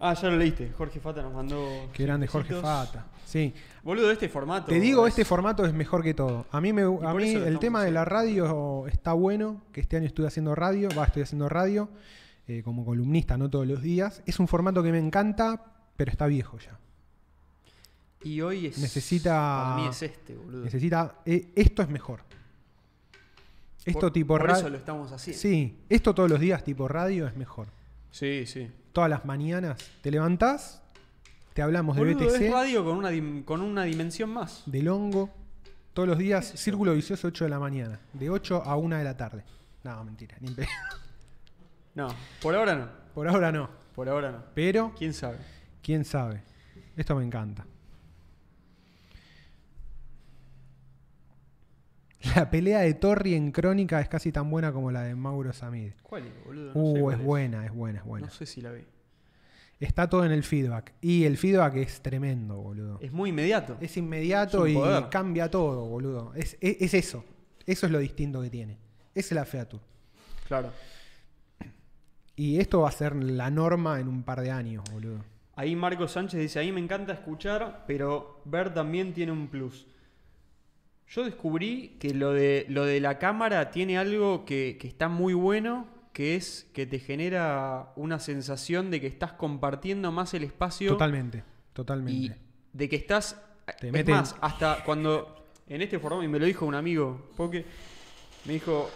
Ah, ya lo leíste. Jorge Fata nos mandó. Qué grande Jorge besitos. Fata. Sí. Boludo, este formato. Te digo, es- este formato es mejor que todo. A mí, me, a por mí eso lo el tema estamos de la radio está bueno, que este año estuve haciendo radio, va, estoy haciendo radio eh, como columnista, no todos los días. Es un formato que me encanta, pero está viejo ya. Y hoy es. Necesita- Para mí es este, boludo. Necesita, eh, esto es mejor. Esto Por- tipo Por eso radio. lo estamos haciendo. Sí, esto todos los días tipo radio es mejor. sí. sí. Todas las mañanas te levantás, te hablamos de Boludo, es BTC, radio con una, dim- con una dimensión más. del hongo, todos los días, círculo vicioso 8 de la mañana, de 8 a 1 de la tarde. No, mentira, ni en pe- No, por ahora no. Por ahora no. Por ahora no. Pero, ¿Quién sabe? quién sabe. Esto me encanta. La pelea de Torri en Crónica es casi tan buena como la de Mauro Samid. ¿Cuál es, boludo? No sé Uh, cuál es buena, es buena, es buena. No sé si la vi. Está todo en el feedback. Y el feedback es tremendo, boludo. Es muy inmediato. Es inmediato es un y poder. cambia todo, boludo. Es, es- es eso. Eso es lo distinto que tiene. Es la Featur. Claro. Y esto va a ser la norma en un par de años, boludo. Ahí Marco Sánchez dice, ahí me encanta escuchar, pero ver también tiene un plus. Yo descubrí que lo de, lo de la cámara tiene algo que, que está muy bueno, que es que te genera una sensación de que estás compartiendo más el espacio Totalmente, y totalmente. de que estás... Te es meten- más, hasta cuando en este foro, y me lo dijo un amigo, porque me dijo,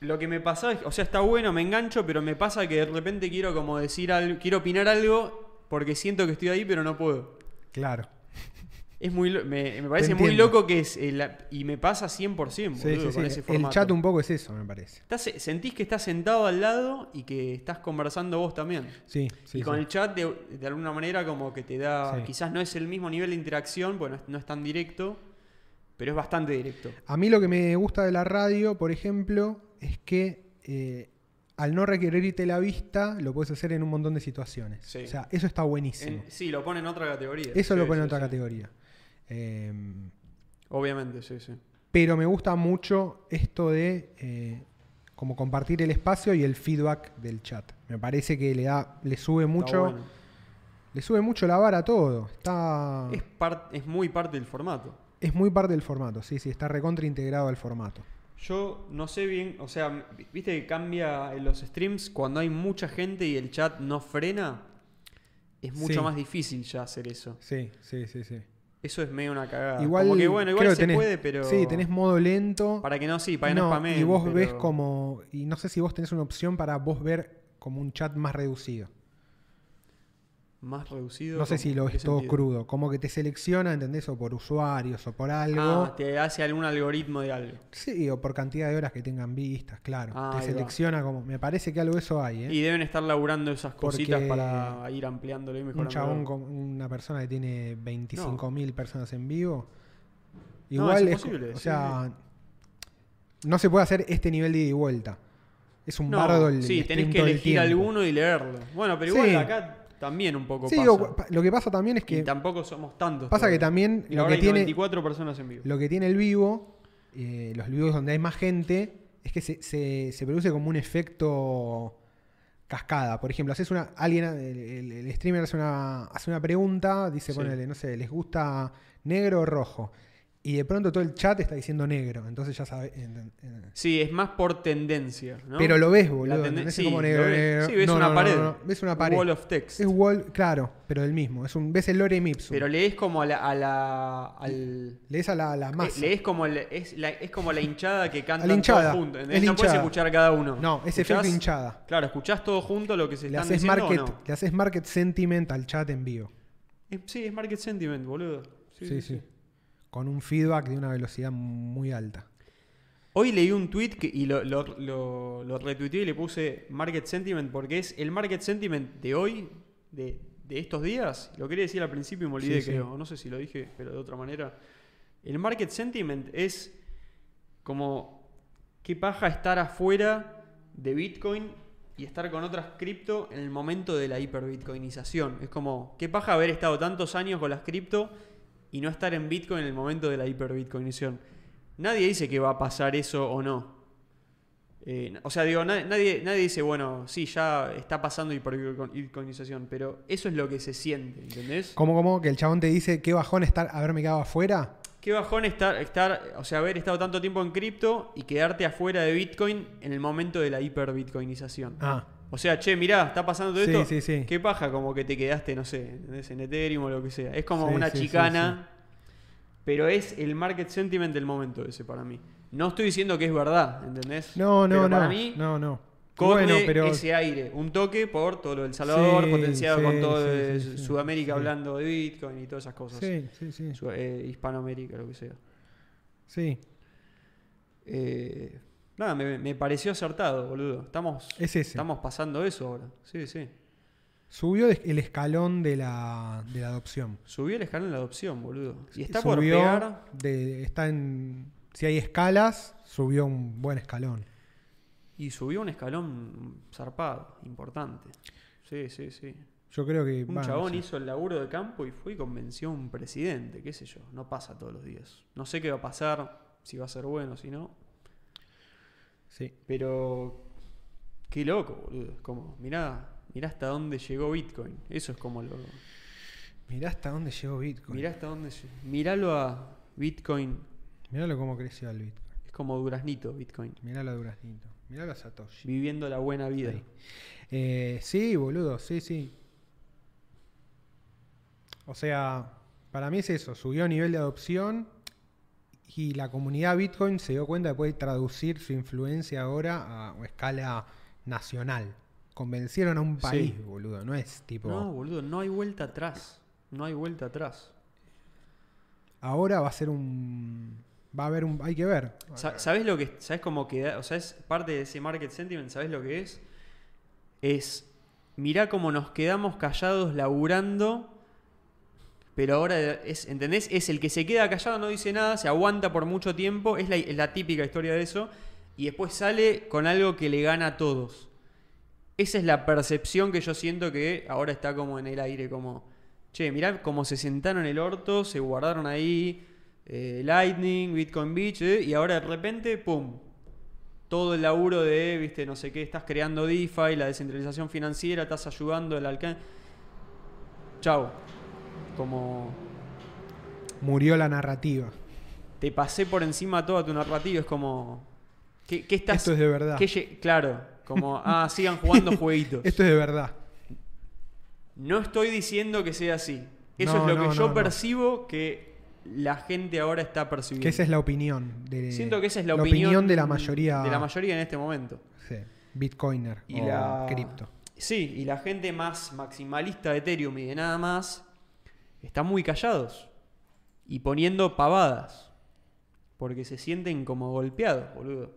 lo que me pasa, es, o sea, está bueno, me engancho, pero me pasa que de repente quiero como decir algo, quiero opinar algo porque siento que estoy ahí, pero no puedo. Claro. Es muy, lo- me, me parece Te muy entiendo. loco que es, el- y me pasa 100%, boludo, Sí, sí, con sí. ese El formato. chat un poco es eso, me parece. Estás- sentís que estás sentado al lado y que estás conversando vos también. Sí, sí. y con sí. el chat, de, de alguna manera, como que te da. Sí. Quizás no es el mismo nivel de interacción, bueno, no es tan directo, pero es bastante directo. A mí lo que me gusta de la radio, por ejemplo, es que eh, al no requerirte la vista, lo puedes hacer en un montón de situaciones. Sí. O sea, eso está buenísimo. En- sí, lo pone en otra categoría. Eso lo Sí, pone en sí, otra sí. categoría. Eh, Obviamente, sí, sí. pero me gusta mucho esto de eh, como compartir el espacio y el feedback del chat. Me parece que le da, le sube Está mucho, bueno. le sube mucho la vara a todo. Está, Es, par- es muy parte del formato. es muy parte del formato, sí, sí, está recontra integrado al formato. Yo no sé bien, o sea, m- viste que cambia en los streams cuando hay mucha gente y el chat no frena. es mucho Sí. más difícil ya hacer eso. Sí, sí, sí, sí. Eso es medio una cagada. Igual, Ah, Como que, bueno, igual creo se que tenés- puede, pero. Sí, tenés modo lento. Para que no, sí, para que no, No, spamen, y vos pero- ves como. Y no sé si vos tenés una opción para vos ver como un chat más reducido. Más reducido. No sé ¿cómo? si lo ¿En qué ves todo sentido? crudo. Como que te selecciona, ¿entendés? O por usuarios o por algo. Ah, te hace algún algoritmo de algo. Sí, o por cantidad de horas que tengan vistas, claro. Ah, te ahí va. selecciona como. Me parece que algo de eso hay, ¿eh? Y deben estar laburando esas Porque cositas para ir ampliándolo y un mejorando. chabón con una persona que tiene 25.000 personas en vivo. No, Igual es es, co- imposible, o sí, sea, no se puede hacer este nivel de ida y vuelta. Es un No, bardo el sí, tenés stream que todo el elegir tiempo. alguno y leerlo. Bueno, pero Sí. igual acá también un poco Sí, pasa. digo, pa- lo que pasa también es y que tampoco somos tantos. pasa que todavía. también Y lo ahora que hay tiene 94 personas en vivo. lo que tiene el vivo, eh, los vivos donde hay más gente, es que se, se- se produce como un efecto cascada. Por ejemplo, haces una. Alguien, el, el- el streamer hace una, hace una pregunta, dice, Sí. ponele, no sé, ¿les gusta negro o rojo? Y de pronto todo el chat está diciendo negro. Entonces ya sabes. Sí, es más por tendencia, ¿no? Pero lo ves, La boludo. tenden- ¿entendés? Es sí, como lo negro, ves. negro. Sí, ves No, una no, no, pared. no, Ves una pared. Wall of text. es wall, claro, pero el mismo. Es un, ves el lorem ipsum. Pero lees como a la. a la- al, lees a la, la masa. eh, lees como el- es, la, es como la hinchada que canta la hinchada. todos juntos. ¿entendés? Es la no puedes hinchada. escuchar cada uno. no, es Escuchás- efecto hinchada. Claro, escuchás todo junto lo que se Le están haces, diciendo. o market, no. le haces market sentiment al chat en vivo. Eh, Sí, es market sentiment, boludo. Sí sí, Con un feedback de una velocidad muy alta. Hoy leí un tweet que, y lo, lo, lo- lo retuiteé y le puse Market Sentiment porque es el Market Sentiment de hoy, de, de estos días. Lo quería decir al principio y me olvidé, Sí, sí. creo. No sé si lo dije, pero de otra manera. El Market Sentiment es como qué paja estar afuera de Bitcoin y estar con otras cripto en el momento de la hiperbitcoinización. Es como qué paja haber estado tantos años con las cripto y no estar en Bitcoin en el momento de la hiperbitcoinización. Nadie dice que va a pasar eso o no. Eh, o sea, digo, na- nadie, nadie dice, bueno, sí, ya está pasando hiperbitcoinización, pero eso es lo que se siente, ¿entendés? ¿Cómo, cómo? Que el chabón te dice qué bajón estar haberme quedado afuera. Qué bajón estar, estar, o sea, haber estado tanto tiempo en cripto y quedarte afuera de Bitcoin en el momento de la hiperbitcoinización. Ah, O sea, che, mirá, está pasando todo Sí, esto. sí, sí. Qué paja como que te quedaste, no sé, ¿entendés? en Ethereum o lo que sea. Es como Sí, una sí, sí, chicana, pero es el market sentiment del momento ese para mí. No estoy diciendo que es verdad, ¿entendés? no, no, Pero no. Para mí, no, no. Y corre bueno, pero ese aire, un toque por todo lo del Salvador, Sí, potenciado sí, con todo sí, de sí, sí, Sudamérica sí. hablando de Bitcoin y todas esas cosas. Sí, sí, sí. Su- eh, Hispanoamérica, lo que sea. Sí, Eh, nada, me, me pareció acertado, boludo. Estamos, es ese. estamos pasando eso ahora. Sí, sí. Subió de- el escalón de la, de la adopción. Subió el escalón de la adopción, boludo. Y está por Subió pegar. de- está en. Si hay escalas, subió un buen escalón. Y subió un escalón zarpado, importante. Sí, sí, sí. Yo creo que. Un va, no chabón sé. hizo el laburo de campo y fue y convenció a un presidente, qué sé yo. No pasa todos los días. No sé qué va a pasar, si va a ser bueno, si no. Sí. Pero. Qué loco, boludo. Es Como, mirá, mirá hasta dónde llegó Bitcoin. Eso es como lo. Mirá hasta dónde llegó Bitcoin. Mirá hasta dónde. lle- Miralo a Bitcoin. Miralo cómo creció el Bitcoin. Es como Duraznito, Bitcoin. Miralo a Duraznito. Miralo a Satoshi. Viviendo la buena vida. Ahí. Eh, sí, boludo, sí, sí. O sea, para mí es eso, subió a nivel de adopción y la comunidad Bitcoin se dio cuenta de que puede traducir su influencia ahora a una escala nacional. Convencieron a un Sí. país, boludo, no es tipo... No, boludo, no hay vuelta atrás. No hay vuelta atrás. Ahora va a ser un... Va a haber un... Hay que ver. Sa- ¿Sabés lo que sabes cómo queda? O sea, es parte de ese market sentiment, ¿sabés lo que es? Es mirá cómo nos quedamos callados laburando, pero ahora es, ¿entendés? Es el que se queda callado, no dice nada, se aguanta por mucho tiempo, es la, es la típica historia de eso, y después sale con algo que le gana a todos. Esa es la percepción que yo siento que ahora está como en el aire, como, che, mirá cómo se sentaron el orto, se guardaron ahí, eh, Lightning, Bitcoin Beach, eh, y ahora de repente, ¡pum! Todo el laburo de, viste, no sé qué, estás creando DeFi, la descentralización financiera, estás ayudando el alcance. Chau. Como Murió la narrativa. te pasé por encima toda tu narrativa, es como... ¿Qué, qué estás...? Esto es de verdad. qué lle- claro, como, ah, sigan jugando jueguitos. Esto es de verdad. No estoy diciendo que sea así. Eso No, es lo no, que yo no, no. percibo que la gente ahora está percibiendo. Que esa es la opinión. De, Siento que esa es la, opinión, de la mayoría. De la mayoría en este momento. sí, Bitcoiner Y o la. cripto. Sí, y la gente más maximalista de Ethereum y de nada más están muy callados y poniendo pavadas. Porque se sienten como golpeados, boludo.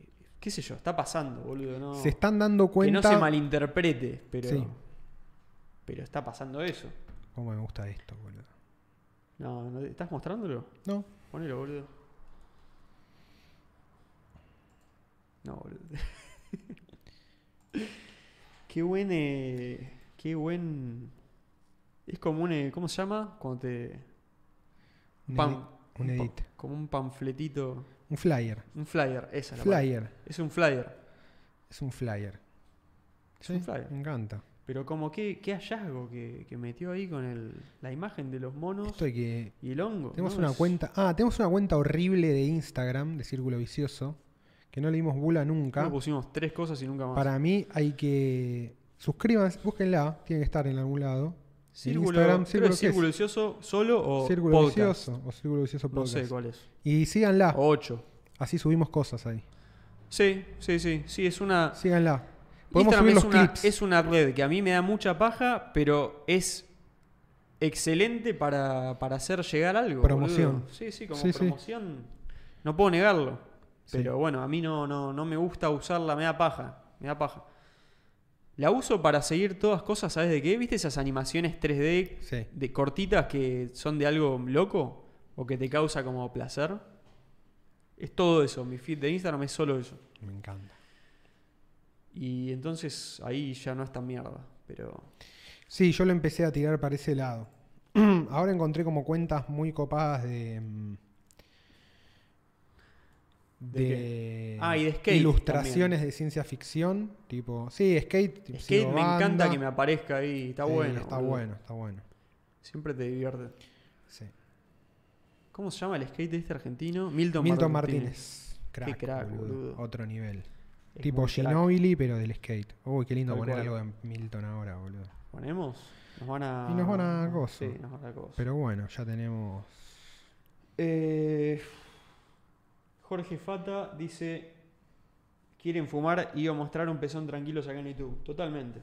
Eh, ¿Qué sé yo? Está pasando, boludo. No, Se están dando Ah. que no cuenta. se malinterprete, pero. Sí. Pero está pasando eso. Cómo me gusta esto, boludo. No, no- ¿Estás mostrándolo? No, Ponelo, boludo. No, boludo. qué buen. eh, qué buen. Es como un. eh, ¿Cómo se llama? Cuando te. un, pam- edit, un pa- edit. como un panfletito. Un flyer. Un flyer, esa es la palabra. Flyer. Es un flyer. Es un flyer. Es un flyer. Me encanta. Pero como qué, qué hallazgo que, que metió ahí con el, la imagen de los monos Esto hay que. y el hongo. Tenemos ¿no? una Es- cuenta. Ah, tenemos una cuenta horrible de Instagram, de Círculo Vicioso, que no le dimos bula nunca. ¿cómo pusimos tres cosas y nunca más. Para mí hay que. Suscríbanse, búsquenla, tiene que estar en algún lado. Círculo, Instagram, creo ¿qué que es es? Círculo Vicioso solo o Círculo podcast. Vicioso o Círculo Vicioso No Podcast. Ah. sé cuál es. Y síganla, O ocho. así subimos cosas ahí. Sí, sí, sí. Sí, es una. Síganla. Podemos Instagram subir los es, una, clips. es una red que a mí me da mucha paja, pero es excelente para, para hacer llegar algo. boludo. Promoción. Sí, sí, como Sí, sí. promoción. No puedo negarlo. Sí. Pero bueno, a mí no, no, no me gusta usarla, me da paja. Me da paja. La uso para seguir todas cosas, ¿sabes de qué? ¿Viste esas animaciones 3D Sí. de cortitas que son de algo loco o que te causa como placer? Es todo eso, mi feed de Instagram es solo eso. Me encanta. Y entonces ahí ya no es tan mierda, pero Sí, yo lo empecé a tirar para ese lado. Ahora encontré como cuentas muy copadas de. mm, ¿De De, qué? Ah, y de skate Ilustraciones también. de ciencia ficción. Tipo. Sí, skate. tipo, Skate sigo me banda. encanta que me aparezca ahí, está Sí, bueno. Está boludo. bueno, está bueno. Siempre te divierte. Sí. ¿Cómo se llama el skate este argentino? Milton, Milton Martínez. Crack, Qué crack, boludo. boludo. Otro nivel. Es tipo muy crack. Ginobili, pero del skate. Uy, qué lindo Tal poner cual. algo de Milton ahora, boludo. ¿Ponemos? Nos van a... Y nos van a coso. Sí, nos van a coso. Pero bueno, ya tenemos. Eh, Jorge Fata dice: Quieren fumar y o mostrar un pezón tranquilos acá en YouTube. Totalmente.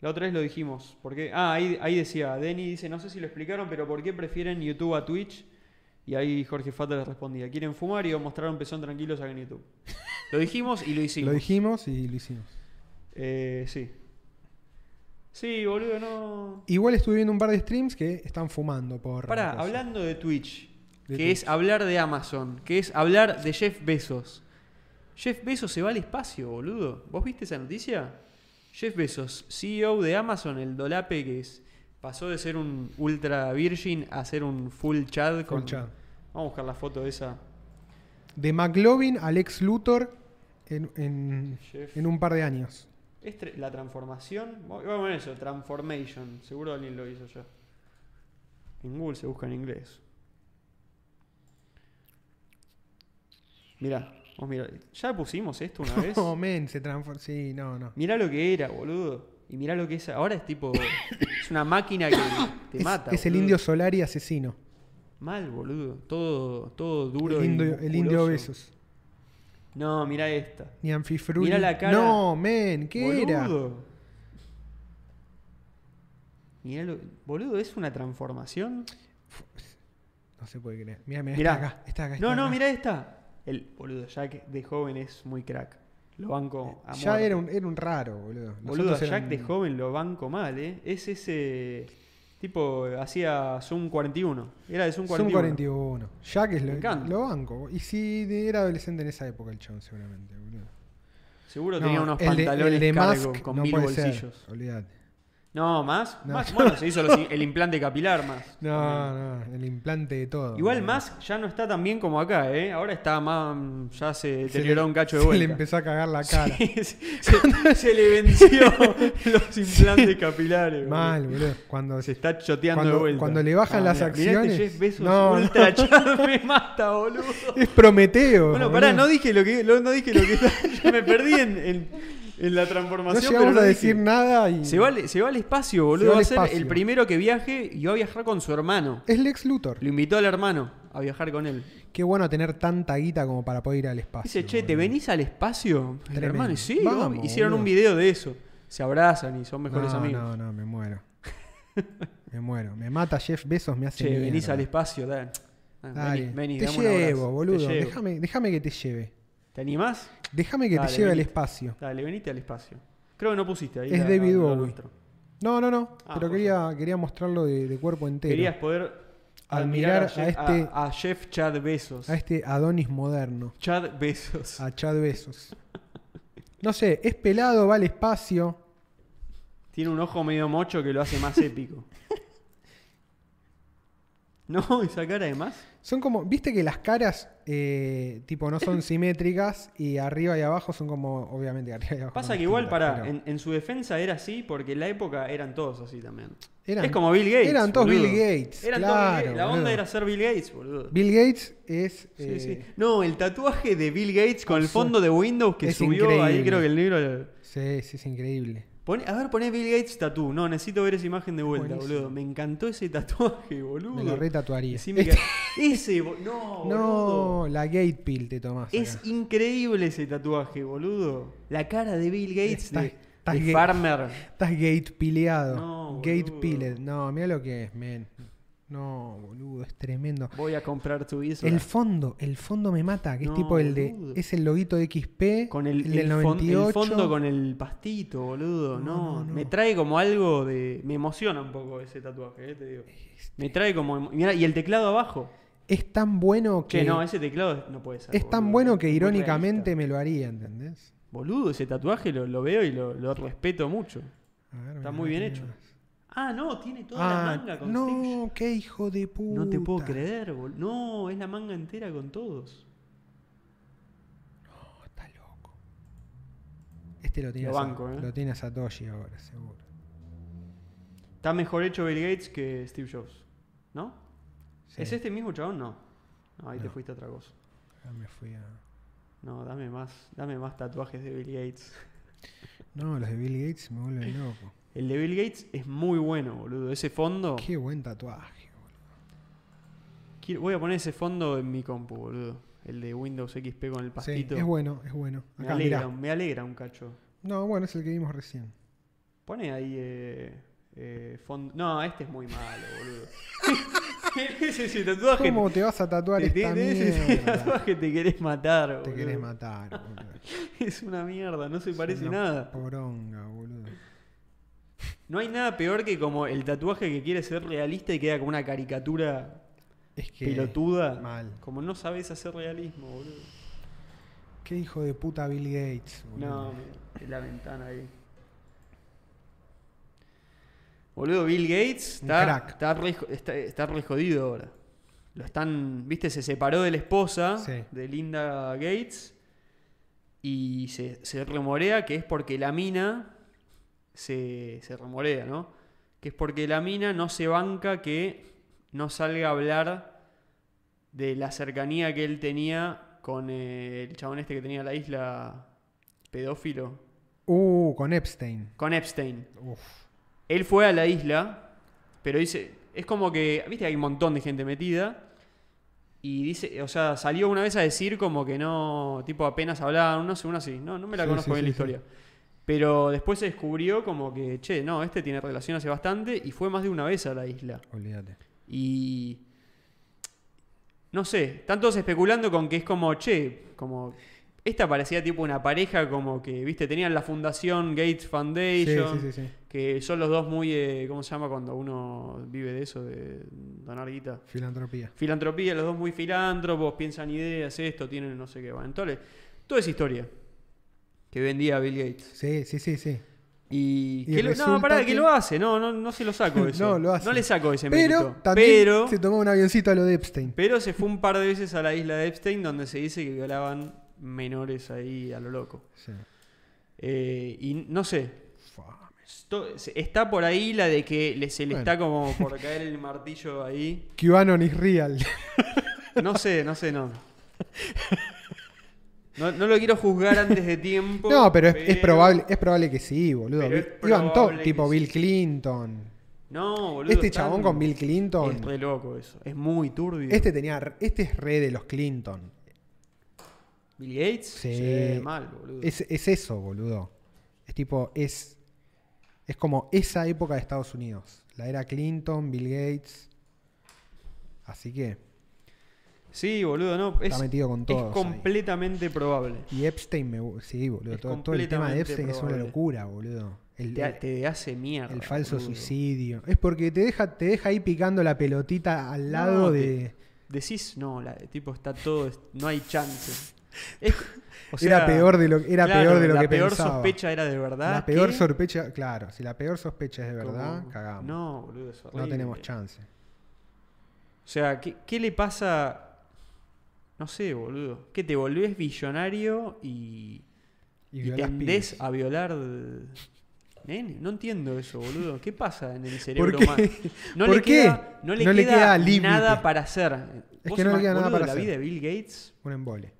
La otra vez lo dijimos. Porque, ah, ahí, ahí decía: Denny dice, no sé si lo explicaron, pero ¿por qué prefieren YouTube a Twitch? Y ahí Jorge Fata le respondía: Quieren fumar y o mostrar un pezón tranquilos acá en YouTube. lo dijimos y lo hicimos. Lo dijimos y lo hicimos. Eh, sí. Sí, boludo, no. Igual estuve viendo un par de streams que están fumando por. Pará, cosas. hablando de Twitch, De que Twitch. es hablar de Amazon, que es hablar de Jeff Bezos. Jeff Bezos se va al espacio, boludo. ¿Vos viste esa noticia? Jeff Bezos, CEO de Amazon, el dolape que es, pasó de ser un ultra virgin a ser un full chad. Full con- chat. Vamos a buscar la foto de esa. De McLovin a Lex Luthor en, en- Jeff. en un par de años. Es tre- la transformación. Vamos a poner eso, transformation. Seguro alguien lo hizo ya. En Google se busca en inglés. Mirá, vos mirá. Ya pusimos esto una vez. No, men, se transforma. Sí, no, no. Mirá lo que era, boludo. Y mirá lo que es. Ahora es tipo. Es una máquina que te es, mata. es el boludo. indio Solari asesino. Mal, boludo. Todo, todo duro. el, y indio, el indio musculoso. Besos. No, mirá esta. Ni Anfifruli. Mirá la cara. No, men, ¿qué era? boludo. Mirá lo- boludo, es una transformación. No se puede creer. Mira, mira, Mirá. está acá, está acá. no, está no, acá. mirá esta. El boludo Jack de joven es muy crack. Lo banco a Ya muerte. era un, era un raro, boludo. Boludo, a Nosotros Jack eran- de joven lo banco mal, ¿eh? Es ese tipo, hacía Zoom 41. Era de Zoom Son 41. 41. Jack es Me lo, encanta. lo banco. Y si de- era adolescente en esa época el chabón, seguramente, boludo. Seguro tenía No, unos el de- el pantalones de cargo Musk con no mil puede ser, bolsillos. Olvídate. No, más. No. Más, bueno, se hizo los- el implante capilar más. No, no, el implante de todo. Igual boludo. Musk ya no está tan bien como acá, ¿eh? Ahora está más. mm, Ya se Se le- deterioró un cacho de se vuelta. le empezó a cagar la cara. Sí, se, se- se le venció los implantes capilares. boludo. Mal, boludo. Cuando, Se está choteando de cuando, vuelta. cuando le bajan Ah, las mirá, mirá acciones. este Jeff Bezos no, no, ultra chat, me mata, boludo. es Prometeo. Bueno, pará, boludo. no dije lo que. lo- no dije lo que. yo me perdí en. en- en la No transformación. llegamos pero a no decir dije. nada y. Se va, al, se va al espacio, Se boludo. va Va a al ser el espacio. primero que viaje y va a viajar con su hermano. Es Lex Luthor. Lo invitó al hermano a viajar con él. Qué bueno tener tanta guita como para poder ir al espacio. Dice, che, ¿te boludo. venís al espacio? El Tremendo. hermano, y sí, Vamos, vamos. hicieron boludo. un video de eso. Se abrazan y son mejores no, amigos. No, no, me muero. me muero. Me mata Jeff Bezos, me hace. che, venís mierda. al espacio, dale. Ah, Dale, Venís, venís, te dame un abrazo. llevo, boludo. Te, llevo. Déjame, déjame que te lleve. ¿Te animás? Déjame que Dale, te lleve al venite. espacio. Dale, venite al espacio. Creo que no pusiste ahí. Es la- la- David la- la Bowie. nuestra. No, no, no. Ah, pero por quería, quería mostrarlo de, de cuerpo entero. Querías poder Admirar admirar a, a Jeff, a- este- a Jeff Chad Bezos. A este Ah. Adonis moderno. Chad Bezos. A Chad Bezos. No sé, es pelado, va al espacio. Tiene un ojo medio mocho que lo hace más épico. no, esa cara además. Son como, viste que las caras, eh, tipo, no son simétricas y arriba y abajo son como, obviamente, arriba y abajo. Pasa son que igual, distintas, para pero en, en su defensa era así, porque en la época eran todos así también. eran- es como Bill Gates. Eran todos boludo. Bill Gates. Eran todos Bill claro, Gates. La boludo. onda era ser Bill Gates, boludo. Bill Gates es. Sí, eh, sí. No, el tatuaje de Bill Gates con el fondo de Windows que Es subió ahí, increíble. creo que el libro. sí, sí, es increíble. Pone- a ver, poné Bill Gates tatú. No, necesito ver esa imagen de vuelta, Buenísimo. boludo. Me encantó ese tatuaje, boludo. Me lo retatuaría. Este Decime que- Ese, bo- no, boludo. No, la Gate Pill te tomás. acá. Es increíble ese tatuaje, boludo. La cara de Bill Gates Está- de, está de gay. Farmer. Estás gate pileado. No, gate boludo. pilled. No, mira lo que es, men. No, boludo, es tremendo. Voy a comprar tu isla. El fondo, el fondo me mata, que No, es tipo el de. boludo. Es el loguito de XP. con el, del el fon- el 98. fondo con el pastito, boludo. No, No, no, no. me trae como algo de. Me emociona un poco ese tatuaje, eh, te digo. Este. Me trae como. emo- mirá, y el teclado abajo. Es tan bueno que. Che, no, ese teclado no puede ser. es tan boludo. bueno que Muy realista. irónicamente me lo haría, ¿entendés? Boludo, ese tatuaje lo, lo veo y lo, lo respeto mucho. A ver, mirá, Está muy bien mirá. hecho. Ah, no, tiene toda la Ah, manga con Steve no, qué hijo de puta. No te puedo creer, boludo. No, es la manga entera con todos. No, está loco. Este lo tiene, Lo a- banco, eh. lo tiene a Satoshi ahora, seguro. Está mejor hecho Bill Gates que Steve Jobs. ¿No? Sí. ¿Es este mismo chabón? No. No, ahí te No. fuiste a otra cosa. Ah, me fui a- No, dame más, dame más tatuajes de Bill Gates. No, los de Bill Gates me vuelven loco. El de Bill Gates es muy bueno, boludo. Ese fondo. Qué buen tatuaje, boludo. Quiero- voy a poner ese fondo en mi compu, boludo. El de Windows XP con el Sí, pastito. es bueno, es bueno. me, Acá, alegra, mirá. me alegra un cacho. No, bueno, es el que vimos recién. Pone ahí eh, eh, fondo. No, este es muy malo, boludo. ese sí, tatuaje. ¿Cómo te vas a tatuar te- te- esta te- ese sí, mierda? tatuaje te querés matar, boludo. Te querés matar, boludo. Es una mierda, no se Es parece una nada. Poronga, boludo. No hay nada peor que como el tatuaje que quiere ser realista y queda como una caricatura Es que. pelotuda. Mal. Como no sabes hacer realismo, boludo. Qué hijo de puta Bill Gates, No, boludo. mira, es la ventana ahí. Boludo, Bill Gates Un está, crack. está, re, jo- está, está re jodido ahora. Lo están, viste, se separó de la esposa Sí. de Linda Gates y se, se rumorea que es porque la mina se, se rumorea, ¿no? Que es porque la mina no se banca que no salga a hablar de la cercanía que él tenía con eh, el chabón este que tenía la isla pedófilo, Uh, con Epstein. con Epstein. Uf. Él fue a la isla, pero dice, es como que, viste, hay un montón de gente metida. Y dice, o sea, salió una vez a decir como que no, tipo apenas hablaban, no sé, una así, no, no me la Sí, conozco sí, bien sí, la sí. historia. Pero después se descubrió como que, che, no, este tiene relación hace bastante y fue más de una vez a la isla. Olvídate. Y. No sé, están todos especulando con que es como, che, como. Esta parecía tipo una pareja como que, viste, tenían la fundación Gates Sí, Foundation, sí, sí, sí. que son los dos muy, eh, ¿cómo se llama cuando uno vive de eso, de donar guita? Filantropía. Filantropía, los dos muy filántropos, piensan ideas, esto, tienen no sé qué, bueno, entonces, toda esa historia que vendía Bill Gates. Sí, sí, sí, sí. Y, Y que lo- resulta no, pará, que... que- lo hace, no, no, no se lo saco eso. no, lo hace. No le saco ese Pero mérito. también pero se tomó un avioncito a lo de Epstein. pero se fue un par de veces a la isla de Epstein donde se dice que violaban menores ahí a lo loco. Sí. Eh, y no sé, Fua. esto- se- está por ahí la de que le- se le Bueno. está como por caer el martillo ahí. QAnon is real. No sé, no sé, no. No, no lo quiero juzgar antes de tiempo. No, pero es, es probable, es probable que sí, boludo. pero es Iban todos, probable tipo que Bill sí. Clinton. No, boludo. Este tan- chabón con Bill Es Clinton. re loco eso. Es muy turbio. Este tenía, este es re de los Clinton. Bill Gates. Sí. mal, boludo. Es, es eso, boludo. Es tipo, es. Es como esa época de Estados Unidos. La era Clinton, Bill Gates. Así que. Sí, boludo, no. Es, Está metido con es todos ahí. completamente probable. Y Epstein, me, gu- sí, boludo. Es Todo, todo el tema de completamente Epstein es una probable. locura, boludo. El, Te, te hace mierda. el falso boludo. suicidio. Es porque te deja, te deja ahí picando la pelotita al lado No, te- de. Decís, no, la, tipo, está todo. No hay chance. Es- o era sea, peor de lo, era claro, peor de lo que La peor pensaba. sospecha era de verdad. la peor que- sospecha, claro. Si la peor sospecha es de como- verdad, cagamos. No, No, boludo, es horrible. tenemos chance. O sea, ¿qué, qué le pasa? No sé, boludo. Que te volvés billonario y, Y, y violás tendés pibes. a violar. Nene, no entiendo eso, boludo. ¿Qué pasa en el cerebro qué? humano? No, ¿Por le qué? Queda, no le No le queda queda, límite. nada para hacer. Es Vos que no le queda ima- nada boludo, para la hacer. vida de Bill Gates Un embole.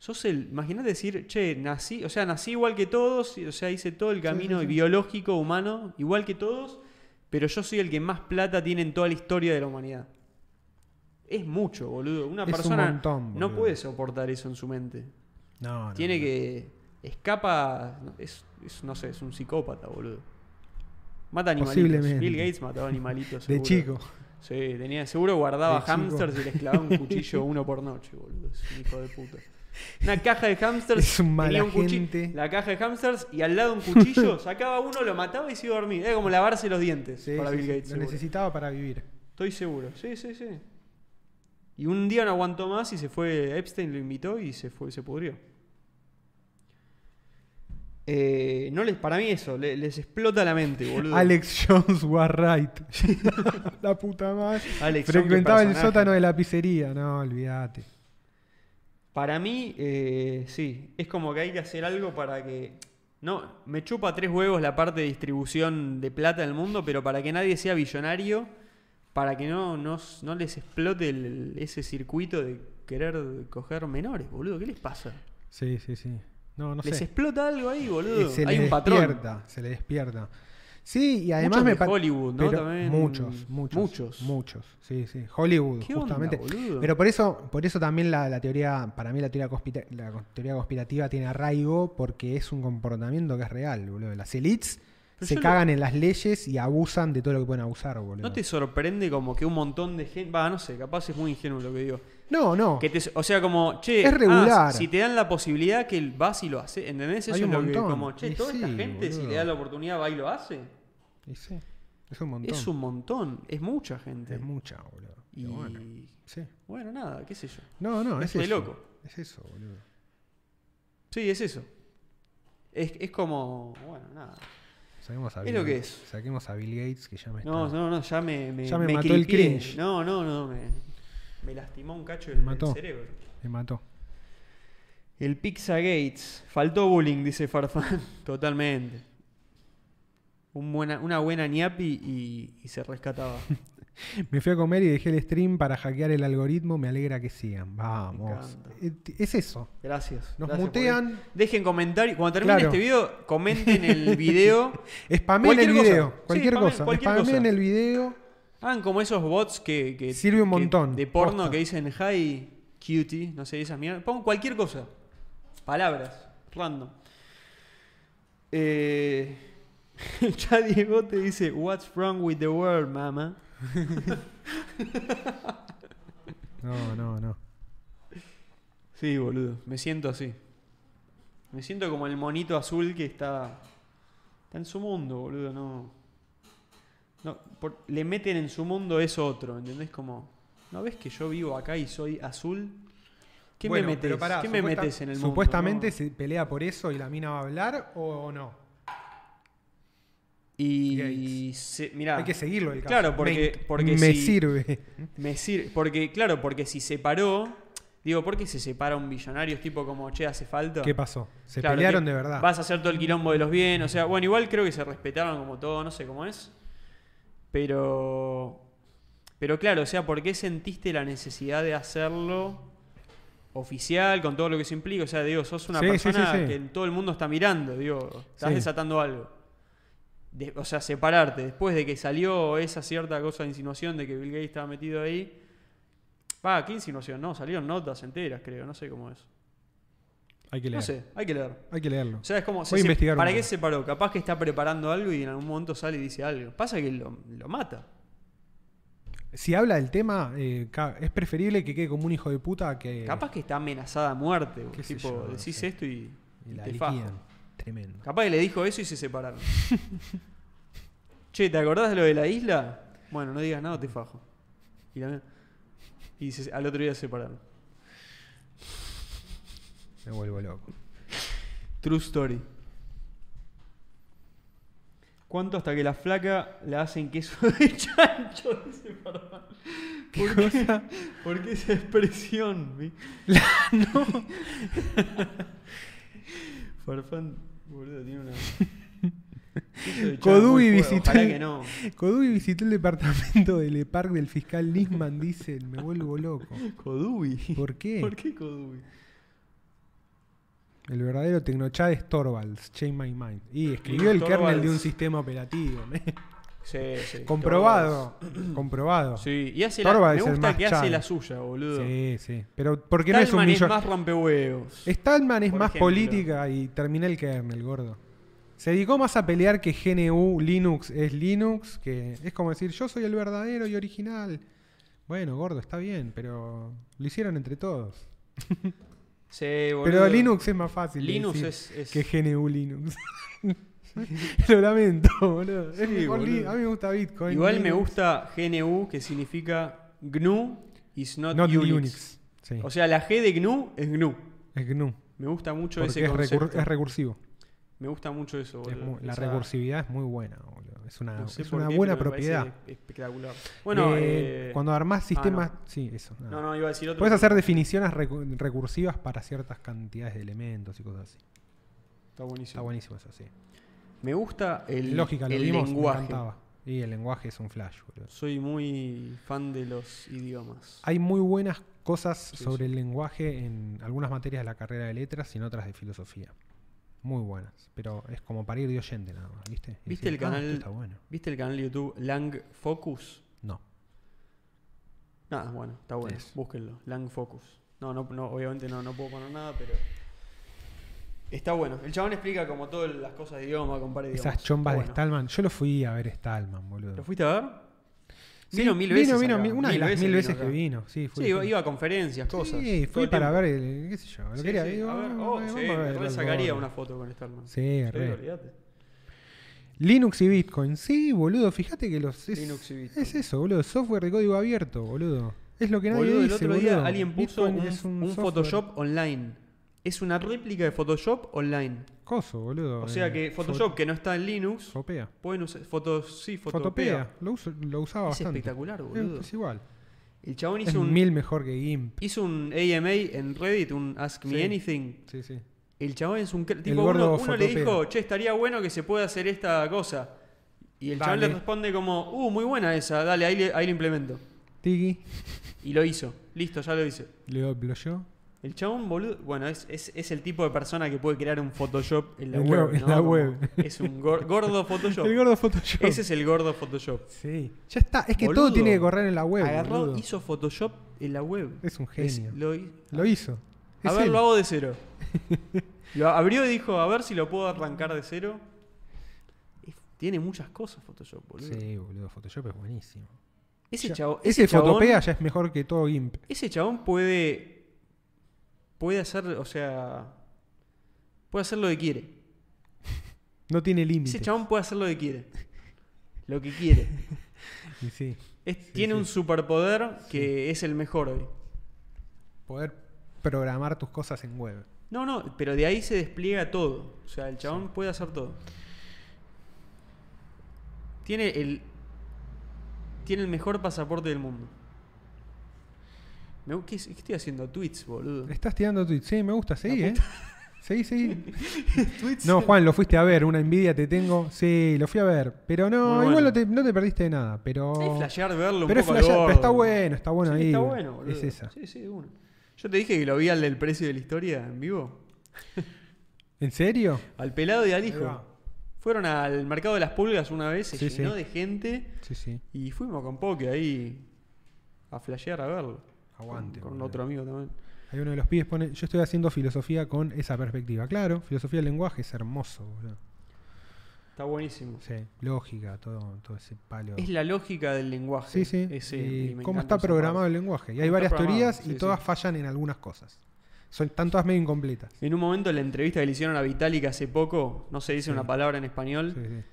Sos el, imagínate decir, che, nací, o sea, nací igual que todos, y- o sea, hice todo el camino sí, sí. biológico, humano, igual que todos, pero yo soy el que más plata tiene en toda la historia de la humanidad. Es mucho, boludo. Una Es un persona montón, no boludo. puede soportar eso en su mente. No, no, tiene no. que. Escapa. Es, es, no sé, es un psicópata, boludo. Mata animalitos. Posiblemente. Bill Gates mataba animalitos. De seguro. chico. Sí, tenía, seguro guardaba De chico. hamsters y les clavaba un cuchillo uno por noche, boludo. Es un hijo de puta. Una caja de hamsters. Es un tenía mala cuchi- gente. La caja de hamsters y al lado un cuchillo. Sacaba uno, lo mataba y se iba a dormir. Era como lavarse los dientes Sí, para sí, Bill sí, Gates. Lo seguro. necesitaba para vivir. Estoy seguro. Sí, sí, sí. Y un día no aguantó más y se fue. Epstein lo invitó y se fue, se pudrió. Eh, no les, para mí eso, le- les, explota la mente, boludo. Alex Jones was right. la puta madre. Alex, son qué Frecuentaba el personaje. sótano de la pizzería. No, olvídate. Para mí, eh, sí, es como que hay que hacer algo para que... No, me chupa tres huevos la parte de distribución de plata del mundo, pero para que nadie sea billonario, para que no, no, s- no les explote el- ese circuito de querer coger menores, boludo. ¿Qué les pasa? Sí, sí, sí. No, no les sé. explota algo ahí, Eh, boludo. Se hay le un patrón. despierta. Se le despierta. Sí, y además Muchos me de pa- Hollywood, ¿no? pero También- Muchos, muchos. muchos. Muchos. Sí, sí. Hollywood, ¿Qué onda, justamente. boludo? Pero por eso, por eso también la, la teoría, para mí la teoría, conspira- la cons- teoría conspirativa tiene arraigo porque es un comportamiento que es real, boludo. Las elites Pero se yo lo- cagan en las leyes y abusan de todo lo que pueden abusar, boludo. ¿No te sorprende como que un montón de gente... Va, no sé, capaz es muy ingenuo lo que digo. no, no. Que te- o sea, como, che, Es ah, regular. si te dan la posibilidad que el- vas y lo haces, ¿entendés? Eso Hay es un lo que, montón. como, che, Y toda esta sí, gente, si boludo. le da la oportunidad, va y lo hace. Y sí, es un montón. Es un montón, es mucha gente. Es mucha, boludo. y Pero bueno, bueno. sí. nada, qué sé yo. No, no, es Estoy eso. loco. Es eso, boludo. Sí, es eso. Es, es como, bueno, nada. Saquemos a Es Bill lo que Gates. es. Saquemos a Bill Gates, que ya me No, está... no, no, ya me, me, Ya me mató el clipié. cringe. No, no, no, me, me lastimó un cacho Me el, mató. el cerebro. Me mató. El Pizza Gates. Faltó bullying, dice Farfán. Totalmente. Un buena, una buena ñapi y, y se rescataba. Me fui a comer y dejé el stream para hackear el algoritmo. Me alegra que sigan. Vamos. encanta. Eh, Es eso. Gracias. Nos gracias por mutean. eso. Dejen comentarios. Cuando termine Claro. este video, comenten el video. Spamen el Cualquier cosa. video. Sí, Cualquier spamen- cosa. cualquier Spamen cosa. el video. Hagan como esos bots que. que- Sirve un que- montón. De porno Posta. que dicen hi, cutie. No sé, esas mierdas. Pongan cualquier cosa. Palabras. Random. Eh. Ya Diego te dice, What's wrong with the world, mama? No, no, no. Sí, boludo. Me siento así. Me siento como el monito azul que está. Está en su mundo, boludo. No. no por- le meten en su mundo eso otro, ¿entendés? Como. ¿No ves que yo vivo acá y soy azul? ¿Qué Bueno, me metes? pero pará, ¿Qué me supuesta- metes en el mundo? Supuestamente No. se pelea por eso y la mina va a hablar o, o no. Y. Gates. Se, mirá, Hay que seguirlo el caso. Claro, porque, Me, porque me si- sirve. Me sir- porque, claro, porque si se paró. Digo, ¿por qué se separa un billonario? Es tipo como, che, hace falta. ¿Qué pasó? Se Claro, pelearon que de verdad. Vas a hacer todo el quilombo de los bienes. O sea, bueno, igual creo que se respetaron como todo, no sé cómo es. Pero. Pero claro, o sea, ¿por qué sentiste la necesidad de hacerlo? oficial, con todo lo que eso implica. O sea, digo, sos una Sí, sí, persona sí, sí. que todo el mundo está mirando, digo, estás Sí. desatando algo. De- o sea, separarte. Después de que salió esa cierta cosa de insinuación de que Bill Gates estaba metido ahí. Va, ¿qué insinuación? No, salieron notas enteras, creo, no sé cómo es. Hay que No leer. sé, hay que leer. Hay que leerlo. O sea, es como. Voy a se- investigar ¿Para un qué poco. se paró? Capaz que está preparando algo y en algún momento sale y dice algo. Pasa que lo, lo mata. Si habla del tema, eh, ca- es preferible que quede como un hijo de puta que. Capaz que está amenazada a muerte. güey. Eh. qué sé Tipo, yo, no decís sé. esto y, y y la te liquidan. fajo. Tremendo. Capaz que le dijo eso y se separaron. che, ¿te acordás de lo de la isla? Bueno, no digas nada, te fajo. Y, la- y se- al otro día se separaron. Me vuelvo loco. True story. ¿Cuánto hasta que la flaca la hacen queso de chancho? Dice Farfán. ¿Por qué, ¿Por qué esa expresión? vi? Farfán, boludo, tiene una. Queso de chancho Codubi muy fuerte, visitó- Ojalá que no. Codubi visitó el departamento del EPARC del fiscal Lisman, dice, me vuelvo loco. Codubi. ¿Por qué? ¿Por qué Codubi? El verdadero Tecnochad es Torvalds, Change My Mind. Y escribió Y el kernel de Torvalds. un sistema operativo. me- Sí, sí. comprobado, comprobado. Torvalds. Sí, y hace la, Torvalds me es el gusta más que hace chan. la suya, boludo. Sí, sí. Pero porque no es un Stallman millón. más rompehuevos. Stallman es por más ejemplo. política y terminé el kernel, gordo. Se dedicó más a pelear que GNU Linux es Linux, que es como decir, yo soy el verdadero y original. Bueno, gordo, está bien, pero lo hicieron entre todos. Sí, boludo. Pero Linux es más fácil. de Linux decir es- es- Que GNU Linux. lo lamento, boludo. Es Sí, mejor li- boludo. A mí me gusta Bitcoin. Igual me Linux, gusta GNU, que significa GNU is not, Not Unix. Unix. Sí. O sea, la G de GNU es GNU. es GNU. Me gusta mucho Porque ese es, recur- concepto. es recursivo. me gusta mucho eso, Es boludo. muy- la Esa- recursividad es muy buena, boludo. Es una, no sé es por una qué, buena pero me parece propiedad. Espectacular. Bueno, Eh, eh, cuando armás sistemas. no. Sí, eso. nada. No, no, iba a decir otro. Puedes hacer definiciones recu- recursivas para ciertas cantidades de elementos y cosas así. Está buenísimo. Está buenísimo eso, sí. Me gusta el, Lógica, lo el vimos, me lenguaje. encantaba. Y el lenguaje es un flash, boludo. Soy muy fan de los idiomas. Hay muy buenas cosas Sí, sobre el lenguaje en algunas materias de la carrera de letras y en otras de filosofía. Muy buenas. Pero es como para ir de oyente nada más, ¿viste? Y decir, ¿Viste el "Ah, esto canal- está bueno. ¿Viste el canal de YouTube Lang Focus? No. Nada, bueno, está bueno. Eso. Búsquenlo. Lang Focus. No, no, no, obviamente no, no puedo poner nada, pero. Está bueno. El chabón explica como todas las cosas de idioma, compara idiomas. Esas chombas Está de Eh, bueno. Stallman. Yo lo fui a ver Stallman, boludo. ¿Lo fuiste a ver? Sí, vino mil vino, veces Vino, acá. mi- una Mil de las veces mil vino veces acá. que vino. Sí, fui, sí, iba, fui. iba a conferencias, cosas. Sí, todo fui el para tiempo. ver, el, qué sé yo. Lo Sí, quería sí, digo, a ver, ah, oh, vamos sí, a ver me el re sacaría Borg. una foto con Starman. Sí, re. olvídate. Linux y Bitcoin. Sí, boludo, fíjate que los. Es, Linux y Bitcoin. Es eso, boludo. Software de código abierto, boludo. Es lo que nadie Boludo, el dice. otro día boludo. alguien puso Bitcoin un, es un software Photoshop online. Es una réplica de Photoshop online. Coso, boludo. O sea eh, que Photoshop, que no está en Linux, Fotopea. pueden usar. Fotos, sí, Fotopea. Fotopea. Lo, uso- lo usaba Es bastante. espectacular, Eh, boludo. Es igual. El chabón Es hizo un, mil mejor que GIMP. hizo un AMA en Reddit, un Ask Me Sí. Anything. Sí, sí. El chabón es un... cra- Tipo, gordo uno, uno le fotopea. dijo, che, estaría bueno que se pueda hacer esta cosa. Y el chabón le Dale. responde como, uh, muy buena esa, dale, ahí, le- ahí lo implemento. Tiki. hice. Listo, listo, ya lo hice. Lo yo. El chabón, boludo, bueno, es, es- es el tipo de persona que puede crear un Photoshop en la En la- web. en ¿no? la Como web. Es un gor- gordo Photoshop. El gordo Photoshop. Ese es el gordo Photoshop. Sí. Ya está. Es que Boludo. todo tiene que correr en la web. Agarró, boludo. hizo Photoshop en la web. Es un genio. Es- lo hi- Lo hizo. A Es ver, él. lo hago de cero. Lo abrió y dijo, a ver si lo puedo arrancar de cero. Es- Tiene muchas cosas Photoshop, boludo. Sí, boludo. Photoshop es buenísimo. Ese, Ya- chavo, ese chabón, fotopea ya es mejor que todo GIMP. Ese chabón puede. Puede hacer, o sea. Puede hacer lo que quiere. No tiene Ese límite. chabón puede hacer lo que quiere. Lo que quiere. Y sí. Es- tiene sí. un superpoder que es el mejor hoy. Poder programar tus cosas en web. No, no, pero de ahí se despliega todo. O sea, el chabón puede hacer todo. Tiene el. Tiene el mejor pasaporte del mundo. Me gu- ¿Qué, es- qué estoy haciendo? Tweets, boludo. Estás tirando tweets. Sí, me gusta. Seguí, La ¿eh? Seguí, seguí. Tweets. No, Juan, lo fuiste a ver. Una envidia te tengo. Sí, lo fui a ver. Pero no, Muy igual bueno. no te, no te perdiste de nada. Pero. Es flashear verlo un Pero es poco al flashear, pero gordo. está bueno, está bueno Sí, ahí. Está bueno, boludo. Es esa. Sí, sí, de una. Yo te dije que lo vi al del precio de la historia en vivo. ¿En serio? Al pelado y al Ahí va. hijo. Fueron al mercado de las pulgas una vez, se Sí, llenó sí. de gente Sí, sí. y fuimos con Poke ahí a flashear a verlo. Aguante. Con, con boludo. otro amigo también. Hay uno de los pibes pone, yo estoy haciendo filosofía con esa perspectiva. Claro, filosofía del lenguaje es hermoso, boludo. Está buenísimo. Sí, lógica, todo, todo ese palo. Es la lógica del lenguaje. Sí, sí. Ese, y y me cómo encanta está esa programado parte. el lenguaje. Y Cómo hay está varias programado, teorías y sí, todas sí. fallan en algunas cosas. Son, están todas medio incompletas. En un momento la entrevista que le hicieron a Vitalik hace poco, no se dice Sí. una palabra en Sí, español, sí.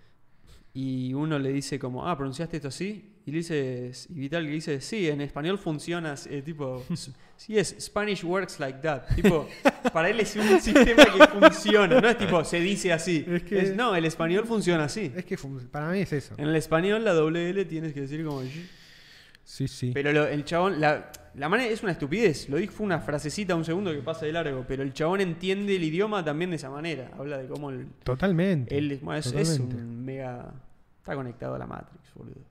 y uno le dice como, ah, ¿pronunciaste esto así? Y le dice, y Vitalik le dice, sí, en español funciona, eh, tipo, sí es, Spanish works like that. Tipo, para él es un sistema que funciona, no es tipo, se dice así. Es que- Es, no, el español funciona así. Es que fun- para mí es eso. En el español la doble L tienes que decir como... "Sh". Sí, sí. Pero lo- el chabón, la, la manera es una estupidez. Lo dijo, fue una frasecita, un segundo que pasa de largo. Pero el chabón entiende el idioma también de esa manera. Habla de cómo el- Totalmente. él es, bueno, es- es totalmente. un mega. Está conectado a la Matrix, boludo.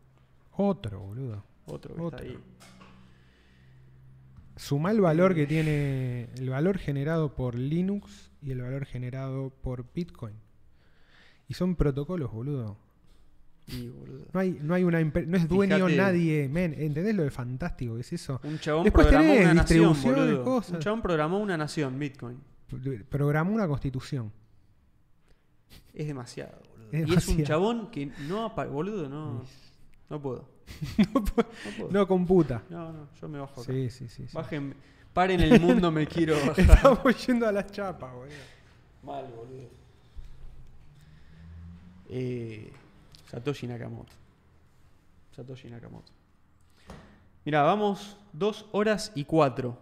Otro, boludo. Otro que Otro. está ahí. Suma el valor que tiene, el valor generado por Linux y el valor generado por Bitcoin. Y son protocolos, boludo. Y, boludo. No hay, no hay una imper- no es dueño Fíjate. nadie, men. ¿Entendés lo de fantástico que es eso? Un chabón Después programó tenés una nación, distribuciones, boludo. cosas. Un chabón programó una nación, Bitcoin. P- Programó una constitución. Es demasiado, boludo. Es Y es un demasiado. chabón que no apa- boludo, no. No puedo. No puedo. No, No computa. no, yo me bajo acá. Sí, sí, sí. sí. Bajen, paren el mundo, me quiero bajar. Estamos yendo a las chapas, boludo. Mal, boludo. Eh, Satoshi Nakamoto. Satoshi Nakamoto. Mirá, vamos dos horas y cuatro.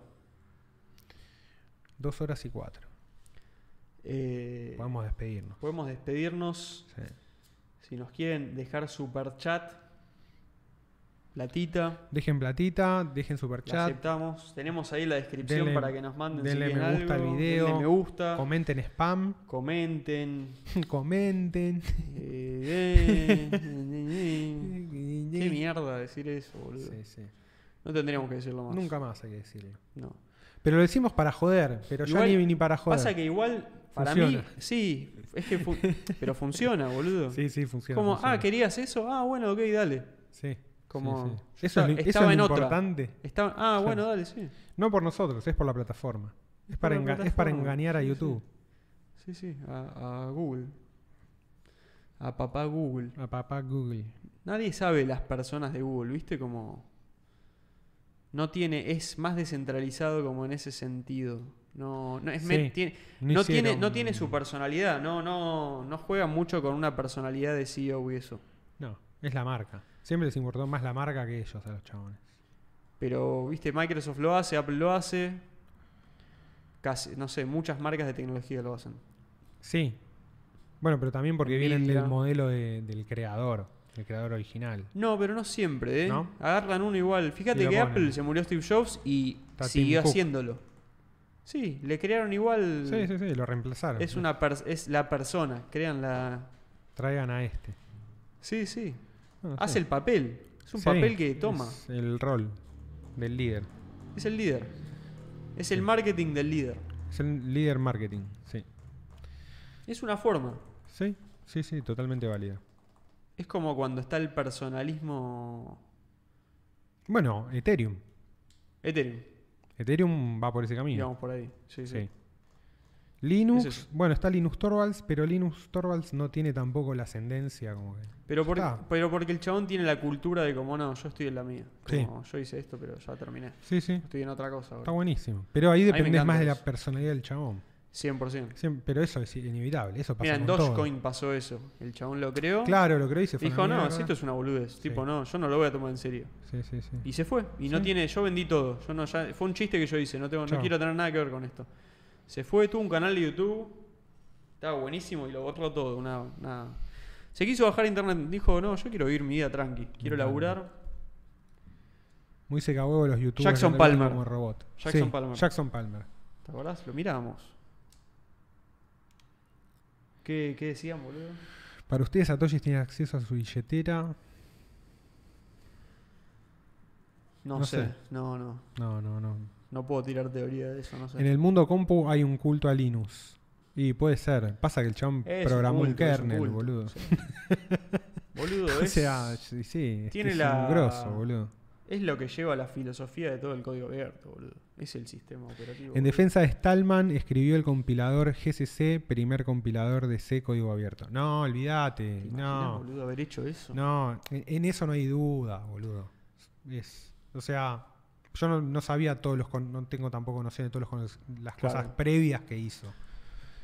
Dos horas y cuatro. Eh, Vamos a despedirnos. podemos despedirnos. Sí. Si nos quieren dejar super chat, platita, Dejen platita, dejen la superchat, aceptamos. Tenemos ahí la descripción Denle- para que nos manden denle quieren me gusta al algo, video, denle me gusta, comenten spam, comenten. comenten. eh, eh, Qué mierda decir eso, boludo. Sí, sí. No tendríamos que decirlo más. Nunca más hay que decirlo. No. Pero lo decimos para joder, pero ya Igual ni, ni para joder. Pasa que igual, para Funciona. mí, sí, es que fu- pero funciona, boludo. Sí, sí, funciona. como, funciona. ah, querías eso, ah, bueno, ok, dale. Sí, como- sí, sí. yo Eso, es lo- esta- eso estaba es en lo otra. importante. Está, ah, bueno, dale, sí. No por nosotros, es por la plataforma. Es, Es para, por la enga- es para plataforma, engañar a sí, sí. YouTube, Sí, sí, a, a Google. A papá Google. a papá Google. Nadie sabe las personas de Google, ¿viste? Como. No tiene. Es más descentralizado como en ese sentido. No, no, es me- Sí. tiene, No no, tiene, hicieron- no tiene su personalidad. No, no, no juega mucho con una personalidad de CEO y eso. No, es la marca. Siempre les importó más la marca que ellos a los chabones. Pero, viste, Microsoft lo hace, Apple lo hace. Casi, no sé, muchas marcas de tecnología lo hacen. Sí. Bueno, pero también porque vienen Nvidia. del modelo de- del creador, del creador original. No, pero no siempre, ¿eh? ¿No? Agarran uno igual. Y Fíjate lo que ponen. Apple se murió Steve Jobs y Está siguió Tim Cook. haciéndolo. Sí, le crearon igual. Sí, sí, sí, lo reemplazaron. Es, una pers- es la persona, crean la. Traigan a este. Sí, sí. Bueno, sí. Hace el papel. Es un Sí, papel que toma. es el rol del líder. Es el líder. Es el marketing del líder. Es el líder marketing, sí. Es una forma. Sí, sí, sí, totalmente válida. Es como cuando está el personalismo. Bueno, Ethereum. Ethereum. Ethereum va por ese camino. Digamos por ahí. Sí, sí. Sí. Linux, Es eso. bueno, está Linux Torvalds, pero Linux Torvalds no tiene tampoco la ascendencia como que. Pero, por- Está. pero porque el chabón tiene la cultura de como no, yo estoy en la mía. Sí. Como, Yo hice esto, pero ya terminé. Sí, sí, Estoy en otra cosa está ahora. buenísimo. Pero ahí dependés encanta más de la eso. personalidad del chabón. 100%. Siem- pero eso es inevitable, eso pasa Mira, en con todo. Dogecoin pasó eso. El chabón lo creó. Claro, lo creí, se fue. a la Dijo, no, mierda". si esto es una boludez. Tipo, no, yo no lo voy a tomar en serio. Sí, sí, sí. Y se fue. Y no Sí. tiene, yo vendí todo. Yo no, ya, fue un chiste que yo hice, no, tengo, no Chao. quiero tener nada que ver con esto. Se fue, tuvo un canal de YouTube, estaba buenísimo y lo borró todo. Una, una- Se quiso bajar a internet, dijo, no, yo quiero vivir mi vida tranqui, quiero encanta. laburar. Muy seca huevo los youtubers. Jackson que andan Palmer. Como robot. Jackson Sí, Palmer. Jackson Palmer. ¿Te acordás? Lo miramos. ¿Qué, qué decían, boludo? Para ustedes, Satoshi tiene acceso a su billetera. No, No sé. sé. no, no. No, no, no. No puedo tirar teoría de eso, no sé. En el mundo compu hay un culto a Linux. Y puede ser. Pasa que el chabón Es un programó un culto, es un kernel, culto, boludo. sí. Boludo, O es, sea, sí, sí, Tiene es la- un grosso, boludo. es lo que lleva a la filosofía de todo el código abierto, boludo. Es el sistema operativo. En boludo. defensa de Stallman, escribió el compilador GCC, primer compilador de C código abierto. No, olvídate. ¿Te imaginas, No, boludo, haber hecho eso? no, en, en eso no hay duda, boludo. Es, o sea, yo no, no sabía todos los. con- no tengo tampoco noción de todas las Claro. cosas previas que hizo.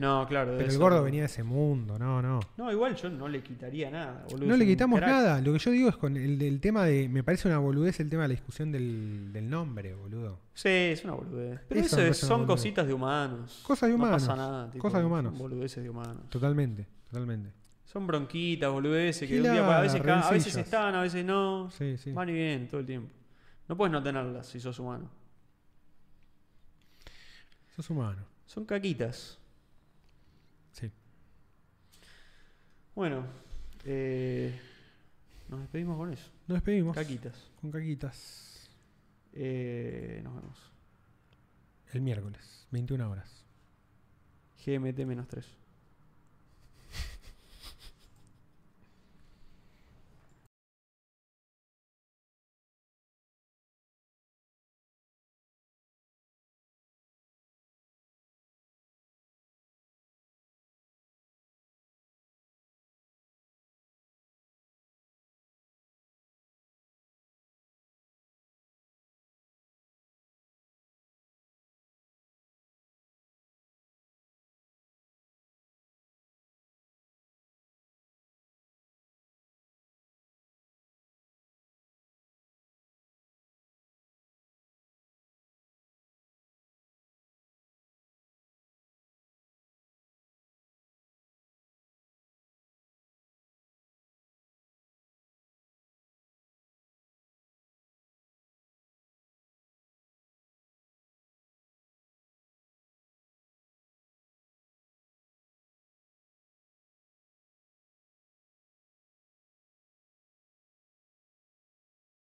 No, claro. debe Pero el ser- gordo venía de ese mundo, no, no. No, igual yo no le quitaría nada, boludo. No es le un quitamos crack. nada. Lo que yo digo es con el, el tema de. Me parece una boludez el tema de la discusión del, del nombre, boludo. Sí, es una boludez. Pero Eso eso, me es- parece una son boludez. cositas de humanos. Cosas de No humanos. pasa nada. tipo, Cosas de son humanos. Boludeces de humanos. Totalmente, totalmente. Son bronquitas, boludeces, que de un Gilada, día para a veces, ca- a veces rencillas. están, a veces no. Sí, sí. Van y vienen todo el tiempo. No puedes no tenerlas si sos humano. Sos humano. Son caquitas. Sí. Bueno, eh, nos despedimos con eso. Nos despedimos. Caquitas. Con caquitas. Eh, nos vemos. El miércoles, 21 horas. GMT-3.